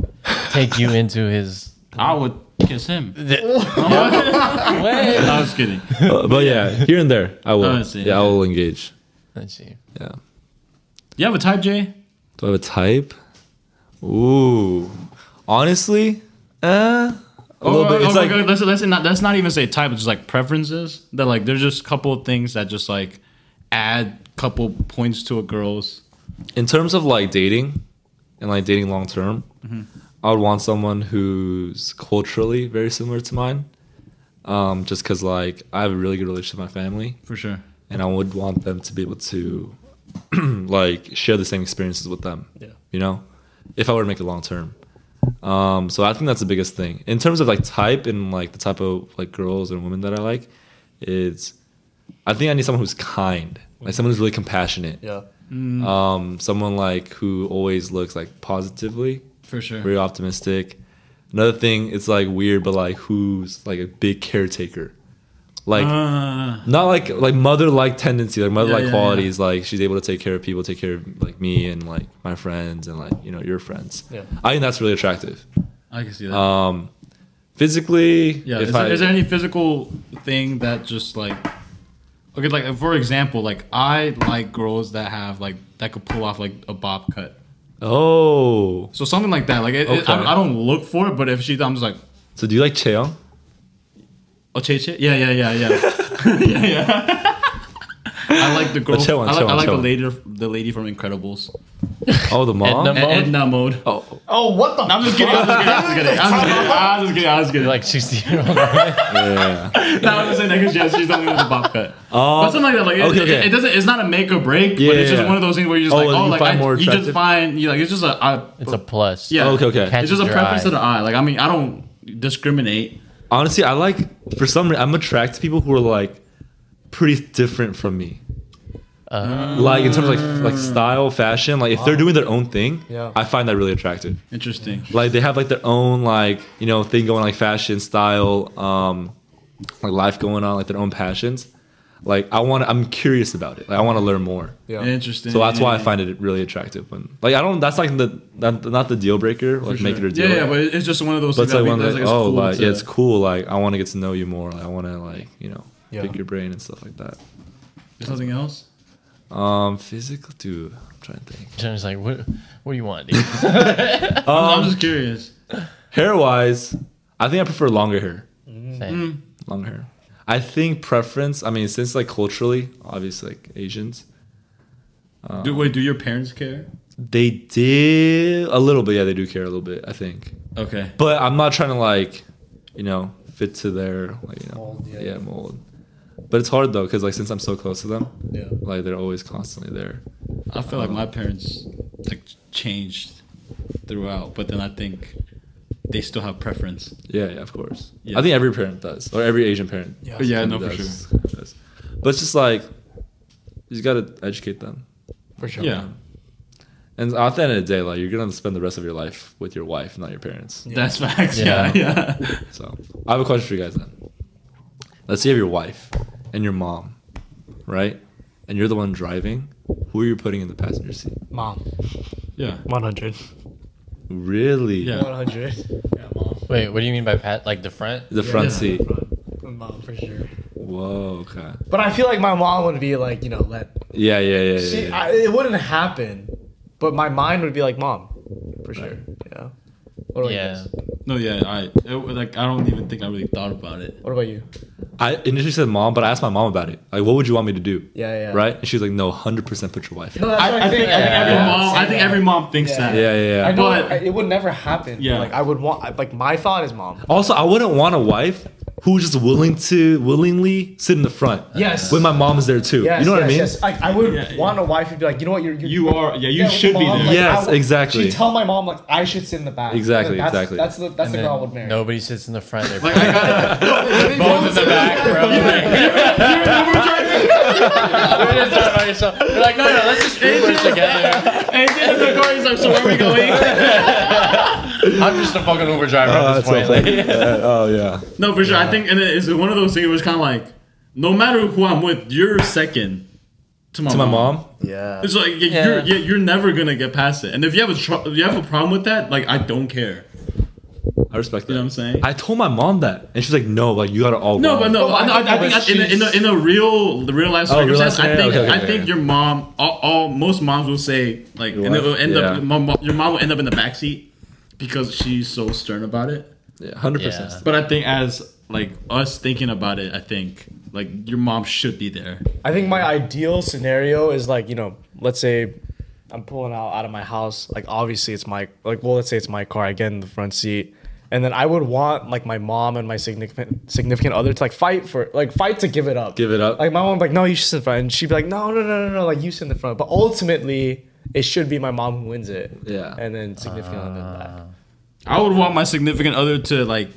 Speaker 1: take you into his
Speaker 3: I would kiss him. I was kidding.
Speaker 4: uh, but yeah, here and there, I will.
Speaker 3: Oh, I see.
Speaker 4: yeah, I will engage.
Speaker 1: let's see
Speaker 4: Yeah.
Speaker 3: You have a type, Jay?
Speaker 4: Do I have a type? Ooh, honestly, uh, a little bit. It's
Speaker 3: my
Speaker 4: like
Speaker 3: God, Oh, let's, let's not let's not even say type. It's just like preferences. That like there's just a couple of things that just like add couple points to a girl's.
Speaker 4: in terms of like dating and like dating long term,
Speaker 3: Mm-hmm.
Speaker 4: I would want someone who's culturally very similar to mine. Um, just because like I have a really good relationship with my family.
Speaker 3: For sure.
Speaker 4: and I would want them to be able to like share the same experiences with them. Yeah. You know, if I were to make it long term. Um, so I think that's the biggest thing in terms of like type and like the type of like girls and women that I like. It's I think I need someone who's kind, like someone who's really compassionate.
Speaker 2: yeah.
Speaker 4: Um, someone like who always looks like positively,
Speaker 3: For sure.
Speaker 4: very optimistic. Another thing, it's like weird, but like who's like a big caretaker, like
Speaker 3: Uh,
Speaker 4: not like like mother like tendency like mother like
Speaker 3: Yeah, yeah,
Speaker 4: qualities like she's able to take care of people take care of like me and like my friends and like you know your friends
Speaker 2: Yeah.
Speaker 4: i think that's really attractive
Speaker 3: I can see that.
Speaker 4: um physically
Speaker 3: yeah.
Speaker 4: if
Speaker 3: Is,
Speaker 4: I,
Speaker 3: there, is there any physical thing that just like okay, like for example, like I like girls that have like that could pull off like a bob cut.
Speaker 4: oh
Speaker 3: So something like that. Like it, it-
Speaker 4: Okay.
Speaker 3: I, I don't look for it, but if she, I'm just like.
Speaker 4: so do you like cheong
Speaker 3: Oh, Cheche? Yeah, yeah, yeah, yeah. yeah, yeah. I like the girl.
Speaker 4: chill on,
Speaker 3: I like,
Speaker 4: chill on,
Speaker 3: I like
Speaker 4: chill
Speaker 3: the
Speaker 4: on.
Speaker 3: lady, the lady from Incredibles.
Speaker 4: oh the mom
Speaker 1: Edna-
Speaker 3: Ed,
Speaker 1: Mode?
Speaker 3: Edna mode.
Speaker 4: oh
Speaker 2: Oh, what the?
Speaker 3: I'm just kidding. I'm just kidding. I'm just kidding. I'm just kidding. I'm just kidding. I'm
Speaker 1: like 60 year old
Speaker 4: yeah
Speaker 3: just kidding. No, I'm just saying that because yeah, she's the only one with a bob cut.
Speaker 4: Oh,
Speaker 3: but something like that. Like, it-
Speaker 4: okay,
Speaker 3: it,
Speaker 4: okay.
Speaker 3: It, doesn't. It's not a make or break.
Speaker 4: Yeah,
Speaker 3: but it's just
Speaker 4: yeah.
Speaker 3: one of those things where you're just
Speaker 4: Oh,
Speaker 3: like,
Speaker 4: and
Speaker 3: oh,
Speaker 4: you
Speaker 3: like
Speaker 4: find
Speaker 3: I-
Speaker 4: more
Speaker 3: you just
Speaker 4: attractive? Oh,
Speaker 3: find you like it's just a I,
Speaker 1: it's a plus
Speaker 3: yeah.
Speaker 4: Okay, okay.
Speaker 3: It's just a
Speaker 1: Catches your
Speaker 3: preference
Speaker 1: eye.
Speaker 3: to the eye. Like I mean, I don't discriminate.
Speaker 4: honestly i like for some reason i'm attracted to people who are like pretty different from me
Speaker 3: Uh.
Speaker 4: like in terms of like, like style fashion like if they're doing their own thing
Speaker 2: Yeah.
Speaker 4: i find that really attractive
Speaker 3: Interesting.
Speaker 4: like they have like their own like you know thing going like fashion style um like life going on like their own passions like I want. I'm curious about it. Like I want to learn more.
Speaker 2: Yeah.
Speaker 3: Interesting.
Speaker 4: So that's why I find it really attractive. When like I don't. That's like the that, not the deal breaker. Like make it a deal.
Speaker 3: Yeah, yeah, but it's just one of those.
Speaker 4: But it's
Speaker 3: things that
Speaker 4: like one
Speaker 3: we-
Speaker 4: that,
Speaker 3: that's, like, it's
Speaker 4: oh,
Speaker 3: cool
Speaker 4: like,
Speaker 3: to-
Speaker 4: yeah, it's cool. Like I want to get to know you more. Like, I want to like you know
Speaker 2: Yeah.
Speaker 4: pick your brain and stuff like that.
Speaker 3: There's nothing else.
Speaker 4: Um, physical, dude. I'm trying to think.
Speaker 1: Jenny's like, what? What do you want, dude?
Speaker 3: I'm,
Speaker 4: Um,
Speaker 3: I'm just curious.
Speaker 4: Hair wise, I think I prefer longer hair.
Speaker 3: Mm-hmm.
Speaker 1: Same.
Speaker 4: Long hair. I think preference. I mean, since like culturally, obviously, like Asians, uh,
Speaker 3: do wait? Do your parents care?
Speaker 4: they did a little bit. Yeah, they do care a little bit. I think,
Speaker 3: Okay.
Speaker 4: but I'm not trying to like, you know, fit to their like you know,
Speaker 2: Mold, yeah.
Speaker 4: yeah. mold. But it's hard though, cause like since I'm so close to them,
Speaker 2: Yeah.
Speaker 4: like they're always constantly there.
Speaker 3: I feel like my parents like changed throughout, but then I think they still have preference.
Speaker 4: Yeah, yeah, of course.
Speaker 3: Yeah.
Speaker 4: I think every parent does, or every Asian parent.
Speaker 2: Yeah.
Speaker 3: But yeah,
Speaker 4: kinda
Speaker 3: no, for sure.
Speaker 4: does, kinda does. But it's just like you just gotta educate them.
Speaker 2: For sure.
Speaker 3: Yeah,
Speaker 4: And at the end of the day, like you're gonna spend the rest of your life with your wife, not your parents.
Speaker 3: that's facts. Yeah, yeah.
Speaker 4: So I have a question for you guys then. Let's say you have your wife and your mom, right? And you're the one driving. Who are you putting in the passenger seat?
Speaker 2: Mom.
Speaker 3: Yeah.
Speaker 2: 100.
Speaker 4: Really?
Speaker 3: Yeah.
Speaker 2: 100. Yeah, mom.
Speaker 1: Wait, what do you mean by pat? Like the front?
Speaker 4: The front
Speaker 2: Yeah.
Speaker 4: seat.
Speaker 2: Mom, for sure.
Speaker 4: Whoa. Okay.
Speaker 2: But I feel like my mom would be like, you know, let.
Speaker 4: Yeah. Yeah. Yeah. yeah,
Speaker 2: She,
Speaker 4: yeah.
Speaker 2: I, it wouldn't happen, but my mind would be like, mom, for sure. Yeah. What about
Speaker 1: Yeah.
Speaker 2: you? guys?
Speaker 3: No, yeah. I it, like. I don't even think I really thought about it.
Speaker 2: What about you?
Speaker 4: I initially said mom, but I asked my mom about it. Like, what would you want me to do?
Speaker 2: Yeah, yeah.
Speaker 4: Right? And she's like, no, hundred percent put your wife. in.
Speaker 2: No, that's what
Speaker 3: I, I think. I think every
Speaker 1: Yeah.
Speaker 3: mom. I think every mom thinks
Speaker 2: Yeah.
Speaker 3: that.
Speaker 4: Yeah, yeah, yeah.
Speaker 2: I know
Speaker 3: But-
Speaker 2: it- it would never happen. but,
Speaker 3: Yeah.
Speaker 2: Like I would want. I- Like my thought is mom.
Speaker 4: Also, I wouldn't want a wife who's just willing to willingly sit in the front.
Speaker 2: Yes.
Speaker 4: When my mom's there too.
Speaker 2: Yes,
Speaker 4: you know what
Speaker 2: yes,
Speaker 4: I mean?
Speaker 2: yes. Like, I would
Speaker 3: Yeah, yeah.
Speaker 2: want a wife who'd be like, you know what, you're, you're
Speaker 3: You are. Yeah, you
Speaker 2: Yeah,
Speaker 3: should be
Speaker 2: mom,
Speaker 3: there.
Speaker 2: like,
Speaker 4: Yes,
Speaker 2: I would-
Speaker 4: exactly.
Speaker 2: She'd tell my mom like I should sit in the back.
Speaker 4: Exactly,
Speaker 2: That's-
Speaker 4: exactly.
Speaker 2: That's the that's the
Speaker 1: And
Speaker 2: girl
Speaker 1: then
Speaker 2: I would marry.
Speaker 1: Nobody's sits in the front. They're
Speaker 3: Like, I gotta-
Speaker 1: both in the back, bro. You're just talking about yourself. You're like, no, no, let's just Uber together.
Speaker 3: And then the car is like, so where are we going?
Speaker 1: I'm just a fucking Uber driver
Speaker 4: Oh,
Speaker 1: at this
Speaker 4: that's so
Speaker 1: point.
Speaker 4: funny.
Speaker 1: like-
Speaker 4: Yeah, oh yeah.
Speaker 3: no, for sure. I think, and it- it's one of those things where it's kind of like, no matter who I'm with, you're second to my,
Speaker 4: To my mom.
Speaker 2: yeah.
Speaker 3: It's like yeah,
Speaker 1: Yeah.
Speaker 3: you're yeah, you're never gonna get past it. And if you have a tr- if you have a problem with that, like I don't care.
Speaker 4: I respect that.
Speaker 3: You know what I'm saying?
Speaker 4: I told my mom that, and she's like, "No, like you gotta all."
Speaker 3: No,
Speaker 4: run."
Speaker 3: but no, I, I, I think
Speaker 2: but
Speaker 3: in a, in, a, in a real the real life
Speaker 4: Oh, real
Speaker 3: circumstance,
Speaker 4: life
Speaker 3: I
Speaker 4: scenario?
Speaker 3: think
Speaker 4: Okay, okay,
Speaker 3: I
Speaker 4: okay,
Speaker 3: think
Speaker 4: okay.
Speaker 3: your mom, all, all most moms will say like, and it
Speaker 4: wife?
Speaker 3: will end
Speaker 4: Yeah.
Speaker 3: up my mom- your mom will end up in the backseat because she's so stern about it.
Speaker 4: Yeah, hundred percent.
Speaker 1: Yeah.
Speaker 3: But I think as like us thinking about it, I think like your mom should be there.
Speaker 2: I think my ideal scenario is like you know, let's say I'm pulling out out of my house. Like obviously it's my like well let's say it's my car. I get in the front seat, and then I would want like my mom and my significant significant other to like fight for like fight to give it up.
Speaker 4: Give it up.
Speaker 2: Like my mom would be like no you should sit in front, and she'd be like no no no no no like you sit in the front. But ultimately it should be my mom who wins it.
Speaker 4: Yeah.
Speaker 2: And then significant other in the back.
Speaker 3: I would want my significant other to like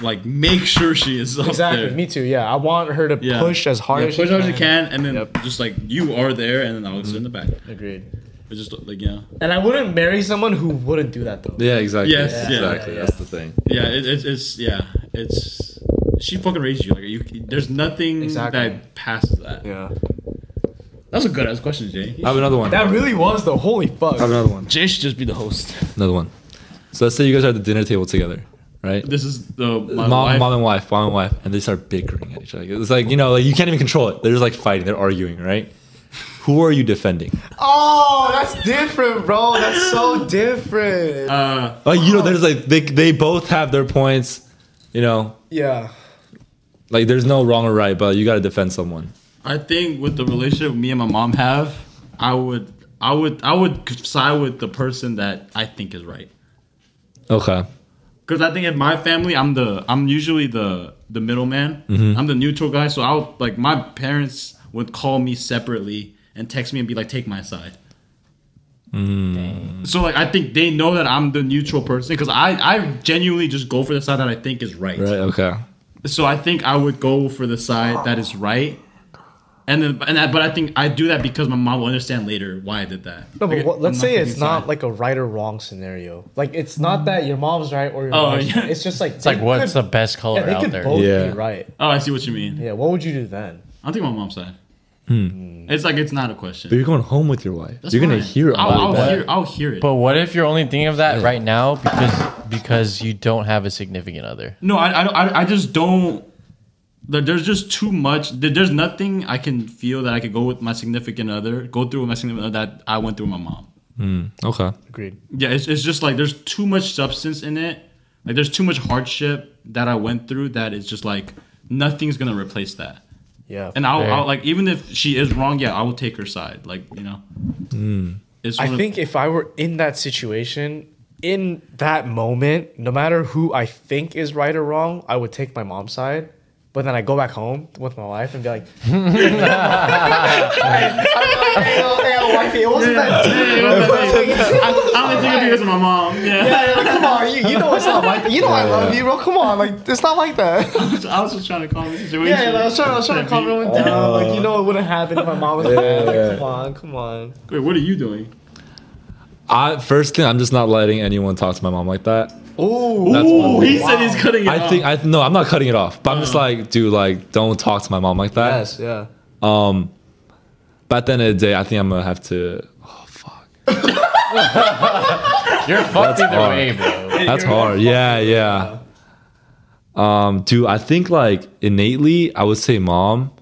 Speaker 3: like make sure she is up
Speaker 2: Exactly.
Speaker 3: there.
Speaker 2: Me too. Yeah, I want her to
Speaker 3: Yeah.
Speaker 2: push as hard
Speaker 3: Yeah,
Speaker 2: as
Speaker 3: push
Speaker 2: she
Speaker 3: as you
Speaker 2: can.
Speaker 3: can, and then
Speaker 2: Yep.
Speaker 3: just like you are there, and then I'll sit in the back.
Speaker 2: Agreed.
Speaker 3: It's just like yeah,
Speaker 2: And I wouldn't marry someone who wouldn't do that though.
Speaker 4: Yeah, exactly.
Speaker 3: Yes, yeah.
Speaker 4: exactly.
Speaker 2: Yeah,
Speaker 4: That's the thing.
Speaker 3: yeah. It, it's it's yeah. It's she fucking raised you. Like you, there's nothing
Speaker 2: Exactly.
Speaker 3: that passes that.
Speaker 2: Yeah.
Speaker 3: That's a good ass question, Jay.
Speaker 4: I have another one. I
Speaker 2: That really was the holy fuck.
Speaker 4: have another one.
Speaker 3: Jay should just be the host.
Speaker 4: Another one. So let's say you guys are at the dinner table together, right?
Speaker 3: This is the my
Speaker 4: mom,
Speaker 3: wife.
Speaker 4: mom and wife, mom and wife, and they start bickering at each other. It's like you know, like you can't even control it. They're just like fighting. They're arguing, right? Who are you defending?
Speaker 2: Oh, that's different, bro. That's so different.
Speaker 3: Uh,
Speaker 4: Like you know, there's like they they both have their points. You know,
Speaker 2: yeah.
Speaker 4: like there's no wrong or right, but you gotta defend someone.
Speaker 3: I think with the relationship me and my mom have, I would, I would, I would side with the person that I think is right.
Speaker 4: Okay.
Speaker 3: Because I think in my family, I'm the, I'm usually the, the middleman. I'm the neutral guy. So I'll like my parents would call me separately and text me and be like, take my side. So like I think they know that I'm the neutral person because I, I genuinely just go for the side that I think is right.
Speaker 4: Right. Okay.
Speaker 3: So I think I would go for the side that is right. And then, and I, but I think I do that because my mom will understand later why I did that.
Speaker 2: No, but
Speaker 3: Like,
Speaker 2: what,
Speaker 3: I'm
Speaker 2: let's say
Speaker 3: picking
Speaker 2: it's not
Speaker 3: side.
Speaker 2: like a right or wrong scenario. Like it's not that your mom's right or your
Speaker 3: Oh,
Speaker 2: mom's
Speaker 3: yeah.
Speaker 2: It's just like
Speaker 1: It's like, what's the best color
Speaker 2: yeah, they
Speaker 1: out
Speaker 2: could
Speaker 1: there?
Speaker 2: both
Speaker 4: Yeah.
Speaker 2: be right.
Speaker 3: Oh, I see what you mean.
Speaker 2: Yeah. What would you do then?
Speaker 3: I think my mom's side. It's like it's not a question.
Speaker 4: But you're going home with your wife.
Speaker 3: That's
Speaker 4: you're gonna
Speaker 3: fine.
Speaker 4: hear about
Speaker 3: I'll, I'll
Speaker 4: that.
Speaker 3: hear. I'll hear it.
Speaker 1: But what if you're only thinking of that right now because because you don't have a significant other?
Speaker 3: no, I, I, don't- I, I just don't. there- There's just too much. there- There's nothing I can feel that I could go with my significant other, go through with my significant other that I went through with my mom.
Speaker 4: Okay.
Speaker 2: Agreed.
Speaker 3: Yeah, it's, it's just like there's too much substance in it. Like there's too much hardship that I went through that it's just like nothing's gonna replace that.
Speaker 2: Yeah.
Speaker 3: And I'll,
Speaker 1: Fair.
Speaker 3: I'll like even if she is wrong, yeah, I will take her side. Like you know,
Speaker 4: Hmm.
Speaker 3: it's
Speaker 2: I
Speaker 3: one of-
Speaker 2: think if I were in that situation, in that moment, no matter who I think is right or wrong, I would take my mom's side. But then I go back home with my wife and be like, hey, I'm like, hey, yo, hey, yo, wifey, it wasn't that deep.
Speaker 3: Hey, what the heck? I, I only think of you as my mom. Yeah,
Speaker 2: Like, come on, you, you know it's not like you know I love you, bro. Come on, like it's not like that.
Speaker 3: I, was, I was just trying to calm the situation.
Speaker 2: Yeah, like, I was trying, I was trying to calm everyone down. Like you know it wouldn't happen if my mom was like, come on, come on.
Speaker 3: Wait, what are you doing?
Speaker 4: I first thing I'm just not letting anyone talk to my mom like that.
Speaker 2: Oh,
Speaker 4: That's one
Speaker 3: Oh,
Speaker 4: thing.
Speaker 3: he said he's cutting it
Speaker 4: I
Speaker 3: off.
Speaker 4: think I no, I'm not cutting it off. But I'm
Speaker 3: Uh-huh.
Speaker 4: just like, dude, like, don't talk to my mom like that.
Speaker 2: yes, yeah.
Speaker 4: But at the end of the day, I think I'm gonna have to. Oh fuck,
Speaker 1: You're fucked either
Speaker 4: hard.
Speaker 1: way, bro.
Speaker 4: that's hard. Yeah, yeah. Um, dude, I think like innately, I would say mom,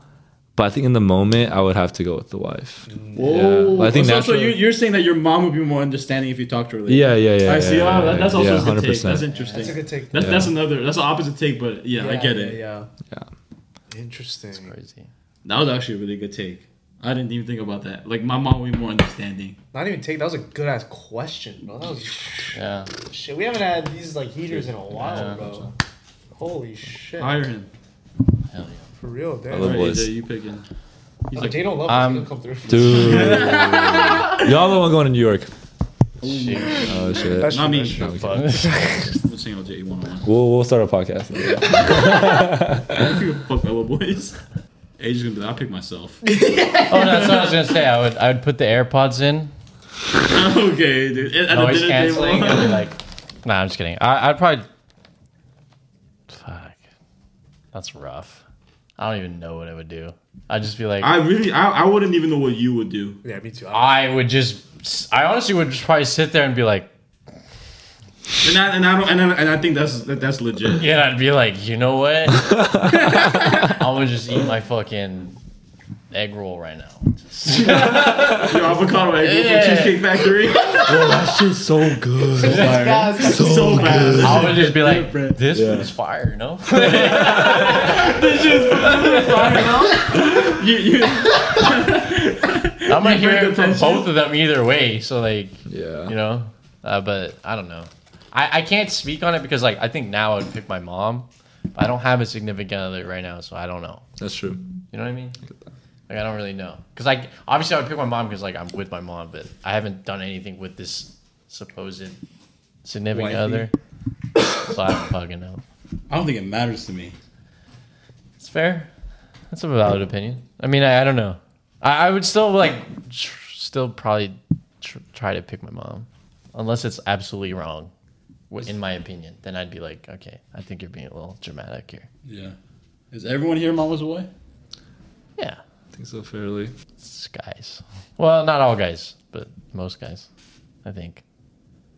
Speaker 4: but I think in the moment, I would have to go with the wife.
Speaker 3: Mm. Whoa.
Speaker 4: Yeah. I think
Speaker 3: so, so
Speaker 4: naturally-
Speaker 3: you, you're saying that your mom would be more understanding if you talked to her later.
Speaker 4: Yeah, yeah, yeah.
Speaker 3: I see.
Speaker 4: yeah,
Speaker 3: oh, that, that's
Speaker 4: yeah,
Speaker 3: also
Speaker 4: yeah,
Speaker 3: a good take. That's interesting.
Speaker 2: That's a good take.
Speaker 3: That's, that's another. That's an opposite take, but yeah, I get it.
Speaker 2: Yeah.
Speaker 4: Yeah.
Speaker 2: Interesting.
Speaker 1: Crazy.
Speaker 3: That was actually a really good take. I didn't even think about that. Like my mom would be more understanding.
Speaker 2: Not even take. That was a good ass question, bro. That was
Speaker 1: Yeah.
Speaker 2: shit. We haven't had these like heaters in a while, bro. Holy shit.
Speaker 3: Hire him.
Speaker 2: For real, damn.
Speaker 4: love
Speaker 3: All right,
Speaker 4: boys.
Speaker 3: AJ, you picking?
Speaker 2: He's like, they don't love
Speaker 1: Um,
Speaker 2: us. Come through.
Speaker 4: Dude, y'all the one going to New York.
Speaker 1: Shit.
Speaker 4: Oh shit.
Speaker 2: That's-
Speaker 3: Not me.
Speaker 2: Sure.
Speaker 3: Fuck. I'm saying LJ E one on one.
Speaker 4: We'll, we'll start a podcast.
Speaker 3: Fuck fellow boys. AJ's gonna be like, I'll pick myself.
Speaker 1: Oh, that's what I was gonna say. I would I would put the AirPods in,
Speaker 3: okay, dude. At- at the
Speaker 1: noise
Speaker 3: dinner table.
Speaker 1: canceling, and be like, Nah, I'm just kidding. I, I'd probably. Fuck. That's rough. I don't even know what I would do. I'd just be like,
Speaker 3: I really, I, I wouldn't even know what you would do.
Speaker 2: Yeah, me too. I,
Speaker 1: I would just. I honestly would just probably sit there and be like,
Speaker 3: And I, and I don't, and I, and I think that's that, that's legit.
Speaker 1: Yeah, I'd be like, you know what? I would just eat my fucking egg roll right now.
Speaker 3: Your avocado egg roll
Speaker 1: Yeah.
Speaker 3: from Cheesecake Factory.
Speaker 4: that shit's so good.
Speaker 3: so, bad.
Speaker 1: I would just be like,
Speaker 3: Different.
Speaker 1: this
Speaker 4: Yeah.
Speaker 1: is fire, you know?
Speaker 3: You, you,
Speaker 1: I'm gonna hear
Speaker 3: bring
Speaker 1: it from
Speaker 3: attention?
Speaker 1: both of them either way. So like,
Speaker 4: Yeah.
Speaker 1: you know, uh, but I don't know. I, I can't speak on it because like I think now I would pick my mom. But I don't have a significant other right now, so I don't know.
Speaker 4: That's true.
Speaker 1: You know what I mean? Like I don't really know because like obviously I would pick my mom because like I'm with my mom, but I haven't done anything with this supposed significant
Speaker 3: Wifey.
Speaker 1: other, so I don't fucking know.
Speaker 3: I don't think it matters to me.
Speaker 1: It's fair. That's a valid opinion. I mean, I, I don't know. I, I would still like, tr- still probably tr- try to pick my mom, unless it's absolutely wrong, wh- in my opinion. Then I'd be like, okay, I think you're being a little dramatic here.
Speaker 3: Yeah. Is everyone here mama's boy?
Speaker 1: Yeah,
Speaker 4: I think so fairly.
Speaker 1: it's guys. Well, not all guys, but most guys, I think.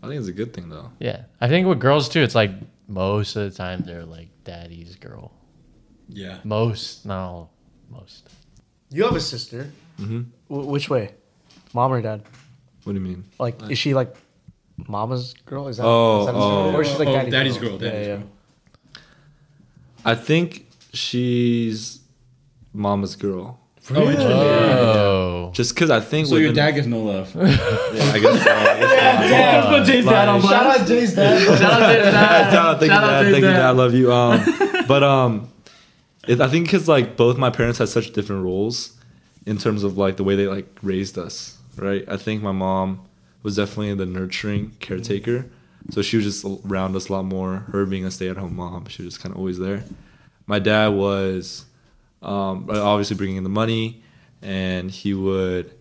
Speaker 4: I think it's a good thing though.
Speaker 1: Yeah, I think with girls too, it's like most of the time they're like daddy's girl.
Speaker 3: Yeah.
Speaker 1: Most, not all, most.
Speaker 2: you have a sister. Mm-hmm. which way, mom or dad?
Speaker 4: What do you mean?
Speaker 2: Like, is she like mama's girl? Is that?
Speaker 4: Oh,
Speaker 2: is that
Speaker 4: oh.
Speaker 2: or is she like
Speaker 3: Oh,
Speaker 2: daddy's,
Speaker 3: daddy's girl, daddy's girl.
Speaker 4: I think she's mama's girl.
Speaker 3: Oh, interesting.
Speaker 1: Oh,
Speaker 4: Just because I think.
Speaker 3: So your
Speaker 4: within-
Speaker 3: dad gets no love. Let's
Speaker 4: Yeah, I guess. so. I guess
Speaker 3: put Jay's dad on blast.
Speaker 2: Shout out Jay's dad.
Speaker 3: Shout out Jay's
Speaker 4: so. Shout out, thank you,
Speaker 3: Shout out
Speaker 4: dad.
Speaker 3: to
Speaker 4: Thank you,
Speaker 3: dad.
Speaker 4: dad. I love you. Um, but um, it, I think because like both my parents had such different roles in terms of like the way they like raised us, right? I think my mom was definitely the nurturing caretaker, so she was just around us a lot more. Her being a stay-at-home mom, she was just kind of always there. My dad was um, obviously bringing in the money, and he would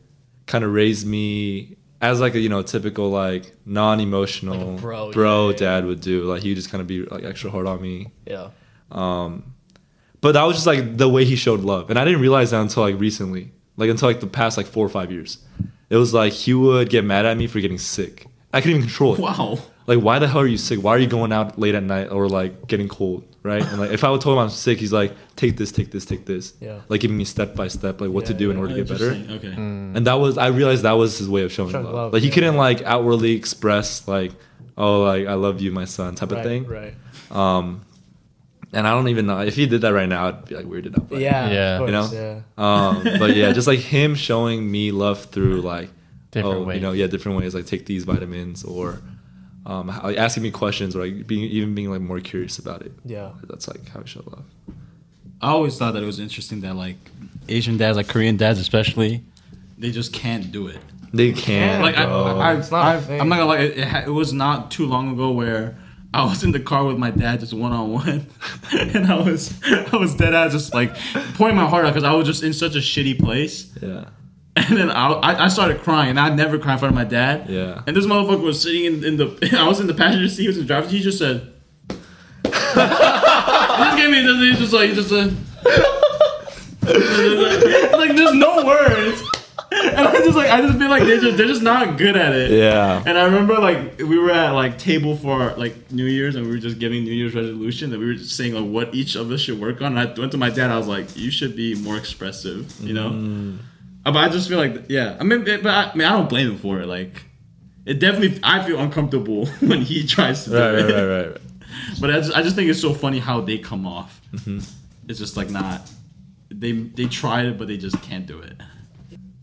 Speaker 4: kind of raise me as like a you know typical like non-emotional
Speaker 2: bro,
Speaker 4: bro
Speaker 2: yeah, yeah,
Speaker 4: dad would do. Like he would just kind of be like extra hard on me,
Speaker 2: Yeah.
Speaker 4: um, But that was just like the way he showed love, and I didn't realize that until like recently, like until like the past like four or five years. It was like he would get mad at me for getting sick. I couldn't even control it.
Speaker 3: Wow.
Speaker 4: Like, why the hell are you sick? Why are you going out late at night or like getting cold, right? And like, if I would told him I'm sick, he's like, take this, take this, take this.
Speaker 2: Yeah.
Speaker 4: Like giving me step by step, like what to do in order to get better.
Speaker 3: Interesting. Okay.
Speaker 4: And that was I realized that was his way of showing
Speaker 2: Showing
Speaker 4: love.
Speaker 2: love,
Speaker 4: Like he
Speaker 2: yeah.
Speaker 4: couldn't like outwardly express like, oh like I love you, my son, type of
Speaker 2: Right,
Speaker 4: thing.
Speaker 2: right.
Speaker 4: Um, and I don't even know if he did that right now, I'd be like weirded out. by it.
Speaker 2: Yeah,
Speaker 1: Yeah.
Speaker 2: Of
Speaker 1: You
Speaker 2: course,
Speaker 4: know? Um, but yeah, just like him showing me love through like
Speaker 1: Different
Speaker 4: oh,
Speaker 1: ways.
Speaker 4: you know, yeah, different ways. Like take these vitamins or um, how- like, asking me questions or like being even being like more curious about it.
Speaker 2: Yeah.
Speaker 4: that's like how I show love.
Speaker 3: I always thought that it was interesting that like Asian dads, like Korean dads especially, they just can't do it.
Speaker 4: They can.
Speaker 3: Like I,
Speaker 4: bro.
Speaker 3: I,
Speaker 2: It's not a
Speaker 3: I,
Speaker 2: thing.
Speaker 3: am not gonna lie, it, it, ha- it was not too long ago where I was in the car with my dad, just one on one, and I was I was dead ass, just like pouring my heart out because I was just in such a shitty place.
Speaker 4: yeah.
Speaker 3: And then I, I I started crying, and I never cry in front of my dad.
Speaker 4: Yeah.
Speaker 3: And this motherfucker was sitting in, in the. I was in the passenger seat. He was in the driver's seat. He just said. he just gave me. He just like he just said. like there's no words. And I just like I just feel like they just they're just not good at it.
Speaker 4: Yeah.
Speaker 3: And I remember like we were at like table for like New Year's and we were just giving New Year's resolution and we were just saying like what each of us should work on. And I went to my dad. I was like, you should be more expressive. You know.
Speaker 4: Mm.
Speaker 3: Uh, But I just feel like yeah. I mean, but I, I mean, I don't blame him for it. Like. It definitely, I feel uncomfortable when he tries to do
Speaker 4: Right,
Speaker 3: it.
Speaker 4: right, right, right, right. Mm-hmm.
Speaker 3: But I just, I just think it's so funny how they come off. It's just like not. They they tried it, but they just can't do it.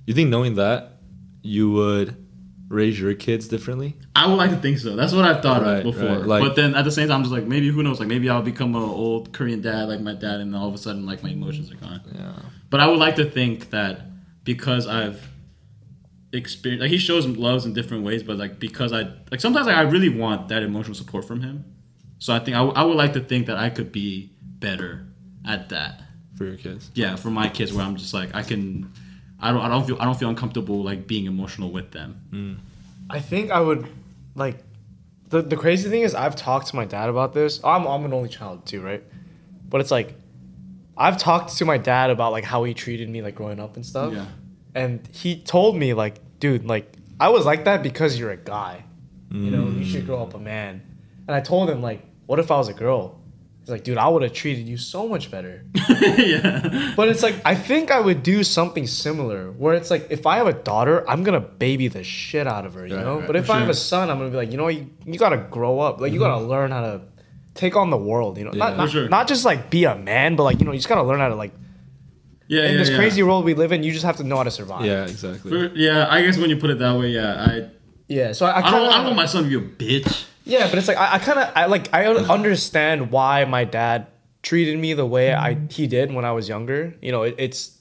Speaker 4: You think knowing that you would raise your kids differently?
Speaker 3: I would like to think so. That's what I've thought
Speaker 4: Right,
Speaker 3: of before.
Speaker 4: right, like-
Speaker 3: but then at the same time, I'm just like, maybe who knows? Like maybe I'll become an old Korean dad like my dad, and all of a sudden like my emotions are gone.
Speaker 4: Yeah.
Speaker 3: But I would like to think that because I've experienced, like he shows loves in different ways, but like because I like sometimes like I really want that emotional support from him. So I think I, w- I would like to think that I could be better at that.
Speaker 4: For your kids.
Speaker 3: yeah for my kids where i'm just like i can i don't i don't feel i don't feel uncomfortable like being emotional with them
Speaker 2: I think I would like the the crazy thing is I've talked to my dad about this. I'm I'm an only child too, right? But it's like I've talked to my dad about like how he treated me like growing up and
Speaker 4: Oh.
Speaker 2: stuff.
Speaker 3: Yeah.
Speaker 2: And he told me like, dude, like I was like that because you're a guy. You know, you should grow up a man. And I told him like, what if I was a girl? He's like, dude, I would have treated you so much better.
Speaker 3: yeah
Speaker 2: But it's like I think I would do something similar where it's like if I have a daughter, I'm gonna baby the shit out of her, you know.
Speaker 4: right.
Speaker 2: But if I have a son, I'm gonna be like, you know, what, you, you gotta grow up. Like you gotta learn how to take on the world, you know. not
Speaker 4: For
Speaker 2: not,
Speaker 3: Mm-hmm. sure.
Speaker 2: not just like be a man, but like you know, you just gotta learn how to like
Speaker 3: yeah
Speaker 2: in
Speaker 3: yeah,
Speaker 2: this
Speaker 3: yeah.
Speaker 2: crazy world we live in. You just have to know how to survive.
Speaker 4: Yeah, exactly.
Speaker 3: For- yeah i guess when you put it that way yeah i
Speaker 2: yeah. So I,
Speaker 3: i
Speaker 2: kinda,
Speaker 3: don't, I don't want my son to be a bitch
Speaker 2: Yeah, but it's like I, I kind of I like I
Speaker 3: Mm-hmm.
Speaker 2: un- understand why my dad treated me the way I
Speaker 3: Mm-hmm.
Speaker 2: he did when I was younger. You know, it, it's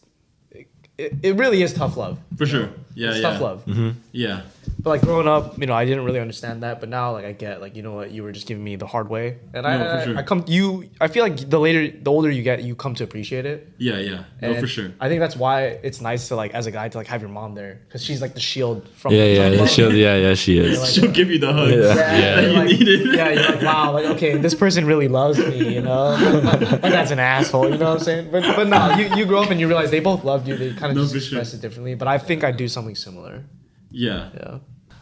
Speaker 2: it, it really is tough love.
Speaker 3: for sure yeah
Speaker 2: It's
Speaker 3: yeah Mm-hmm.
Speaker 2: tough love.
Speaker 3: yeah
Speaker 2: But like growing up, you know, I didn't really understand that. But now, like, I get like, you know what, you were just giving me the hard way, and I,
Speaker 3: No, for
Speaker 2: I-
Speaker 3: sure.
Speaker 2: I come you. I feel like the later, the older you get, you come to appreciate it.
Speaker 3: yeah yeah
Speaker 2: And
Speaker 3: no for sure
Speaker 2: I think that's why it's nice to like, as a guy, to like have your mom there because she's like the shield from.
Speaker 4: Yeah, yeah, yeah,
Speaker 2: from-
Speaker 4: she, yeah, yeah, she is.
Speaker 2: like-
Speaker 3: she'll give you the hug
Speaker 4: Yeah.
Speaker 2: Yeah,
Speaker 1: Yeah.
Speaker 2: you're
Speaker 3: You
Speaker 2: like,
Speaker 3: need it.
Speaker 2: yeah, you're like, wow, like okay, this person really loves me, you know. like that's an asshole, you know what I'm saying? But but no, you, you grow up and you realize they both loved you. They kind of
Speaker 3: No,
Speaker 2: just
Speaker 3: for sure.
Speaker 2: express it differently. But I think I do something similar.
Speaker 3: yeah
Speaker 2: Yeah.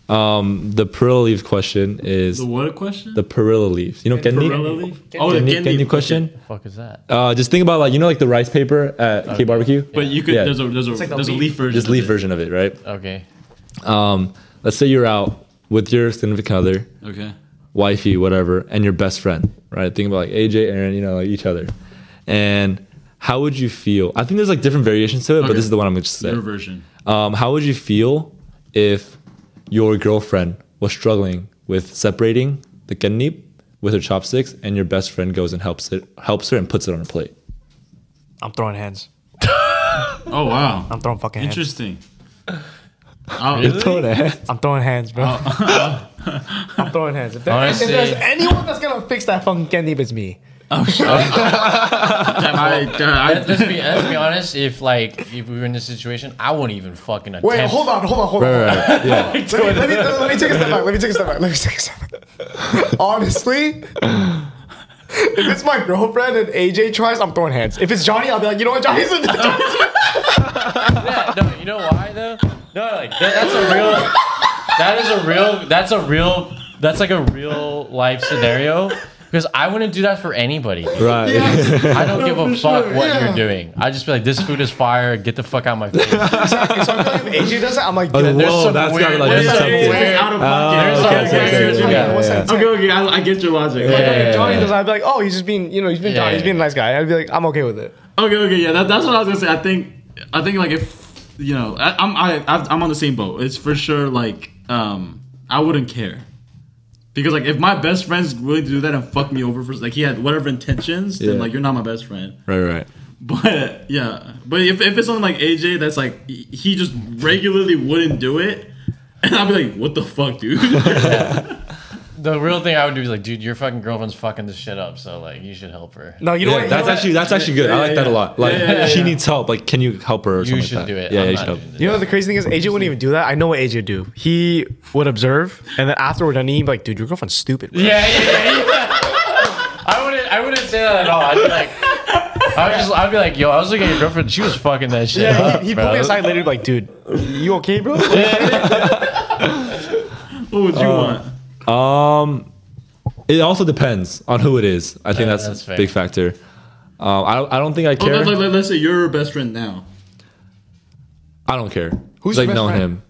Speaker 4: Um, the perilla leaf question is
Speaker 3: the
Speaker 4: the,
Speaker 3: what question
Speaker 4: perilla leaf. You know, Kendi?
Speaker 3: Perilla leaf? oh the
Speaker 4: Kendi,
Speaker 3: candy
Speaker 4: Kendi question.
Speaker 1: fuck is that?
Speaker 4: Uh, just think about like you know like the rice paper at K barbecue.
Speaker 3: but you could
Speaker 4: Yeah.
Speaker 3: there's a there's a
Speaker 2: like the
Speaker 3: there's a
Speaker 2: leaf.
Speaker 3: leaf version
Speaker 4: Just
Speaker 3: of
Speaker 4: leaf
Speaker 3: it.
Speaker 4: version of it, right?
Speaker 1: Okay.
Speaker 4: Um, let's say you're out with your significant other,
Speaker 3: okay
Speaker 4: wifey, whatever, and your best friend, right? Think about like AJ, Aaron, you know, like each other, and how would you feel? I think there's like different variations to it, but
Speaker 3: Okay.
Speaker 4: this is the one I'm going to say.
Speaker 3: your version
Speaker 4: Um, how would you feel if your girlfriend was struggling with separating the ganip with her chopsticks, and your best friend goes and helps it, helps her, and puts it on a plate?
Speaker 2: I'm throwing hands.
Speaker 3: oh wow
Speaker 2: I'm throwing fucking hands.
Speaker 3: interesting I'll-
Speaker 2: I'm throwing hands, bro. I'm throwing hands. If, there- if
Speaker 1: Honestly-
Speaker 2: there's anyone that's gonna fix that fucking candy, it's me.
Speaker 3: I, I,
Speaker 1: Let's be, let's be honest. If like if we were in this situation, I wouldn't even fucking attempt.
Speaker 2: Wait, hold on, hold on, hold on. hold on.
Speaker 4: Yeah.
Speaker 2: Wait, wait, let, me, let me take a step back. Let me take a step back. Let me take a step back. Honestly, If it's my girlfriend and AJ tries, I'm throwing hands. If it's Johnny, I'll be like, you know what, Johnny's a
Speaker 1: Yeah, no, you know why though? No, like that, that's a real. That is a real. That's a real. That's like a real life scenario. Because I wouldn't do that for anybody.
Speaker 4: Right.
Speaker 1: I don't give a
Speaker 2: for
Speaker 1: fuck
Speaker 2: sure,
Speaker 1: what
Speaker 2: yeah.
Speaker 1: you're doing. I just be like, this food is fire. Get the fuck out of my face.
Speaker 2: So I feel like if AJ does it, I'm like,
Speaker 4: Oh,
Speaker 2: yo,
Speaker 4: whoa,
Speaker 2: there's some
Speaker 4: that's
Speaker 2: weird-
Speaker 4: gotta be like
Speaker 1: there's
Speaker 4: that's
Speaker 1: some
Speaker 4: something.
Speaker 1: weird-
Speaker 3: Out of
Speaker 4: Oh,
Speaker 1: There's
Speaker 4: okay,
Speaker 1: some
Speaker 4: okay,
Speaker 1: weird-
Speaker 4: okay, okay,
Speaker 1: yeah,
Speaker 2: what's
Speaker 4: yeah,
Speaker 2: that?
Speaker 3: Okay, okay, I, I get your logic.
Speaker 1: Yeah,
Speaker 3: Like,
Speaker 1: yeah,
Speaker 2: Johnny
Speaker 1: yeah.
Speaker 2: does. it, I'd be like, oh, he's just being, you know, he's been
Speaker 1: Yeah,
Speaker 2: Johnny, he's
Speaker 1: yeah.
Speaker 2: being a nice guy. I'd be like, I'm okay with it.
Speaker 3: Okay, okay, yeah, that, that's what I was gonna say. I think, I think like if you know, I, I'm I I've- I'm on the same boat. It's for sure. Like, um, I wouldn't care because like if my best friend's willing to do that and fuck me over for like he had whatever intentions, then
Speaker 4: Yeah.
Speaker 3: like you're not my best friend.
Speaker 4: Right, right.
Speaker 3: But yeah, but if if it's something like AJ, that's like he he just regularly wouldn't do it. And I'd be like, "What the fuck, dude?"
Speaker 1: The real thing I would do is like, dude, your fucking girlfriend's fucking this shit up. So like, you should help her.
Speaker 2: No, you know
Speaker 4: Yeah,
Speaker 2: what? you
Speaker 4: that's
Speaker 2: know what?
Speaker 4: actually that's actually good. I like that a lot. Like she needs help. Like, can you help her? Or
Speaker 1: You
Speaker 4: something
Speaker 1: should
Speaker 4: like that?
Speaker 1: do it.
Speaker 4: Yeah,
Speaker 1: I'm
Speaker 4: you
Speaker 1: not
Speaker 4: should help.
Speaker 1: doing this.
Speaker 2: You know the crazy thing is AJ wouldn't even do that. I know what AJ would do. He would observe and then afterward and he'd be like, dude, your girlfriend's stupid. bro."
Speaker 1: Yeah, yeah, yeah. yeah. I wouldn't. I wouldn't say that at all. I'd be like, I would just. I'd be like, yo, I was looking at your girlfriend. She was fucking that shit.
Speaker 2: Yeah,
Speaker 1: up,
Speaker 2: he, he
Speaker 1: bro.
Speaker 2: pulled me aside later, and be like, dude, you okay, bro?
Speaker 3: what would
Speaker 4: Uh,
Speaker 3: you want?
Speaker 4: Um, it also depends on who it is. I think
Speaker 1: Yeah,
Speaker 4: that's,
Speaker 1: that's
Speaker 4: a
Speaker 1: fair.
Speaker 4: big factor. Um, I don't, I don't think I
Speaker 3: Oh,
Speaker 4: care.
Speaker 3: let- let- let's say you're her best friend now.
Speaker 4: I don't care.
Speaker 2: Who's
Speaker 4: like
Speaker 2: your best
Speaker 4: known
Speaker 2: friend?
Speaker 4: him?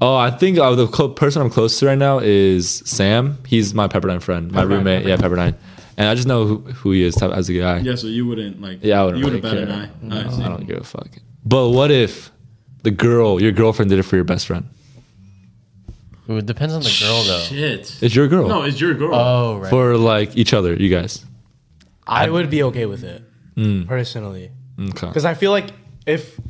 Speaker 4: Oh, I think uh, the clo- person I'm close to right now is Sam. He's my Pepperdine friend, my roommate. Yeah, Pepperdine, and I just know who, who he is as a guy.
Speaker 3: Yeah, so you wouldn't like.
Speaker 4: Yeah, I wouldn't
Speaker 3: You wouldn't
Speaker 4: really
Speaker 3: bat an eye.
Speaker 4: care.
Speaker 3: I see.
Speaker 4: I don't give a fuck. But what if the girl, your girlfriend, did it for your best friend?
Speaker 1: Ooh, it depends on the girl though.
Speaker 3: Shit.
Speaker 4: It's your girl.
Speaker 3: No, it's your girl. Uh,
Speaker 1: Oh right.
Speaker 4: for like each other, you guys.
Speaker 2: I would be okay with it
Speaker 1: Hmm.
Speaker 2: personally.
Speaker 4: Okay.
Speaker 2: Because I feel like if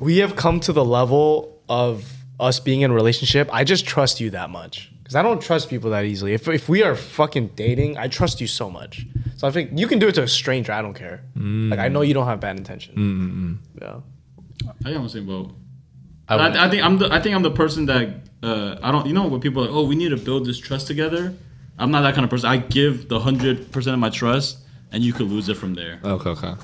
Speaker 2: we have come to the level of us being in a relationship, I just trust you that much. Because I don't trust people that easily. If, if we are fucking dating, I trust you so much. So I think you can do it to a stranger. I don't care.
Speaker 1: Hmm.
Speaker 2: Like, I know you don't have bad intentions. Yeah.
Speaker 3: I am on the same boat.
Speaker 1: I would-
Speaker 3: I, I think I'm the I think I'm the person that uh, I don't. You know, when people are like, oh, we need to build this trust together. I'm not that kind of person. I give the hundred percent of my trust, and you could lose it from there.
Speaker 4: Okay. Okay.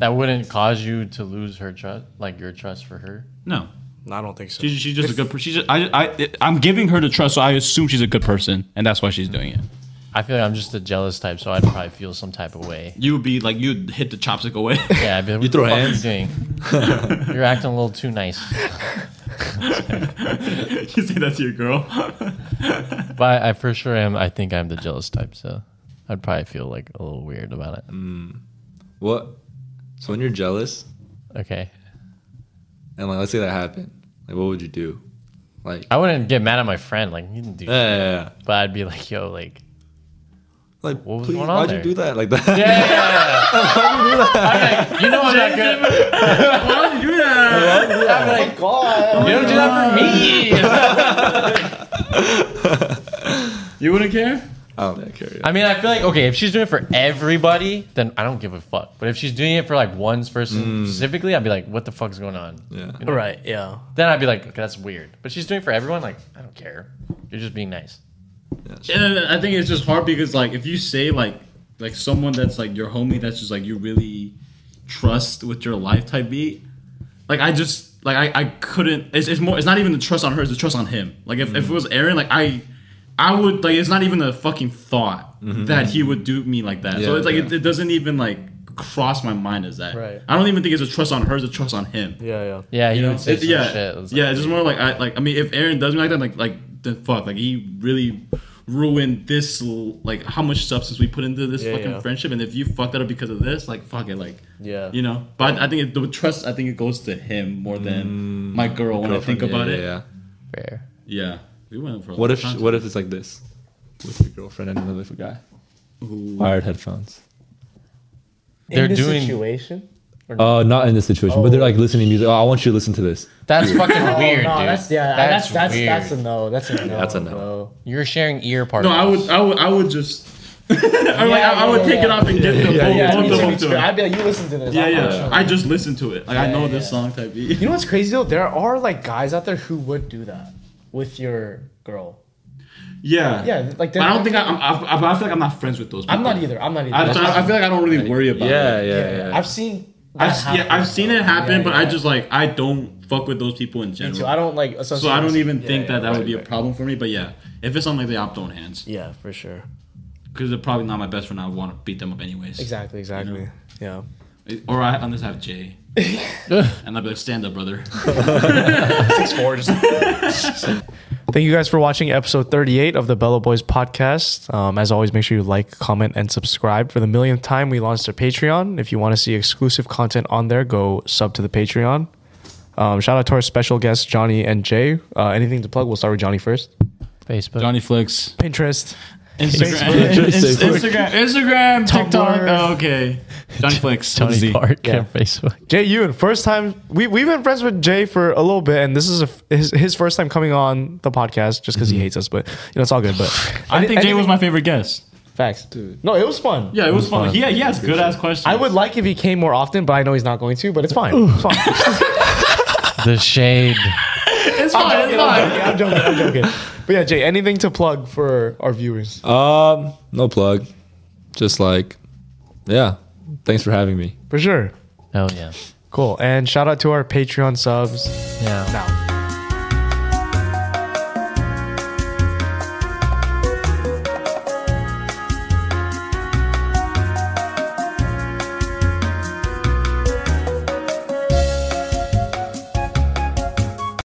Speaker 1: that wouldn't cause you to lose her trust, like your trust for her.
Speaker 3: No,
Speaker 2: No, I don't think so.
Speaker 3: she's, she's just a good. per- She's just, I I I'm giving her the trust, so I assume she's a good person, and that's why she's doing it.
Speaker 1: I feel like I'm just a jealous type, so I'd probably feel some type of way.
Speaker 3: You would be like you'd hit the chopstick away.
Speaker 1: Yeah, I'd be like, what
Speaker 4: throw
Speaker 1: the fuck are
Speaker 4: hands?
Speaker 1: you doing? You're acting a little too nice.
Speaker 3: you say that to your girl.
Speaker 1: But I for sure am. I think I'm the jealous type, so I'd probably feel like a little weird about it. Mm.
Speaker 4: What? So when you're jealous,
Speaker 1: Okay.
Speaker 4: and like let's say that happened, like what would you do? Like.
Speaker 1: I wouldn't get mad at my friend. Like, you didn't do
Speaker 4: Yeah, yeah, yeah.
Speaker 1: But I'd be like, yo, like,
Speaker 4: Like,
Speaker 1: was
Speaker 4: please,
Speaker 1: going on
Speaker 4: why'd
Speaker 1: there?
Speaker 4: you do that? Like that?
Speaker 1: yeah, you know I'm not good.
Speaker 3: Why would you do that?
Speaker 1: I'd be like, you don't do that for me.
Speaker 3: You wouldn't care.
Speaker 4: I don't think I care. Yeah.
Speaker 1: I mean, I feel like okay, if she's doing it for everybody, then I don't give a fuck. But if she's doing it for like one person specifically, I'd be like, what the fuck's going on?
Speaker 4: Yeah.
Speaker 1: You know?
Speaker 2: Right, yeah.
Speaker 1: Then I'd be like, okay, that's weird. But she's doing it for everyone. Like, I don't care. You're just being nice.
Speaker 3: And I think it's just hard because like if you say like like someone that's like your homie that's just like you really trust with your life type beat, like I just like I, I couldn't it's, it's more it's not even the trust on her, it's the trust on him. Like if,
Speaker 4: Mm-hmm.
Speaker 3: if it was Aaron, like I I would like it's not even a fucking thought that he would do me like that. so
Speaker 4: Mm-hmm. Yeah,
Speaker 3: it's like it,
Speaker 4: yeah.
Speaker 3: it doesn't even like cross my mind as that.
Speaker 2: Right.
Speaker 3: I don't even think it's a trust on her, it's a trust on him.
Speaker 2: Yeah, yeah.
Speaker 1: Yeah, he
Speaker 3: You know?
Speaker 1: would say
Speaker 3: It-
Speaker 1: some
Speaker 3: yeah,
Speaker 1: shit. It was like-
Speaker 3: yeah. It's just more like I like. I mean, if Aaron does me like that, like like then fuck, like he really ruined this l- like how much substance we put into this
Speaker 2: Yeah,
Speaker 3: fucking
Speaker 2: yeah.
Speaker 3: friendship, and if you fucked that up because of this, like fuck it, like
Speaker 2: Yeah.
Speaker 3: you know. But I, I think it, the trust, I think it goes to him more than my girl when I think
Speaker 4: Yeah,
Speaker 3: about
Speaker 4: Mm. yeah,
Speaker 3: it. Yeah.
Speaker 4: Yeah.
Speaker 1: fair.
Speaker 3: we went for. a
Speaker 4: What
Speaker 3: long
Speaker 4: if
Speaker 3: time.
Speaker 4: what if it's like this with your girlfriend and another guy? Wired headphones.
Speaker 1: They're doing-
Speaker 2: situation?
Speaker 4: Uh, not in this situation, but they're like listening to music. Oh, I want you to listen to this.
Speaker 1: That's
Speaker 2: Oh,
Speaker 1: fucking weird, dude. Oh, that's that's, weird.
Speaker 2: no. That's a no.
Speaker 4: That's a no.
Speaker 2: bro.
Speaker 1: You're sharing ear parts.
Speaker 3: No, I would, I would, I would just. I, like, I, I would
Speaker 2: yeah,
Speaker 3: take it
Speaker 2: yeah.
Speaker 3: off and get the
Speaker 4: yeah,
Speaker 3: both,
Speaker 4: yeah.
Speaker 3: both
Speaker 2: me
Speaker 3: of
Speaker 2: too,
Speaker 3: them
Speaker 2: me
Speaker 3: to
Speaker 2: too.
Speaker 3: it.
Speaker 2: I'd be like, you listen to this.
Speaker 3: Yeah,
Speaker 2: I'm not
Speaker 3: yeah.
Speaker 2: sure.
Speaker 3: I just listen to it. Like I know this
Speaker 2: yeah.
Speaker 3: song type beat.
Speaker 2: You know what's crazy though? There are like guys out there who would do that with your girl.
Speaker 3: Yeah.
Speaker 7: Yeah, like
Speaker 3: But I
Speaker 7: they're-
Speaker 3: don't think I, I'm, I, I feel like I'm not friends with those. People.
Speaker 7: I'm not either. I'm not either.
Speaker 3: I, I, I feel like I don't really worry about. it.
Speaker 4: Yeah, yeah, yeah.
Speaker 7: I've seen.
Speaker 3: I've,
Speaker 7: that
Speaker 3: yeah,
Speaker 7: happen.
Speaker 3: I've seen it happen,
Speaker 7: Yeah,
Speaker 3: but
Speaker 7: yeah.
Speaker 3: I just like I don't fuck with those people in
Speaker 7: Me
Speaker 3: general.
Speaker 7: too. I don't like. Associate
Speaker 3: so I don't even think
Speaker 7: yeah,
Speaker 3: that that would be a problem for me. But yeah, if it's something like that, I'm throwing hands
Speaker 7: Yeah, for sure.
Speaker 3: because they're probably not my best friend. I want to beat them up anyways.
Speaker 2: Exactly, exactly. Yeah.
Speaker 3: Or I unless I have Jay, and I'll be like, stand up, brother.
Speaker 2: Thank you guys for watching episode 38 of the Bello Boys podcast. Um, as always, make sure you like, comment, and subscribe. For the millionth time, we launched a Patreon. If you want to see exclusive content on there, go sub to the Patreon. Um, shout out to our special guests, Johnny and Jay. Uh, anything to plug? We'll start with Johnny first.
Speaker 1: Facebook.
Speaker 3: Johnny Flicks.
Speaker 2: Pinterest.
Speaker 3: Instagram,
Speaker 4: Just say
Speaker 3: Instagram, Instagram, TikTok.
Speaker 2: Tumblr.
Speaker 3: Oh, okay, Johnny Flicks.
Speaker 1: Tony
Speaker 3: Z.
Speaker 1: Park
Speaker 2: Yeah.
Speaker 1: on Facebook.
Speaker 2: Jay Yoon, first time. We, we've been friends with Jay for a little bit, and this is a, his, his first time coming on the podcast just because he hates us, but you know, it's all good. But
Speaker 3: Mm-hmm. I think Jay
Speaker 2: Anything-
Speaker 3: was my favorite guest.
Speaker 2: Facts. No, it was fun.
Speaker 3: Yeah, it was fun. Yeah, he has good ass questions.
Speaker 2: I would like if he came more often, but I know he's not going to. But it's fine. It's fine.
Speaker 1: The Shade.
Speaker 3: It's fine. It's fine.
Speaker 2: Yeah, I'm joking. I'm joking. But yeah, Jay, anything to plug for our viewers?
Speaker 4: Um, no plug. Just like, yeah. Thanks for having me.
Speaker 2: For sure.
Speaker 1: Oh yeah.
Speaker 2: Cool. And shout out to our Patreon subs.
Speaker 1: Yeah.
Speaker 2: Now.